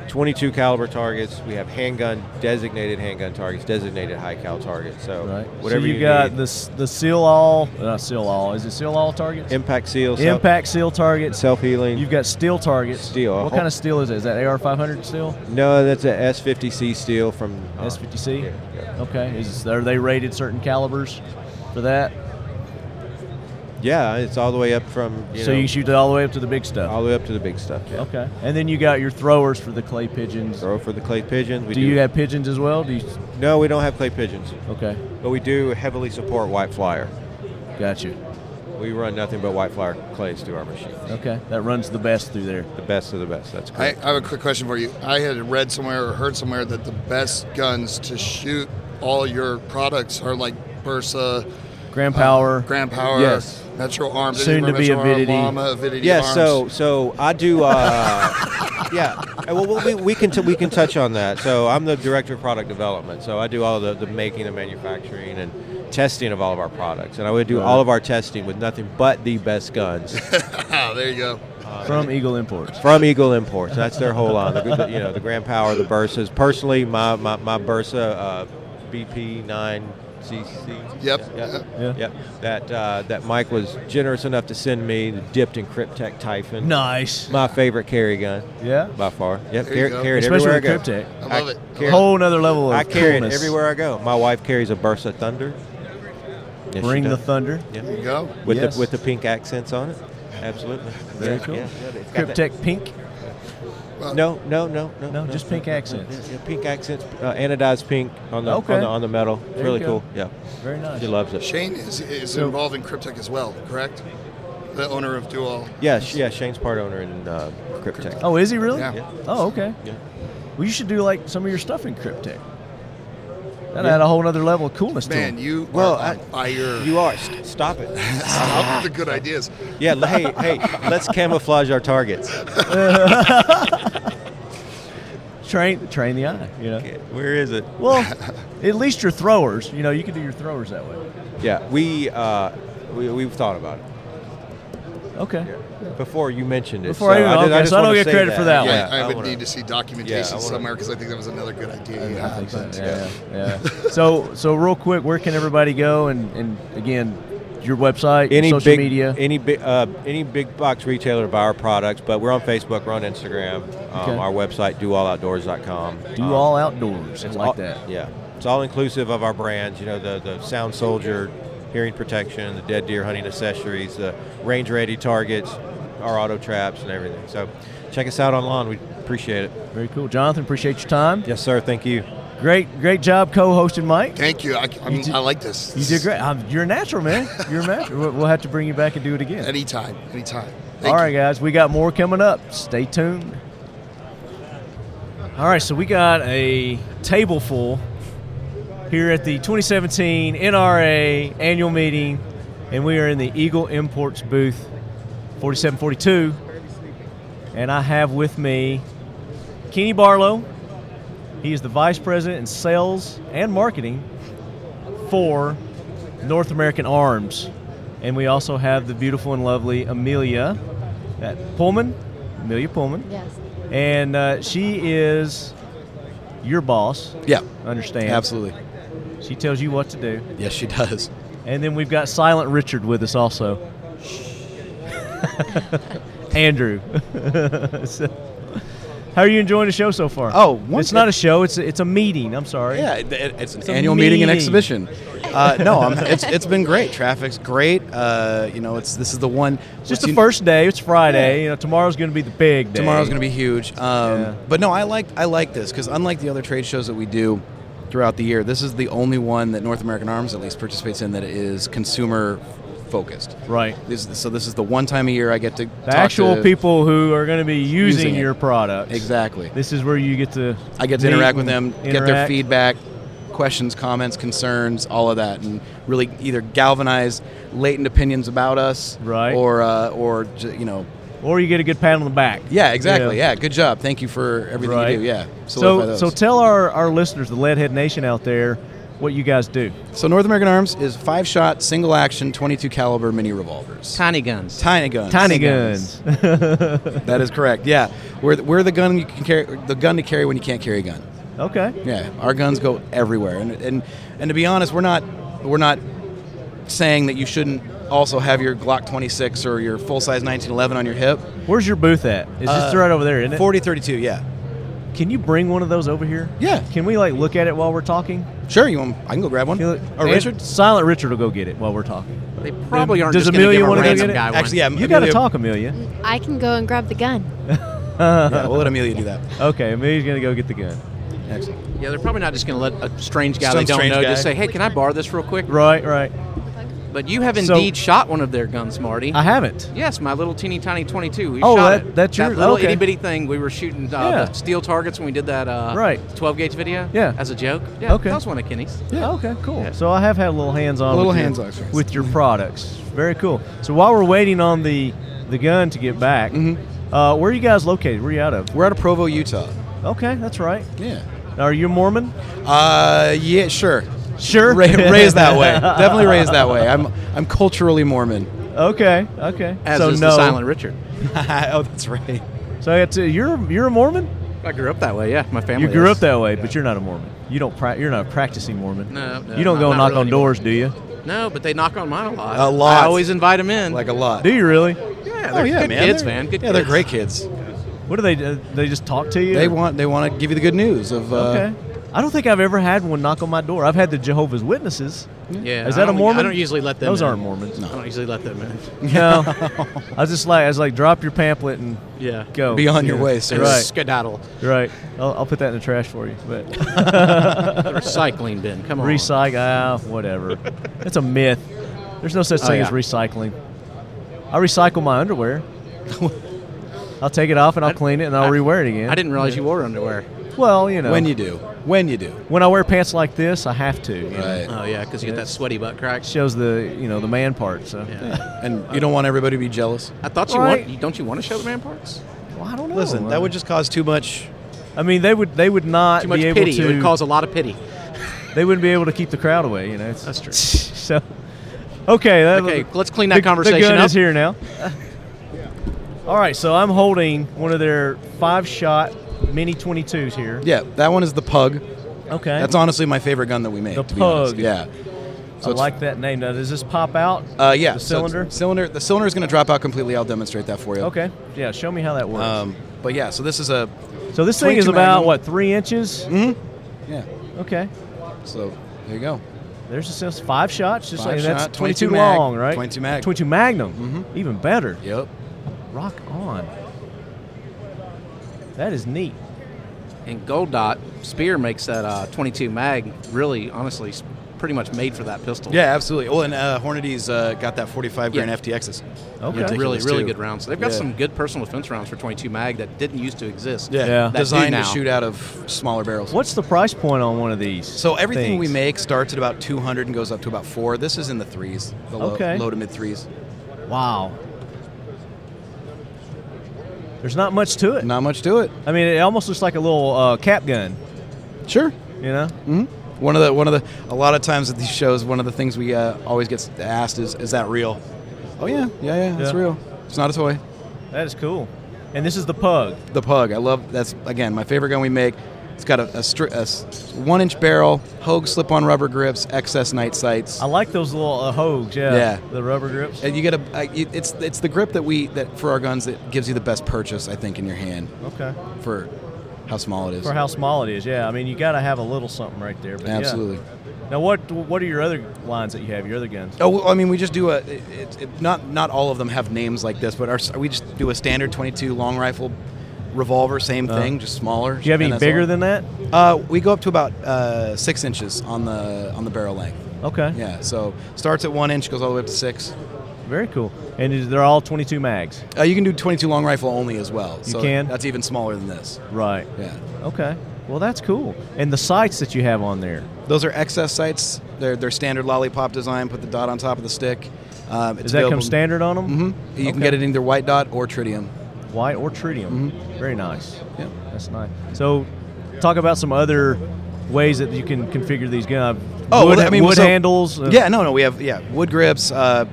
Speaker 2: 22 caliber targets. We have handgun designated handgun targets, designated high cal targets. So
Speaker 1: Right.
Speaker 2: whatever
Speaker 1: so
Speaker 2: you,
Speaker 1: you, got
Speaker 2: need.
Speaker 1: the s- the seal all, not seal all. Is it seal all targets?
Speaker 2: impact seal,
Speaker 1: Impact seal targets.
Speaker 2: self healing.
Speaker 1: You've got steel targets.
Speaker 2: Steel. uh-huh.
Speaker 1: What kind of steel is it? Is that AR 500 steel?
Speaker 2: no, that's a S50C steel from uh,
Speaker 1: S50C?
Speaker 2: yeah, yeah.
Speaker 1: Okay. Is are they rated certain calibers for that?
Speaker 2: Yeah, it's all the way up from you
Speaker 1: so
Speaker 2: know,
Speaker 1: you shoot it all the way up to the big stuff.
Speaker 2: all the way up to the big stuff. Yeah.
Speaker 1: Okay. And then you got your throwers for the clay pigeons.
Speaker 2: Throw for the clay pigeons. We
Speaker 1: do, you have pigeons as well? Do you?
Speaker 2: No, we don't have clay pigeons,
Speaker 1: Okay.
Speaker 2: but we do heavily support white flyer.
Speaker 1: Gotcha.
Speaker 2: We run nothing but white flyer clays through our machine.
Speaker 1: Okay. That runs the best through there.
Speaker 2: The best of the best. That's
Speaker 7: I, I
Speaker 2: correct.
Speaker 7: have a quick question for you. I had read somewhere or heard somewhere that the best guns to shoot all your products are like Bursa,
Speaker 1: Grand power.
Speaker 7: Grand Power,
Speaker 2: Yes.
Speaker 7: Metro Arms,
Speaker 1: Soon to be
Speaker 7: Metro Arm,
Speaker 1: Avidity.
Speaker 7: Llama, Avidity
Speaker 2: yeah.
Speaker 7: Arms.
Speaker 2: So so I do. Uh, [laughs] yeah. Uh, Well, we, we can t- we can touch on that. So I'm the director of product development. So I do all the, the making, the manufacturing, and testing of all of our products. And I would do all of our testing with nothing but the best guns
Speaker 7: [laughs] Ah, there you go.
Speaker 1: from Eagle Imports.
Speaker 2: from Eagle Imports. That's their whole line. The, the- you know, the Grand Power, the Bursas. Personally, my my, my Bursa uh, BP9CC.
Speaker 7: Yep.
Speaker 2: Yeah.
Speaker 1: Yeah.
Speaker 2: yeah. That uh, that Mike was generous enough to send me the dipped in Cryptek Typhon.
Speaker 1: Nice.
Speaker 2: My favorite carry gun
Speaker 1: Yeah.
Speaker 2: by far. Yep.
Speaker 7: There you
Speaker 2: Carry,
Speaker 7: go.
Speaker 2: carry it
Speaker 1: Especially
Speaker 2: everywhere
Speaker 1: with
Speaker 2: I go.
Speaker 1: Cryptek.
Speaker 7: I love it. I
Speaker 2: carry-
Speaker 1: Whole nother level of
Speaker 2: I carry it
Speaker 1: coolness.
Speaker 2: everywhere I go. My wife carries a Bursa Thunder. Yes, she
Speaker 1: Bring the
Speaker 2: does.
Speaker 1: thunder.
Speaker 7: There you go.
Speaker 2: With
Speaker 1: Yes.
Speaker 2: the with the pink accents on it. Absolutely.
Speaker 1: Very
Speaker 2: Yeah,
Speaker 1: cool.
Speaker 2: yeah, yeah. It's got that-
Speaker 1: Cryptek pink.
Speaker 7: Well-
Speaker 2: no, no, no, no,
Speaker 1: No, just pink accents.
Speaker 2: yeah, pink accents, uh, anodized pink on the,
Speaker 1: Okay.
Speaker 2: on the on the metal. It's
Speaker 1: There you
Speaker 2: really
Speaker 1: go.
Speaker 2: cool. Yeah,
Speaker 1: Very nice.
Speaker 2: She loves it.
Speaker 7: Shane is, is
Speaker 1: So-
Speaker 7: involved in Cryptech as well, correct? The owner of Dual.
Speaker 2: Yeah, sh- yeah. Shane's part owner in uh, Cryptech.
Speaker 1: Oh, is he really?
Speaker 7: Yeah.
Speaker 1: Oh, okay.
Speaker 2: Yeah.
Speaker 1: Well, you should do like some of your stuff in Cryptech. That
Speaker 2: Yeah.
Speaker 1: had a whole other level of coolness
Speaker 7: Man,
Speaker 1: to it.
Speaker 7: you
Speaker 2: Well,
Speaker 7: are on
Speaker 2: I-
Speaker 7: fire.
Speaker 2: Oh,
Speaker 7: [laughs]
Speaker 2: You are. St- stop it.
Speaker 7: Stop with the good ideas.
Speaker 2: Yeah. l- hey, hey. Let's camouflage our targets.
Speaker 1: Train, train the eye. You know.
Speaker 2: Where is it? [laughs]
Speaker 1: Well, at least your throwers. You know, you can do your throwers that way.
Speaker 2: Yeah. We uh, we we've thought about it.
Speaker 1: Okay.
Speaker 2: Before you mentioned it.
Speaker 1: Before I even- okay,
Speaker 2: just
Speaker 1: so I don't
Speaker 2: wanna
Speaker 1: get
Speaker 2: say
Speaker 1: credit for that one.
Speaker 7: Yeah, I,
Speaker 2: I
Speaker 7: would
Speaker 2: wanna-
Speaker 7: need to see
Speaker 2: Yeah, I
Speaker 7: documentation
Speaker 2: wanna-
Speaker 7: somewhere because I think that was another good idea. you
Speaker 1: I
Speaker 7: had,
Speaker 1: think so.
Speaker 7: but-
Speaker 1: Yeah, yeah. yeah. so, so real quick, where can everybody go? And, and again, your website, your
Speaker 2: any
Speaker 1: social
Speaker 2: big,
Speaker 1: media.
Speaker 2: any big, uh, any big box retailer to buy our products. But we're on Facebook, we're on Instagram, um,
Speaker 1: Okay.
Speaker 2: our website, doalloutdoors.com.
Speaker 1: do
Speaker 2: Um,
Speaker 1: all outdoors. I
Speaker 2: it's
Speaker 1: like
Speaker 2: all-
Speaker 1: that.
Speaker 2: Yeah, it's all inclusive of our brands. You know, the the Sound Soldier, hearing protection, the dead deer hunting accessories, the range ready targets, our auto traps, and everything. So, check us out online. We appreciate it.
Speaker 1: Very cool, Jonathan. Appreciate your time.
Speaker 2: Yes, sir. Thank you.
Speaker 1: Great, great job co-hosting, Mike.
Speaker 7: Thank you. I, I, mean,
Speaker 1: did-
Speaker 7: I like this.
Speaker 1: You did great. Um, you're a natural, man. You're a natural. We'll- We'll have to bring you back and do it again.
Speaker 7: Anytime, anytime.
Speaker 1: All
Speaker 7: Thank
Speaker 1: right,
Speaker 7: you.
Speaker 1: guys, we got more coming up. Stay tuned. All right, so we got a table full here at the 2017 NRA annual meeting, and we are in the Eagle Imports booth 4742. And I have with me Kenny Barlow. He is the vice president in sales and marketing for North American Arms. And we also have the beautiful and lovely Amelia at Pullman, Amelia Pullman.
Speaker 10: Yes.
Speaker 1: And uh, she is your boss,
Speaker 11: Yeah,
Speaker 1: understand?
Speaker 11: absolutely.
Speaker 1: She tells you what to do.
Speaker 11: Yes, she does.
Speaker 1: And then we've got Silent Richard with us
Speaker 11: [laughs]
Speaker 1: also. Andrew. [laughs] So, how are you enjoying the show so far?
Speaker 11: Oh, one-
Speaker 1: it's not a show, it's a, it's a meeting. I'm sorry.
Speaker 11: Yeah, it, it- it's an
Speaker 1: It's a
Speaker 11: annual meeting and
Speaker 1: meeting.
Speaker 11: exhibition. [laughs] Uh, no, I'm, it's, it's been great. Traffic's great. Uh, you know, it's this is the one.
Speaker 1: It's just
Speaker 11: what's
Speaker 1: the
Speaker 11: un-
Speaker 1: first day. It's Friday. You know, tomorrow's going to be the big day.
Speaker 11: Tomorrow's going to be huge. Um,
Speaker 1: Yeah.
Speaker 11: But no, I like I like this because unlike the other trade shows that we do throughout the year, this is the only one that North American Arms at least participates in that is consumer focused.
Speaker 1: right.
Speaker 11: This, so this is the one time a year I get to
Speaker 1: The
Speaker 11: talk
Speaker 1: actual
Speaker 11: to-
Speaker 1: people who are going to be using,
Speaker 11: Using it.
Speaker 1: your product.
Speaker 11: Exactly.
Speaker 1: This is where you get to.
Speaker 11: I get to
Speaker 1: meet
Speaker 11: interact with them,
Speaker 1: and
Speaker 11: get their
Speaker 1: interact.
Speaker 11: feedback, questions, comments, concerns, all of that, and really either galvanize latent opinions about us,
Speaker 1: Right.
Speaker 11: Or uh, or j- you know,
Speaker 1: or you get a good pat on the back.
Speaker 11: yeah, exactly, yeah. Good job, thank you for everything
Speaker 1: Right.
Speaker 11: you do. Yeah. solidify
Speaker 1: So,
Speaker 11: those.
Speaker 1: so tell our, our listeners, the Leadhead Nation out there, what you guys do.
Speaker 11: So North American Arms is five shot, single action, 22 caliber mini revolvers.
Speaker 12: Tiny guns.
Speaker 11: Tiny Uh, guns.
Speaker 1: Tiny guns.
Speaker 11: that is correct. Yeah, we're, the- we're the gun you can carry, the gun to carry when you can't carry a gun.
Speaker 1: [laughs] okay.
Speaker 11: Yeah, our guns go everywhere, and and and to be honest, we're not we're not saying that you shouldn't also have your Glock 26 or your full size 1911 on your hip.
Speaker 1: Where's your booth at? It's just
Speaker 11: Uh,
Speaker 1: right over there, isn't it?
Speaker 11: 4032, yeah,
Speaker 1: Can you bring one of those over here?
Speaker 11: yeah,
Speaker 1: Can we like look at it while we're talking?
Speaker 11: sure. You want? I can go grab one.
Speaker 1: Can you-
Speaker 11: Or
Speaker 1: And
Speaker 11: Richard?
Speaker 1: Silent Richard will go get it while we're talking.
Speaker 12: They probably aren't
Speaker 1: Does
Speaker 12: just
Speaker 1: Amelia
Speaker 12: going
Speaker 1: wanna
Speaker 12: to
Speaker 1: go
Speaker 12: give a random
Speaker 1: get it?
Speaker 12: guy one.
Speaker 11: Actually, yeah.
Speaker 1: You got to
Speaker 11: Amelia-
Speaker 1: talk, Amelia.
Speaker 10: I can go and grab the gun.
Speaker 11: Yeah, we'll let Amelia do that.
Speaker 1: okay, Amelia's gonna go get the gun.
Speaker 11: Excellent.
Speaker 12: Yeah, they're probably not just going to let a strange guy
Speaker 11: Some
Speaker 12: they don't
Speaker 11: strange
Speaker 12: know
Speaker 11: guy.
Speaker 12: just say, "Hey, can I borrow this real quick?"
Speaker 1: Right, right.
Speaker 12: But you have
Speaker 1: So-
Speaker 12: indeed shot one of their guns, Marty.
Speaker 1: I haven't.
Speaker 12: Yes, my little teeny tiny 22. We
Speaker 1: Oh,
Speaker 12: shot
Speaker 1: that-
Speaker 12: it.
Speaker 1: that's
Speaker 12: that
Speaker 1: your-
Speaker 12: little
Speaker 1: okay.
Speaker 12: itty bitty thing. We were shooting uh,
Speaker 1: Yeah.
Speaker 12: the steel targets when we did that uh,
Speaker 1: Right.
Speaker 12: 12 gauge video.
Speaker 1: Yeah.
Speaker 12: As a joke. Yeah.
Speaker 1: Okay.
Speaker 12: That was one of Kenny's.
Speaker 1: Yeah. Oh, Okay. Cool. So I have had a little hands on.
Speaker 11: A little
Speaker 1: with your-
Speaker 11: hands-on experience.
Speaker 1: with your products. Very cool. So while we're waiting on the the gun to get back, uh, where are you guys located? Where are you out of?
Speaker 11: We're out of Provo, Utah.
Speaker 1: Okay, that's right.
Speaker 11: Yeah.
Speaker 1: Are you Mormon?
Speaker 11: Uh, yeah, sure.
Speaker 1: Sure. [laughs]
Speaker 11: Ra- raised that way. Definitely raised that way. I'm I'm culturally Mormon.
Speaker 1: Okay. Okay.
Speaker 12: As
Speaker 1: so
Speaker 12: is
Speaker 1: no.
Speaker 12: the Silent Richard.
Speaker 1: [laughs]
Speaker 11: oh, that's right.
Speaker 1: So it's a, you're you're a Mormon.
Speaker 12: I grew up that way. Yeah, my family.
Speaker 1: you grew
Speaker 12: is.
Speaker 1: up that way, but you're not a Mormon. You don't. Pra- you're not a practicing Mormon.
Speaker 12: No, no,
Speaker 1: you don't
Speaker 12: not-
Speaker 1: go
Speaker 12: not
Speaker 1: knock
Speaker 12: really
Speaker 1: on
Speaker 12: anymore.
Speaker 1: doors, do you?
Speaker 12: No, but they knock on mine a lot.
Speaker 11: A lot.
Speaker 12: I always invite them in.
Speaker 11: Like a lot.
Speaker 1: Do you really?
Speaker 12: yeah,
Speaker 11: oh
Speaker 12: they're
Speaker 11: yeah,
Speaker 12: good
Speaker 11: man.
Speaker 12: Kids,
Speaker 11: They're-
Speaker 12: man. Good
Speaker 11: yeah, they're
Speaker 12: kids.
Speaker 11: great kids.
Speaker 1: What do they? do? they just talk to you?
Speaker 11: They want they want to give you the good news of uh,
Speaker 1: Okay. I don't think I've ever had one knock on my door. I've had the Jehovah's Witnesses.
Speaker 12: Yeah,
Speaker 1: Is
Speaker 12: I
Speaker 1: that a
Speaker 12: don't-
Speaker 1: Mormon?
Speaker 12: I don't usually let them.
Speaker 1: Those
Speaker 12: in.
Speaker 1: aren't Mormons.
Speaker 12: I don't usually let them in.
Speaker 1: No. I was just like, I was like, drop your pamphlet and
Speaker 12: Yeah.
Speaker 1: go.
Speaker 12: Be on your
Speaker 1: Yeah.
Speaker 12: way, sir.
Speaker 1: Right.
Speaker 12: Skedaddle.
Speaker 1: Right. I'll, I'll put that in the trash for you. But
Speaker 12: The recycling bin, come on.
Speaker 1: Recycle. Ah, whatever. It's a myth. There's no such
Speaker 12: Oh,
Speaker 1: thing
Speaker 12: yeah.
Speaker 1: as recycling. I recycle my
Speaker 12: [laughs]
Speaker 1: underwear. I'll take it off and I'll clean it and I'll rewear it again.
Speaker 12: I didn't realize you wore underwear.
Speaker 1: Well, you know.
Speaker 12: When you do.
Speaker 1: When you do. When I wear pants like this, I have to. you know.
Speaker 12: Oh yeah, because you get that sweaty butt crack.
Speaker 1: Shows the you know the man part. So.
Speaker 11: And you don't want everybody to be jealous.
Speaker 12: I thought you
Speaker 1: Right.
Speaker 12: want. Don't you want to show the man parts?
Speaker 1: Well, I don't know.
Speaker 11: Listen, that would just cause too much.
Speaker 1: I mean, they would they would not
Speaker 12: Too much
Speaker 1: be able
Speaker 12: pity.
Speaker 1: to.
Speaker 12: It would cause a lot of pity.
Speaker 1: they wouldn't be able to keep the crowd away. You know, it's, that's true. [laughs] so, okay, that,
Speaker 12: Okay, let's clean that
Speaker 1: the-
Speaker 12: conversation
Speaker 1: The gun
Speaker 12: up.
Speaker 1: is here now. All right, so I'm holding one of their five-shot mini 22s here.
Speaker 11: Yeah, that one is the pug.
Speaker 1: Okay.
Speaker 11: That's honestly my favorite gun that we made.
Speaker 1: The
Speaker 11: to be honest.
Speaker 1: pug.
Speaker 11: Yeah.
Speaker 1: I
Speaker 11: it's-
Speaker 1: like that name. Now, does this pop out?
Speaker 11: Uh, yeah.
Speaker 1: The
Speaker 11: so it's-
Speaker 1: cylinder.
Speaker 11: cylinder. The cylinder is going to drop out completely. I'll demonstrate that for you.
Speaker 1: okay. Yeah. Show me how that works.
Speaker 11: Um, but yeah, so this is a.
Speaker 1: so this thing is
Speaker 11: 22
Speaker 1: about
Speaker 11: magnum.
Speaker 1: what three inches?
Speaker 11: Mm-hmm. Yeah.
Speaker 1: Okay.
Speaker 11: So there you go.
Speaker 1: There's just those five shots. Just
Speaker 11: Five
Speaker 1: like that's
Speaker 11: shot, 22
Speaker 1: 22
Speaker 11: mag,
Speaker 1: long, right?
Speaker 11: 22 mag.
Speaker 1: 22 Magnum. Even better.
Speaker 11: Yep.
Speaker 1: Rock on. That is neat.
Speaker 12: And Gold Dot Spear makes that uh, 22 mag really, honestly, s- pretty much made for that pistol.
Speaker 11: Yeah, absolutely. Well, and uh, Hornady's uh, got that 45
Speaker 12: Yeah.
Speaker 11: grain FTXs.
Speaker 1: Okay.
Speaker 12: It's really,
Speaker 11: Ridiculous,
Speaker 12: really
Speaker 11: too.
Speaker 12: good rounds. They've got
Speaker 11: Yeah.
Speaker 12: some good personal defense rounds for 22 mag that didn't used to exist.
Speaker 11: Yeah.
Speaker 12: That do
Speaker 11: Designed to
Speaker 12: now.
Speaker 11: shoot out of smaller barrels.
Speaker 1: What's the price point on one of these?
Speaker 11: So everything we
Speaker 1: things?
Speaker 11: make starts at about 200 and goes up to about four. This is in the threes, the low,
Speaker 1: Okay.
Speaker 11: low to mid threes.
Speaker 1: Wow. There's not much to it.
Speaker 11: Not much to it.
Speaker 1: I mean, it almost looks like a little uh, cap gun.
Speaker 11: Sure.
Speaker 1: You know.
Speaker 11: hmm One of the one of the a lot of times at these shows, one of the things we uh, always gets asked is, "Is that real?" Oh yeah, yeah, yeah, it's
Speaker 1: Yeah.
Speaker 11: real. It's not a toy.
Speaker 1: That is cool. And this is the pug.
Speaker 11: The pug. I love that's again my favorite gun we make. It's got a, a, stri- a s- one inch barrel, Hogue slip on rubber grips, excess night sights.
Speaker 1: I like those little uh, hogs. Yeah.
Speaker 11: Yeah.
Speaker 1: The rubber grips.
Speaker 11: And you get a, I- it- it's it's the grip that we that for our guns that gives you the best purchase I think in your hand
Speaker 1: Okay.
Speaker 11: for how small it is.
Speaker 1: For how small it is, yeah. I mean, you got to have a little something right there. But yeah.
Speaker 11: Absolutely.
Speaker 1: Now, what what are your other lines that you have? Your other guns?
Speaker 11: Oh, well, I mean, we just do a. It, it, it- not not all of them have names like this, but our, s- we just do a standard 22 long rifle revolver, same
Speaker 1: Uh,
Speaker 11: thing, just smaller.
Speaker 1: do you have any
Speaker 11: and that's
Speaker 1: bigger
Speaker 11: all.
Speaker 1: than that?
Speaker 11: Uh, we go up to about uh, six inches on the on the barrel length.
Speaker 1: Okay.
Speaker 11: Yeah, so starts at one inch, goes all the way up to six.
Speaker 1: Very cool. And is, they're all 22 mags.
Speaker 11: Uh, you can do 22 long rifle only as well.
Speaker 1: You
Speaker 11: so
Speaker 1: can?
Speaker 11: That's even smaller than this.
Speaker 1: Right.
Speaker 11: Yeah.
Speaker 1: Okay. Well, that's cool. And the sights that you have on there.
Speaker 11: Those are excess sights. They're they're standard lollipop design. Put the dot on top of the stick. Um, it's
Speaker 1: Does that come
Speaker 11: available-
Speaker 1: standard on them?
Speaker 11: Mhm. You can get it either white dot or tritium.
Speaker 1: White or tritium.
Speaker 11: Mm-hmm.
Speaker 1: Very nice.
Speaker 11: Yeah.
Speaker 1: That's nice. So, talk about some other ways that you can configure these guns.
Speaker 11: Oh,
Speaker 1: wood,
Speaker 11: well, I mean,
Speaker 1: wood
Speaker 11: so-
Speaker 1: handles. uh,
Speaker 11: yeah, no, no, we have yeah wood grips, uh,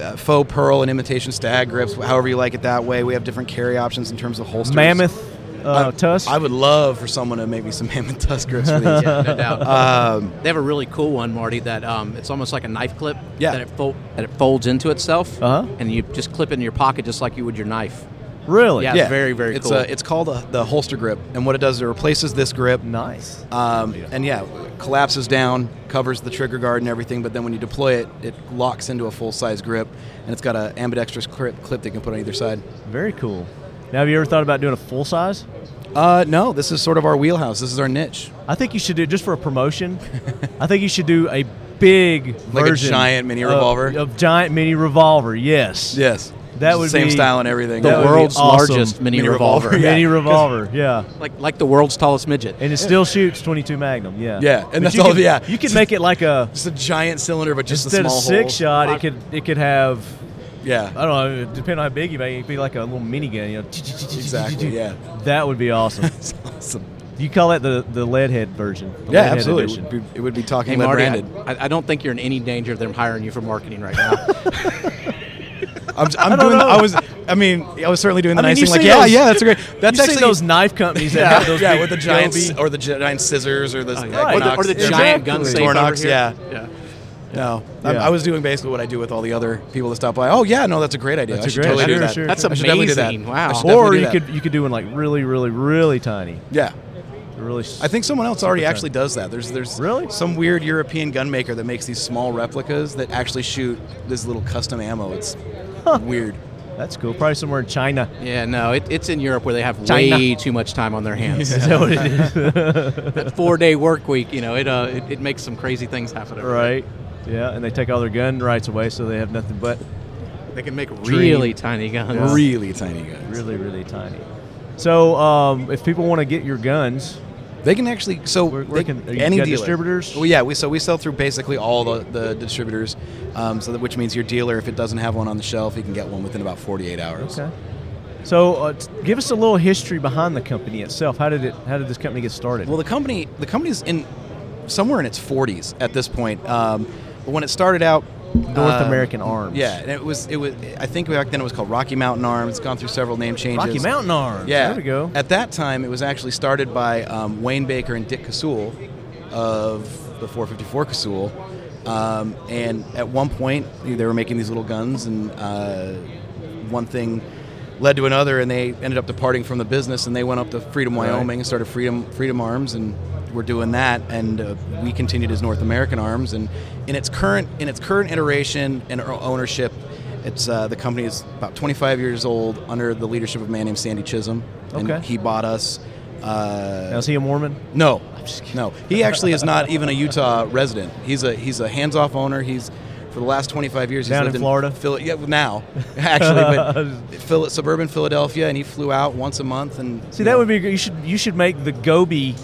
Speaker 11: uh, faux pearl and imitation stag grips, however you like it that way. We have different carry options in terms of holsters.
Speaker 1: Mammoth uh,
Speaker 11: I-
Speaker 1: tusk.
Speaker 11: I would love for someone to make me some [laughs] mammoth tusk grips for these.
Speaker 12: Yeah, no doubt.
Speaker 11: Um,
Speaker 12: they have a really cool one, Marty. That um, it's almost like a knife clip.
Speaker 11: [laughs] Yeah.
Speaker 12: That it, fol- that it folds into itself.
Speaker 1: Uh-huh.
Speaker 12: And you just clip it in your pocket just like you would your knife.
Speaker 1: Really?
Speaker 12: Yeah.
Speaker 11: yeah,
Speaker 12: Very, very
Speaker 11: it's
Speaker 12: cool.
Speaker 11: uh, it's called the, the holster grip, and what it does is it replaces this grip.
Speaker 1: Nice.
Speaker 12: Uh,
Speaker 11: Um, and yeah, collapses down, covers the trigger guard and everything. But then when you deploy it, it locks into a full size grip, and it's got an ambidextrous clip, clip that you can put on either side.
Speaker 1: Very cool. Now, have you ever thought about doing a full size?
Speaker 11: Uh, no, this is sort of our wheelhouse. This is our niche.
Speaker 1: I think you should do just for a promotion. I think you should do a big
Speaker 11: Like a
Speaker 1: version
Speaker 11: giant mini
Speaker 1: of-
Speaker 11: revolver?
Speaker 1: Of, giant mini revolver. Yes.
Speaker 11: Yes.
Speaker 1: That
Speaker 11: It's the
Speaker 1: would
Speaker 11: same
Speaker 1: be-
Speaker 11: style and everything.
Speaker 1: that
Speaker 11: The
Speaker 1: would be
Speaker 11: world's
Speaker 1: awesome.
Speaker 12: largest mini Mini revolver. revolver, yeah.
Speaker 11: [laughs]
Speaker 1: Mini revolver. Yeah.
Speaker 12: Like like the world's tallest midget.
Speaker 1: And it still shoots 22 Magnum. Yeah.
Speaker 11: Yeah, and
Speaker 1: But
Speaker 11: that's
Speaker 1: you
Speaker 11: all-
Speaker 1: Could,
Speaker 11: yeah.
Speaker 1: You could make it like a
Speaker 11: Just a giant cylinder, but just
Speaker 1: instead
Speaker 11: a
Speaker 1: of
Speaker 11: small
Speaker 1: six
Speaker 11: hole.
Speaker 1: shot. It could it could have.
Speaker 11: Yeah.
Speaker 1: I don't know. Depending on how big you make it, it'd be like a little minigun. You know.
Speaker 11: Exactly, yeah.
Speaker 1: That would be awesome.
Speaker 11: It's awesome.
Speaker 1: You call that the the lead head version? the
Speaker 11: Yeah,
Speaker 1: lead head
Speaker 11: absolutely. It
Speaker 1: edition.
Speaker 11: would, be, it would be talking
Speaker 12: Hey,
Speaker 11: lead
Speaker 12: Marty,
Speaker 1: [laughs]
Speaker 12: I,
Speaker 11: branded.
Speaker 12: I I don't think you're in any danger of them hiring you for marketing right now. [laughs]
Speaker 11: I'm, I'm
Speaker 1: I don't
Speaker 11: doing. The,
Speaker 1: know.
Speaker 11: I was. I mean, I was certainly doing the
Speaker 1: I mean,
Speaker 11: nice
Speaker 1: you
Speaker 11: thing. Like,
Speaker 1: see
Speaker 11: yeah,
Speaker 1: those-
Speaker 11: yeah, that's a great. That's
Speaker 1: you see
Speaker 11: actually
Speaker 1: those knife companies that
Speaker 11: yeah,
Speaker 1: have those
Speaker 11: yeah,
Speaker 1: big
Speaker 11: with the giant s-
Speaker 1: Joby-
Speaker 11: or the gi- giant scissors or the
Speaker 12: yeah. Or the- or the giant gun safe over
Speaker 11: Tornox,
Speaker 12: here.
Speaker 11: yeah.
Speaker 12: Yeah.
Speaker 11: No, I-
Speaker 1: Yeah.
Speaker 11: I was doing basically what I do with all the other people that stop by. Oh yeah, no, that's a great idea.
Speaker 1: That's
Speaker 11: I
Speaker 1: a
Speaker 11: should
Speaker 1: great
Speaker 11: totally
Speaker 1: idea.
Speaker 11: do that.
Speaker 1: Sure,
Speaker 12: That's
Speaker 1: sure.
Speaker 11: I should definitely do that.
Speaker 12: amazing. Wow.
Speaker 11: I should definitely
Speaker 1: or
Speaker 11: do
Speaker 1: you
Speaker 11: that.
Speaker 1: could you could do one like really really really tiny.
Speaker 11: Yeah.
Speaker 1: They're really.
Speaker 11: I think someone else already
Speaker 1: super
Speaker 11: actually
Speaker 1: thin.
Speaker 11: does that. There's there's
Speaker 1: really
Speaker 11: some weird European gun maker that makes these small replicas that actually shoot this little custom ammo. It's weird.
Speaker 1: That's cool. Probably somewhere in China.
Speaker 12: Yeah, no, it, it's in Europe where they have
Speaker 11: China.
Speaker 12: way too much time on their hands.
Speaker 11: [laughs]
Speaker 1: Is that what it is?
Speaker 12: that four-day work week, you know, it, uh, it it makes some crazy things happen. over there.
Speaker 1: Right. Yeah, and they take all their gun rights away, so they have nothing but.
Speaker 12: They can make
Speaker 1: dream.
Speaker 12: really tiny guns.
Speaker 1: Yeah.
Speaker 11: Really tiny guns.
Speaker 1: Really, really tiny. So, um, if people want to get your guns,
Speaker 11: they can actually. So,
Speaker 1: where,
Speaker 11: They-
Speaker 1: where can, are you
Speaker 11: any
Speaker 1: got
Speaker 11: dealer.
Speaker 1: distributors?
Speaker 11: Well, yeah, we so we sell through basically all the, the distributors, um, so that which means your dealer, if it doesn't have one on the shelf, he can get one within about 48 hours.
Speaker 1: Okay. So, uh, t- give us a little history behind the company itself. How did it? How did this company get started?
Speaker 11: Well, the company the company's in somewhere in its 40s at this point. Um, but when it started out, um,
Speaker 1: North American Arms.
Speaker 11: Yeah, and it was it was I think back then it was called Rocky Mountain Arms. It's gone through several name changes.
Speaker 1: Rocky Mountain Arms.
Speaker 11: Yeah.
Speaker 1: There we go.
Speaker 11: At that time, it was actually started by um, Wayne Baker and Dick Casul of the 454 Casul. Um, and at one point, they were making these little guns, and uh, one thing led to another, and they ended up departing from the business, and they went up to Freedom,
Speaker 1: Right.
Speaker 11: Wyoming, and started Freedom Freedom Arms, and we're doing that, and uh, we continued as North American Arms, and in its current in its current iteration and o- ownership, it's uh, the company is about 25 years old under the leadership of a man named Sandy Chisholm,
Speaker 1: Okay.
Speaker 11: and he bought us. Uh,
Speaker 1: Now, is he a Mormon?
Speaker 11: no, no. He actually is not even a Utah resident. He's a he's a hands-off owner. He's for the last 25 years
Speaker 1: Down
Speaker 11: he's
Speaker 1: in
Speaker 11: lived
Speaker 1: Florida?
Speaker 11: Phil- yeah, well, now [laughs] actually,
Speaker 1: [laughs]
Speaker 11: but Phil- suburban Philadelphia, and he flew out once a month. And
Speaker 1: See, that would be good. You should you should make the Gobi.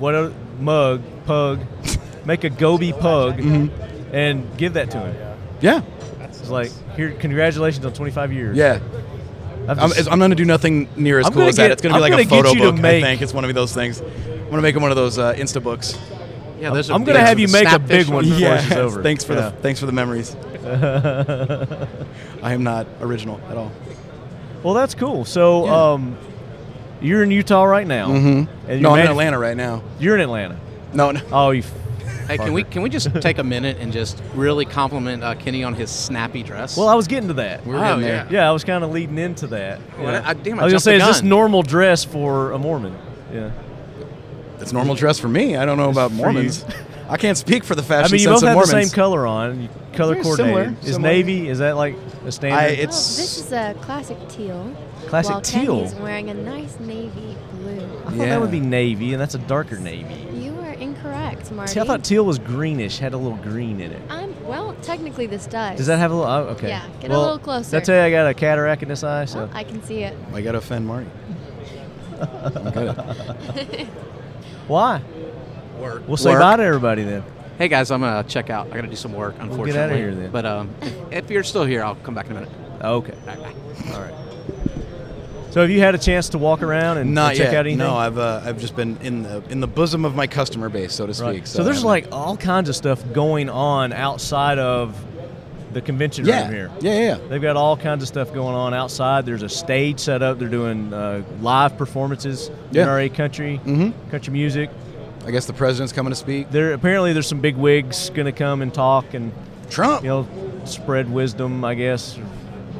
Speaker 1: What a mug pug, make a Gobi pug,
Speaker 11: Mm-hmm.
Speaker 1: and give that to him.
Speaker 11: yeah,
Speaker 1: It's like here, congratulations on 25 years.
Speaker 11: yeah.
Speaker 1: I'm
Speaker 11: I'm,
Speaker 1: just-
Speaker 11: I'm going to do nothing near as
Speaker 1: I'm
Speaker 11: cool
Speaker 1: gonna
Speaker 11: as
Speaker 1: get-
Speaker 11: that. It's going to be
Speaker 1: I'm
Speaker 11: like a
Speaker 1: gonna get
Speaker 11: photo
Speaker 1: you to
Speaker 11: book.
Speaker 1: make-
Speaker 11: I think it's one of those things. I'm going to make him one of those uh, Insta books.
Speaker 12: Yeah, there's a
Speaker 1: I'm gonna
Speaker 12: there's
Speaker 1: have you make a
Speaker 12: snapfish
Speaker 1: big one before
Speaker 11: Yeah.
Speaker 1: this is over.
Speaker 11: Thanks for
Speaker 1: Yeah.
Speaker 11: the thanks for the
Speaker 1: [laughs]
Speaker 11: memories. I am not original at all.
Speaker 1: Well, that's cool. So, um, you're in Utah right now.
Speaker 11: Mhm.
Speaker 1: And
Speaker 11: No, I'm
Speaker 1: you're
Speaker 11: in
Speaker 1: manuf-
Speaker 11: Atlanta right now.
Speaker 1: You're in Atlanta.
Speaker 11: No, no.
Speaker 1: Oh, you.
Speaker 12: Hey, can we can we
Speaker 1: [laughs]
Speaker 12: just take a minute and just really compliment uh, Kenny on his snappy dress?
Speaker 1: Well, I was getting to that.
Speaker 12: We're Oh, in there.
Speaker 1: Yeah. I was kind of leading into that.
Speaker 12: Well,
Speaker 1: Yeah.
Speaker 12: I- damn, I
Speaker 1: was gonna
Speaker 12: jumped
Speaker 1: say,
Speaker 12: the
Speaker 1: is this
Speaker 12: gun.
Speaker 1: normal dress for a Mormon? Yeah.
Speaker 11: It's normal dress for me. I don't know about
Speaker 1: for you.
Speaker 11: Mormons. I can't speak for the fashion
Speaker 1: I mean, you
Speaker 11: sense
Speaker 1: both
Speaker 11: of
Speaker 1: have
Speaker 11: Mormons.
Speaker 1: the same color on, you- color
Speaker 11: Very
Speaker 1: coordinated.
Speaker 11: similar,
Speaker 1: is
Speaker 11: similar.
Speaker 1: navy? Is that like a standard?
Speaker 11: I-
Speaker 10: Well, Oh, this is a classic teal.
Speaker 1: Classic
Speaker 10: while
Speaker 1: teal.
Speaker 10: Kenny's wearing a nice navy blue.
Speaker 1: I thought that would be navy, and that's a darker navy.
Speaker 10: You are incorrect, Marty.
Speaker 1: See, I thought teal was greenish, had a little green in it.
Speaker 10: I'm well. Technically, this does.
Speaker 1: Does that have a little? Oh, okay.
Speaker 10: Yeah, get a
Speaker 1: Well,
Speaker 10: little closer.
Speaker 1: Did I tell you I got a cataract in this eye? So.
Speaker 10: I can see it.
Speaker 11: I got to offend Marty.
Speaker 1: Why?
Speaker 12: Work.
Speaker 1: We'll say
Speaker 12: Work.
Speaker 1: bye to everybody then.
Speaker 12: Hey guys, I'm gonna check out. I gotta do some work,
Speaker 1: Well,
Speaker 12: unfortunately.
Speaker 1: get outta here then.
Speaker 12: But um, if you're still here, I'll come back in a minute.
Speaker 1: Okay. All right. So have you had a chance to walk around and,
Speaker 11: Not
Speaker 1: and check
Speaker 11: yet.
Speaker 1: out anything?
Speaker 11: No, I've uh, I've just been in the in the bosom of my customer base, so to speak.
Speaker 1: Right. So, there's like all kinds of stuff going on outside of the convention
Speaker 11: Yeah.
Speaker 1: room here.
Speaker 11: Yeah, yeah,
Speaker 1: They've got all kinds of stuff going on outside. There's a stage set up. They're doing uh, live performances,
Speaker 11: Yeah.
Speaker 1: NRA country,
Speaker 11: Mhm.
Speaker 1: country music.
Speaker 11: I guess the president's coming to speak.
Speaker 1: There apparently there's some big wigs going to come and talk and
Speaker 11: Trump,
Speaker 1: you know, spread wisdom. I guess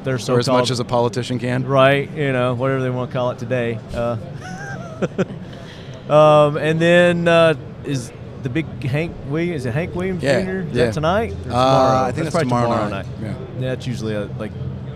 Speaker 1: they're so
Speaker 11: or as much as a politician can.
Speaker 1: right? You know, whatever they want to call it today. Uh, [laughs] um, and then uh, is the big Hank Williams? Is it Hank Williams
Speaker 11: Yeah,
Speaker 1: Jr.? Is
Speaker 11: yeah.
Speaker 1: that tonight? Or
Speaker 11: Uh,
Speaker 1: tomorrow?
Speaker 11: I think that's
Speaker 1: probably
Speaker 11: tomorrow
Speaker 1: night.
Speaker 11: night,
Speaker 1: Yeah. That's usually uh like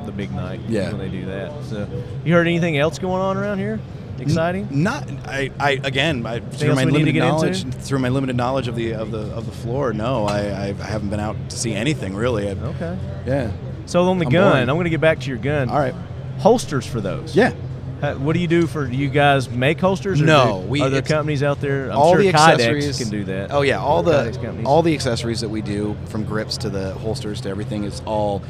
Speaker 1: the big night.
Speaker 11: Yeah.
Speaker 1: when they do that. So, you heard anything else going on around here? Exciting.
Speaker 11: Not I, I again I, through
Speaker 1: else
Speaker 11: my
Speaker 1: we need to
Speaker 11: limited
Speaker 1: get
Speaker 11: knowledge
Speaker 1: into?
Speaker 11: through my limited knowledge of the of the of the floor. No, I, I haven't been out to see anything really. I,
Speaker 1: Okay.
Speaker 11: Yeah.
Speaker 1: So on the
Speaker 11: I'm
Speaker 1: gun,
Speaker 11: boring.
Speaker 1: I'm going to get back to your gun. All
Speaker 11: right.
Speaker 1: Holsters for those.
Speaker 11: Yeah.
Speaker 1: Uh, What do you do for? Do you guys make holsters? Or
Speaker 11: No,
Speaker 1: do,
Speaker 11: we-
Speaker 1: are there
Speaker 11: it's-
Speaker 1: companies out there? I'm
Speaker 11: all
Speaker 1: sure
Speaker 11: the
Speaker 1: Kydex
Speaker 11: accessories
Speaker 1: can do that.
Speaker 11: Oh yeah, all
Speaker 1: Kydex
Speaker 11: the
Speaker 1: companies.
Speaker 11: all the accessories that we do, from grips to the holsters to everything, is all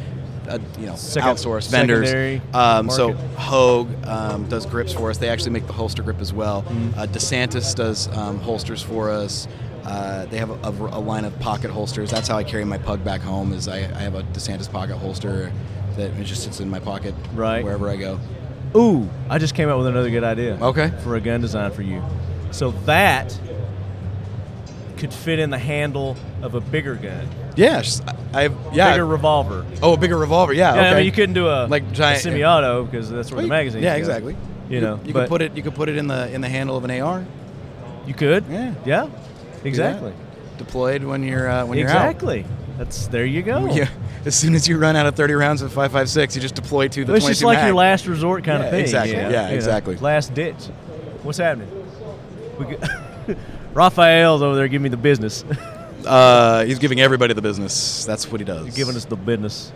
Speaker 11: uh, you know
Speaker 1: Second-
Speaker 11: outsourced vendors.
Speaker 1: secondary
Speaker 11: Um, so
Speaker 1: market.
Speaker 11: Hogue um, does grips for us. They actually make the holster grip as well.
Speaker 1: Mm-hmm.
Speaker 11: Uh, Desantis does um, holsters for us. Uh, they have a, a- a line of pocket holsters. That's how I carry my pug back home. Is I, I have a Desantis pocket holster that it just sits in my pocket
Speaker 1: Right.
Speaker 11: wherever I go.
Speaker 1: Ooh, I just came up with another good idea.
Speaker 11: Okay.
Speaker 1: For a gun design for you. So that could fit in the handle of a bigger gun.
Speaker 11: Yeah, just- I have yeah.
Speaker 1: Bigger revolver.
Speaker 11: oh, a bigger revolver. Yeah.
Speaker 1: yeah, I
Speaker 11: okay.
Speaker 1: mean, you couldn't do a
Speaker 11: Like
Speaker 1: like
Speaker 11: giant-
Speaker 1: giant semi-auto because that's where
Speaker 11: Oh,
Speaker 1: the
Speaker 11: you-
Speaker 1: magazine.
Speaker 11: yeah, exactly.
Speaker 1: You know,
Speaker 11: you
Speaker 1: but
Speaker 11: could put it. You could put it in the in the handle of an AR.
Speaker 1: You could.
Speaker 11: Yeah.
Speaker 1: Yeah.
Speaker 11: Do that.
Speaker 1: Exactly.
Speaker 11: Deployed when you're uh, when
Speaker 1: exactly.
Speaker 11: you're out.
Speaker 1: That's there you go.
Speaker 11: [laughs] Yeah. As soon as you run out of 30 rounds of 5.56, you just deploy to the.
Speaker 1: It's just
Speaker 11: 22
Speaker 1: like
Speaker 11: mag.
Speaker 1: your last resort kind
Speaker 11: Yeah,
Speaker 1: of thing.
Speaker 11: Exactly.
Speaker 1: you know?
Speaker 11: Yeah.
Speaker 1: You know,
Speaker 11: exactly.
Speaker 1: Last ditch. What's happening? We g [laughs] Raphael's over there giving me the business. [laughs]
Speaker 11: Uh, he's giving everybody the business. That's what he does.
Speaker 1: giving us the business.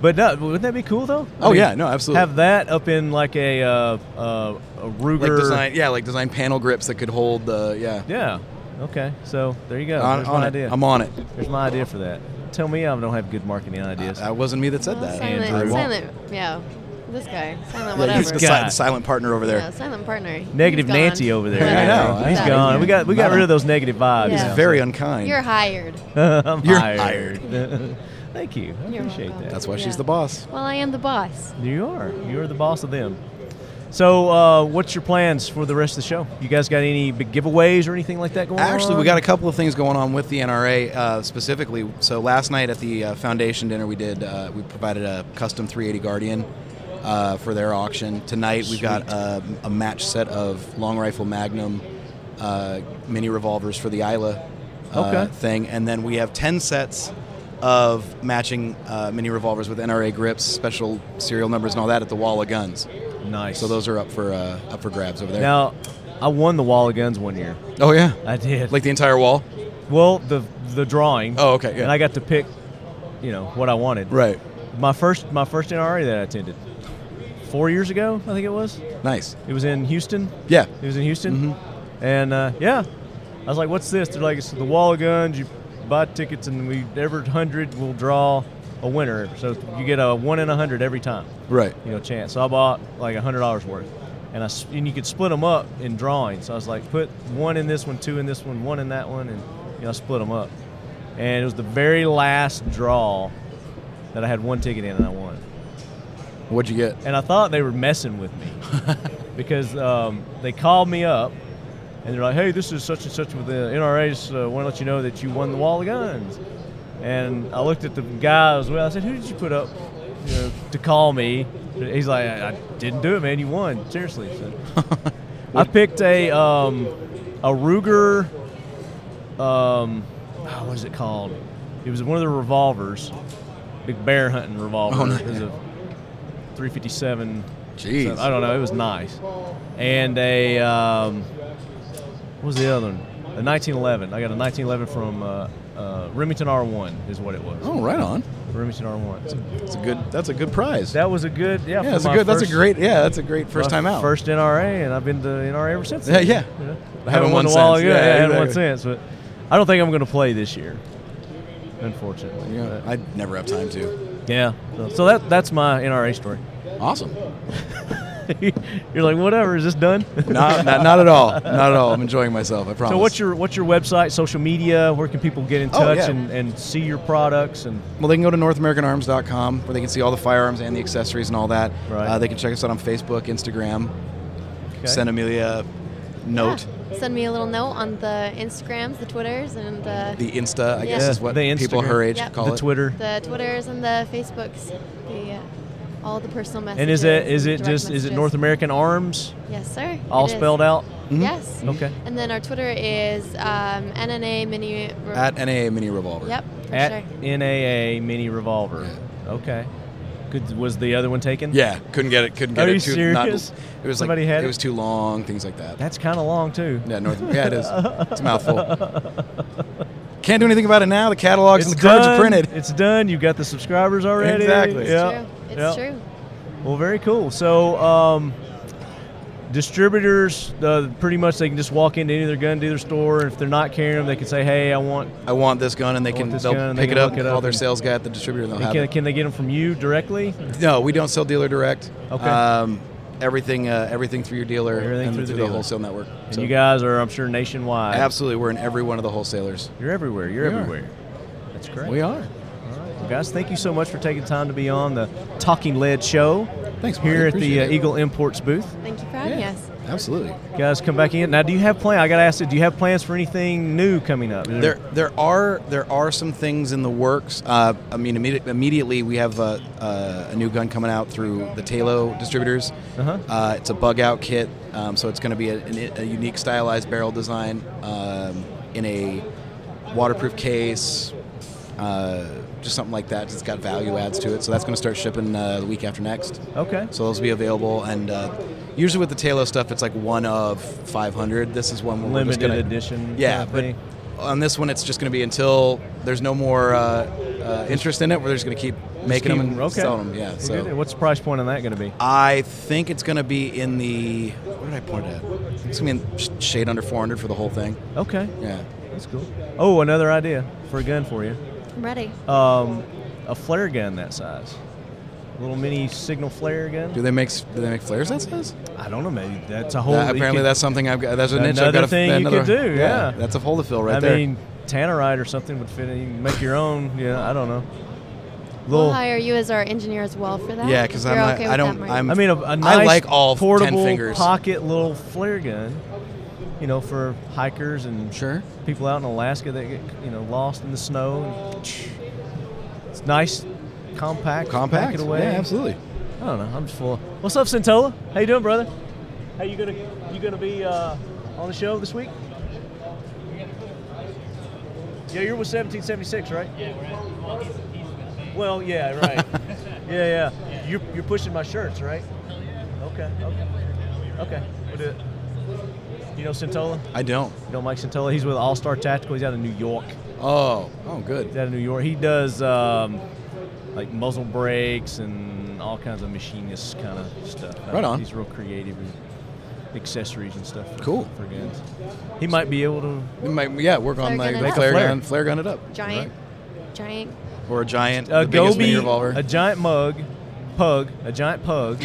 Speaker 1: But no, wouldn't that be cool though?
Speaker 11: Oh, yeah, no, absolutely.
Speaker 1: Have that up in like a uh, uh, a Ruger.
Speaker 11: Like design, yeah, like design panel grips that could hold the yeah.
Speaker 1: Yeah. Okay. So there you go.
Speaker 11: On-
Speaker 1: There's
Speaker 11: on
Speaker 1: my
Speaker 11: it.
Speaker 1: idea.
Speaker 11: I'm on it.
Speaker 1: There's my idea for that. Tell me I don't have good marketing ideas.
Speaker 11: that wasn't me that said
Speaker 10: Well,
Speaker 11: that.
Speaker 10: silent,
Speaker 1: Andrew.
Speaker 10: silent, yeah, this guy, silent
Speaker 11: Yeah,
Speaker 10: whatever.
Speaker 11: he's the si- the silent partner over there.
Speaker 10: Yeah, silent partner.
Speaker 1: Negative
Speaker 10: He's gone.
Speaker 1: Nancy over
Speaker 11: [laughs]
Speaker 1: there.
Speaker 11: I know, I
Speaker 1: He's
Speaker 11: know.
Speaker 1: gone. We got we got
Speaker 11: No.
Speaker 1: rid of those negative vibes.
Speaker 10: He's
Speaker 1: now.
Speaker 11: very unkind.
Speaker 10: You're hired.
Speaker 1: [laughs] I'm
Speaker 11: You're
Speaker 1: hired. [laughs] Thank you. I
Speaker 10: You're
Speaker 1: appreciate
Speaker 10: welcome.
Speaker 1: that.
Speaker 11: That's why
Speaker 10: Yeah.
Speaker 11: she's the boss.
Speaker 10: Well, I am the boss.
Speaker 1: You are. You're the boss of them. So, uh, what's your plans for the rest of the show? You guys got any big giveaways or anything like that going on?
Speaker 11: Actually, we got a couple of things going on with the NRA uh, specifically. So last night at the uh, foundation dinner, we did uh, we provided a custom 380 Guardian uh, for their auction. Tonight we've got a, a match set of long rifle Magnum uh, mini revolvers for the Isla uh,
Speaker 1: Okay.
Speaker 11: thing, and then we have 10 sets of matching uh, mini revolvers with NRA grips, special serial numbers, and all that at the Wall of Guns.
Speaker 1: Nice.
Speaker 11: So those are up for uh, up for grabs over there.
Speaker 1: Now, I won the wall of guns one year.
Speaker 11: oh yeah,
Speaker 1: I did.
Speaker 11: like the entire wall.
Speaker 1: Well, the the drawing.
Speaker 11: Oh, okay, yeah.
Speaker 1: And I got to pick, you know, what I wanted.
Speaker 11: Right.
Speaker 1: My first my first NRA that I attended, four years ago, I think it was.
Speaker 11: Nice.
Speaker 1: It was in Houston.
Speaker 11: Yeah.
Speaker 1: It was in Houston.
Speaker 11: Mm-hmm.
Speaker 1: And uh, yeah, I was like, "What's this?" They're like, "It's the wall of guns. You buy tickets, and we every hundred will draw a winner. So you get a one in a hundred every time.
Speaker 11: Right.
Speaker 1: You know, chance. So I bought like a hundred dollars worth, and I s- and you could split them up in drawings. So I was like, put one in this one, two in this one, one in that one, and you know, I split them up. And it was the very last draw that I had one ticket in, and I won.
Speaker 11: What'd you get?
Speaker 1: And I thought they were messing with me because um, they called me up and they're like, hey, this is such and such with the NRAs. Uh, want to let you know that you won the wall of guns. And I looked at the guy as well. I said, who did you put up you know, to call me? He's like, I, I didn't do it, man. You won. Seriously. So, I picked a, um, a Ruger, um, oh, what is it called? It was one of the revolvers, big bear hunting revolver.
Speaker 11: Oh, nice.
Speaker 1: It was a 357.
Speaker 11: Jeez.
Speaker 1: I don't know. It was nice. And a um, what was the other one? A 1911. I got a 1911 from uh, uh, Remington R1 is what it was.
Speaker 11: Oh, right on.
Speaker 1: Remington R1.
Speaker 11: It's a good. That's a good prize.
Speaker 1: That was a good. Yeah. for
Speaker 11: that's a
Speaker 1: my
Speaker 11: good- that's a
Speaker 1: first-
Speaker 11: great- yeah, that's a great first
Speaker 1: my
Speaker 11: time out.
Speaker 1: First NRA, and I've been to NRA ever since.
Speaker 11: Yeah, yeah.
Speaker 1: You know?
Speaker 11: I
Speaker 1: I
Speaker 11: haven't
Speaker 1: haven't won
Speaker 11: won
Speaker 1: the wall
Speaker 11: since.
Speaker 1: yet.
Speaker 11: Yeah,
Speaker 1: I haven't won
Speaker 11: exactly.
Speaker 1: since, but I don't think I'm going to play this year, unfortunately.
Speaker 11: Yeah, I never have time to.
Speaker 1: But- yeah. So, so that that's my NRA story. [laughs]
Speaker 11: Awesome.
Speaker 1: You're like, whatever. Is this done? [laughs]
Speaker 11: not, not, not at all. Not at all. I'm enjoying myself. I promise.
Speaker 1: So what's your what's your website, social media? Where can people get in
Speaker 11: Oh,
Speaker 1: touch
Speaker 11: yeah.
Speaker 1: and, and see your products and
Speaker 11: Well, they can go to NorthAmericanArms.com where they can see all the firearms and the accessories and all that.
Speaker 1: Right.
Speaker 11: Uh, they can check us out on Facebook, Instagram.
Speaker 1: Okay.
Speaker 11: Send Amelia a note.
Speaker 10: Yeah. Ah, Send me a little note on the Instagrams, the Twitters, and uh,
Speaker 11: The Insta, I guess,
Speaker 1: Yeah,
Speaker 11: is what
Speaker 1: the
Speaker 11: people
Speaker 1: Instagram.
Speaker 11: her age
Speaker 10: Yep.
Speaker 11: call
Speaker 1: the
Speaker 11: it.
Speaker 1: Twitter?
Speaker 10: the Twitters and the Facebooks, the uh, all the personal messages.
Speaker 1: And is it is it
Speaker 10: direct
Speaker 1: just is it
Speaker 10: messages.
Speaker 1: North American Arms?
Speaker 10: Yes, sir.
Speaker 1: All
Speaker 10: it is.
Speaker 1: spelled out. Mm-hmm.
Speaker 10: Yes.
Speaker 1: Okay.
Speaker 10: And then our Twitter is um, NNA Mini. Re-
Speaker 11: At NAA Mini Revolver.
Speaker 10: Yep. For
Speaker 1: At
Speaker 10: sure.
Speaker 1: NAA Mini Revolver. Okay. Good. Was the other one taken?
Speaker 11: Yeah, couldn't get it. Couldn't get
Speaker 1: Are
Speaker 11: it.
Speaker 1: you
Speaker 11: too, not-
Speaker 1: serious?
Speaker 11: it was
Speaker 1: Somebody
Speaker 11: like
Speaker 1: had
Speaker 11: it
Speaker 1: it?
Speaker 11: was too long. Things like that.
Speaker 1: That's kind of long too.
Speaker 11: Yeah, North. Yeah, it is. It's a mouthful. Can't do anything about it now. The catalogs and the cards
Speaker 1: done.
Speaker 11: are printed.
Speaker 1: It's done. You got the subscribers already.
Speaker 11: Exactly. It's
Speaker 1: Yeah.
Speaker 10: True. It's
Speaker 1: Yeah.
Speaker 10: true.
Speaker 1: Well, very cool. So, um, distributors, uh, pretty much they can just walk into any of their gun dealer store, and if they're not carrying them, they can say, "Hey, I want."
Speaker 11: I want this gun, and they can
Speaker 1: want this
Speaker 11: they'll
Speaker 1: gun, and they
Speaker 11: pick
Speaker 1: can
Speaker 11: it up,
Speaker 1: look it
Speaker 11: call
Speaker 1: up
Speaker 11: their
Speaker 1: and-
Speaker 11: sales guy at the distributor, and they'll
Speaker 1: And
Speaker 11: have
Speaker 1: can,
Speaker 11: it.
Speaker 1: can they get them from you directly?
Speaker 11: No, we don't sell dealer direct.
Speaker 1: Okay.
Speaker 11: Um, everything, uh, everything through your dealer
Speaker 1: Everything
Speaker 11: and through,
Speaker 1: through the
Speaker 11: the,
Speaker 1: dealer.
Speaker 11: wholesale network.
Speaker 1: And
Speaker 11: So-
Speaker 1: you guys are, I'm sure, nationwide.
Speaker 11: absolutely, we're in every one of the wholesalers.
Speaker 1: You're everywhere. You're
Speaker 11: We are.
Speaker 1: everywhere. That's great.
Speaker 11: We are.
Speaker 1: Well, guys, thank you so much for taking time to be on the Talking Lead Show.
Speaker 11: Thanks, Marty.
Speaker 1: Here at
Speaker 11: Appreciate
Speaker 1: the uh,
Speaker 11: it.
Speaker 1: Eagle Imports booth.
Speaker 10: Oh, Thank you for having us.
Speaker 11: Absolutely.
Speaker 4: Guys, come back in. Now, do you have plan? I got to ask you, do you have plans for anything new coming up?
Speaker 11: There, there are there are some things in the works. Uh, I mean, immediate, immediately we have a, a, a new gun coming out through the Talo distributors.
Speaker 4: Uh-huh.
Speaker 11: Uh, it's a bug out kit, um, so it's going to be a, an- a unique stylized barrel design um, in a waterproof case, uh, just something like that. It's got value adds to it, so that's going to start shipping uh, the week after next.
Speaker 4: Okay.
Speaker 11: So those will be available, and uh, usually with the Talo stuff, it's like one of 500. This is one where we're just
Speaker 4: Limited
Speaker 11: gonna-
Speaker 4: edition
Speaker 11: Yeah,
Speaker 4: kinda
Speaker 11: but
Speaker 4: thing.
Speaker 11: on this one, it's just going to be until there's no more uh, uh, interest in it. We're just going to keep making them and
Speaker 4: okay.
Speaker 11: selling them. Yeah.
Speaker 4: Well,
Speaker 11: So.
Speaker 4: good. What's the price point on that going to be?
Speaker 11: I think it's going to be in the. What did I point it at? It's going to be in sh- shade under 400 for the whole thing.
Speaker 4: Okay.
Speaker 11: Yeah.
Speaker 4: That's cool. Oh, another idea for a gun for you.
Speaker 10: I'm ready.
Speaker 1: Uh,
Speaker 4: Um, a flare gun that size. Little mini signal flare gun.
Speaker 11: Do they make s- do they make flares that size?
Speaker 4: I don't know. Maybe that's a whole.
Speaker 11: That-
Speaker 4: you
Speaker 11: apparently,
Speaker 4: could-
Speaker 11: that's something I've got. That's a niche I've
Speaker 4: another
Speaker 11: got.
Speaker 4: thing you
Speaker 11: another,
Speaker 4: could do. Yeah.
Speaker 11: that's a hole to fill right
Speaker 4: I
Speaker 11: there.
Speaker 4: mean, tannerite or something would fit. in. You can make your own. Yeah, I don't know.
Speaker 10: We'll hire you as our engineer as well for that.
Speaker 11: Yeah, 'cause
Speaker 10: You're
Speaker 11: I'm not-
Speaker 10: okay
Speaker 11: I
Speaker 10: with
Speaker 11: don't-
Speaker 10: That, Mark?
Speaker 11: I'm-
Speaker 4: I mean, a,
Speaker 11: I
Speaker 4: a nice
Speaker 11: like all 10
Speaker 4: portable
Speaker 11: fingers.
Speaker 4: pocket little flare gun. You know, for hikers and
Speaker 11: sure
Speaker 4: people out in Alaska that get you know lost in the snow. And it's nice, compact,
Speaker 11: Compact.
Speaker 4: pack it away.
Speaker 11: Yeah, absolutely.
Speaker 4: I don't know. I'm just full. Of, What's up, Centola? How you doing, brother? How you gonna you gonna be uh, on the show this week? Yeah, you're with 1776, right? Yeah, Well, yeah, right. yeah, yeah. You're, you're pushing my shirts, right? Okay, okay, okay. We'll do it. You know Centola?
Speaker 11: I don't.
Speaker 4: You don't like Centola? He's with All Star Tactical. He's out of New York.
Speaker 11: Oh, oh, good.
Speaker 4: He's out of New York. He does um, like muzzle brakes and all kinds of machinist kind of stuff.
Speaker 11: Right on.
Speaker 4: He's real creative with accessories and stuff. For,
Speaker 11: Cool.
Speaker 4: for guns. He might be able to.
Speaker 11: We might- yeah, work on
Speaker 10: Flare
Speaker 11: like
Speaker 10: gun it
Speaker 11: the
Speaker 10: up.
Speaker 11: flare gun, flare gun it up,
Speaker 10: Giant, giant.
Speaker 11: Right. or a giant,
Speaker 4: a
Speaker 11: the biggest mini
Speaker 4: goby,
Speaker 11: revolver.
Speaker 4: Uh, a giant mug, pug, a giant
Speaker 11: [laughs]
Speaker 4: pug,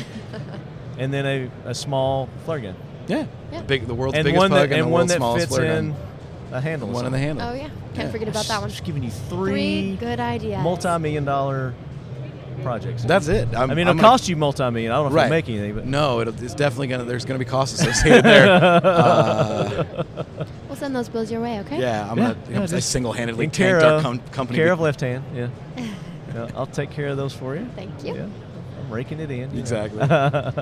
Speaker 4: and then a, a small flare gun.
Speaker 11: Yeah. The big, the world's
Speaker 4: and
Speaker 11: biggest
Speaker 4: one that,
Speaker 11: pug and, the
Speaker 4: one
Speaker 11: world's
Speaker 4: that
Speaker 11: smallest
Speaker 4: fits
Speaker 11: flare
Speaker 4: in
Speaker 11: gun.
Speaker 4: a handle. or
Speaker 11: One in the
Speaker 4: something.
Speaker 11: handle.
Speaker 10: Oh yeah, can't forget about that one.
Speaker 4: Just giving you three,
Speaker 10: Three good ideas.
Speaker 4: multi-million dollar projects.
Speaker 11: That's it.
Speaker 4: i
Speaker 11: I'm-
Speaker 4: mean,
Speaker 11: I'm
Speaker 4: it'll
Speaker 11: gonna-
Speaker 4: cost you multi-million. I don't know if
Speaker 11: right.
Speaker 4: it'll make anything, but
Speaker 11: no, it'll, it's definitely gonna. There's gonna be costs associated
Speaker 4: [laughs]
Speaker 11: there. Uh,
Speaker 10: We'll send those bills your way, okay?
Speaker 11: yeah, I'm
Speaker 4: Yeah,
Speaker 11: gonna.
Speaker 4: yeah,
Speaker 11: I
Speaker 4: just
Speaker 11: single-handedly
Speaker 4: in care
Speaker 11: tanked our
Speaker 4: of-
Speaker 11: com- company.
Speaker 4: Care of left hand.
Speaker 10: [laughs]
Speaker 4: Yeah. Yeah, I'll take care of those for you.
Speaker 10: Thank you.
Speaker 4: Yeah. I'm raking it in. you know. [laughs]
Speaker 11: Exactly.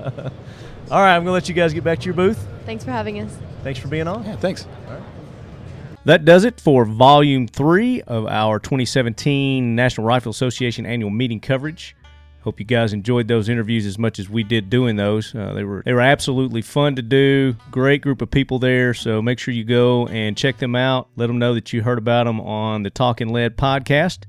Speaker 4: All right, I'm gonna let you guys get back to your booth.
Speaker 10: Thanks for having us.
Speaker 4: Thanks for being on.
Speaker 11: Yeah, thanks.
Speaker 1: That does it for volume three of our 2017 National Rifle Association annual meeting coverage. Hope you guys enjoyed those interviews as much as we did doing those. Uh, they were they were absolutely fun to do. Great group of people there. So make sure you go and check them out. Let them know that you heard about them on the Talking Lead podcast,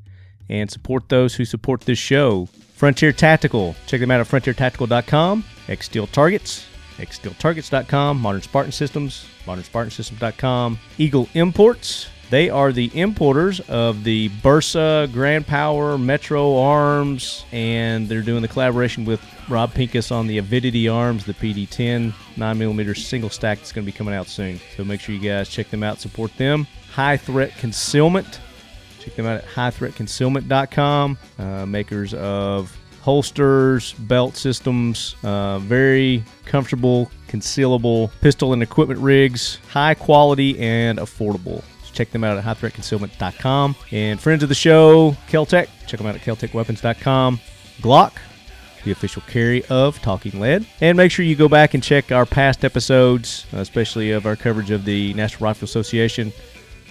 Speaker 1: and support those who support this show. Frontier Tactical. Check them out at frontiertactical.com. X Steel Targets xsteeltargets.com, Modern Spartan Systems, modernspartansystems.com, Eagle Imports. They are the importers of the Bursa, Grand Power, Metro Arms, and they're doing the collaboration with Rob Pinkus on the Avidity Arms, the PD10 9mm single stack that's going to be coming out soon. So make sure you guys check them out, support them. High Threat Concealment. Check them out at highthreatconcealment.com. Uh, makers of holsters, belt systems, uh, very comfortable, concealable pistol and equipment rigs, high quality and affordable. So Check them out at highthreatconcealment.com. And friends of the show, Keltec, check them out at keltecweapons.com. Glock, the official carry of Talking Lead. And make sure you go back and check our past episodes, especially of our coverage of the National Rifle Association.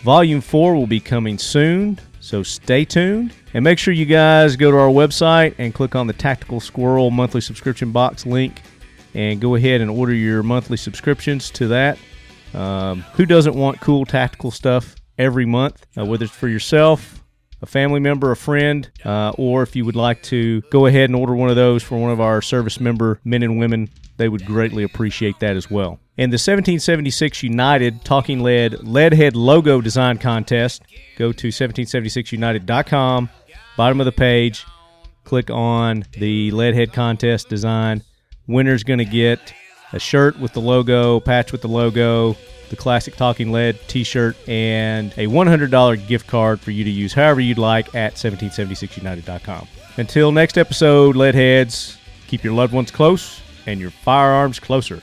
Speaker 1: Volume 4 will be coming soon, so stay tuned. And make sure you guys go to our website and click on the Tactical Squirrel monthly subscription box link and go ahead and order your monthly subscriptions to that. Um, who doesn't want cool tactical stuff every month, uh, whether it's for yourself, a family member, a friend, uh, or if you would like to go ahead and order one of those for one of our service member men and women, they would greatly appreciate that as well. And the 1776 United Talking Lead Leadhead Logo Design Contest, go to 1776united.com, bottom of the page, click on the Leadhead Contest design. Winner's going to get a shirt with the logo, patch with the logo, the classic Talking Lead t shirt, and a $100 gift card for you to use however you'd like at 1776united.com. Until next episode, Leadheads, keep your loved ones close and your firearms closer.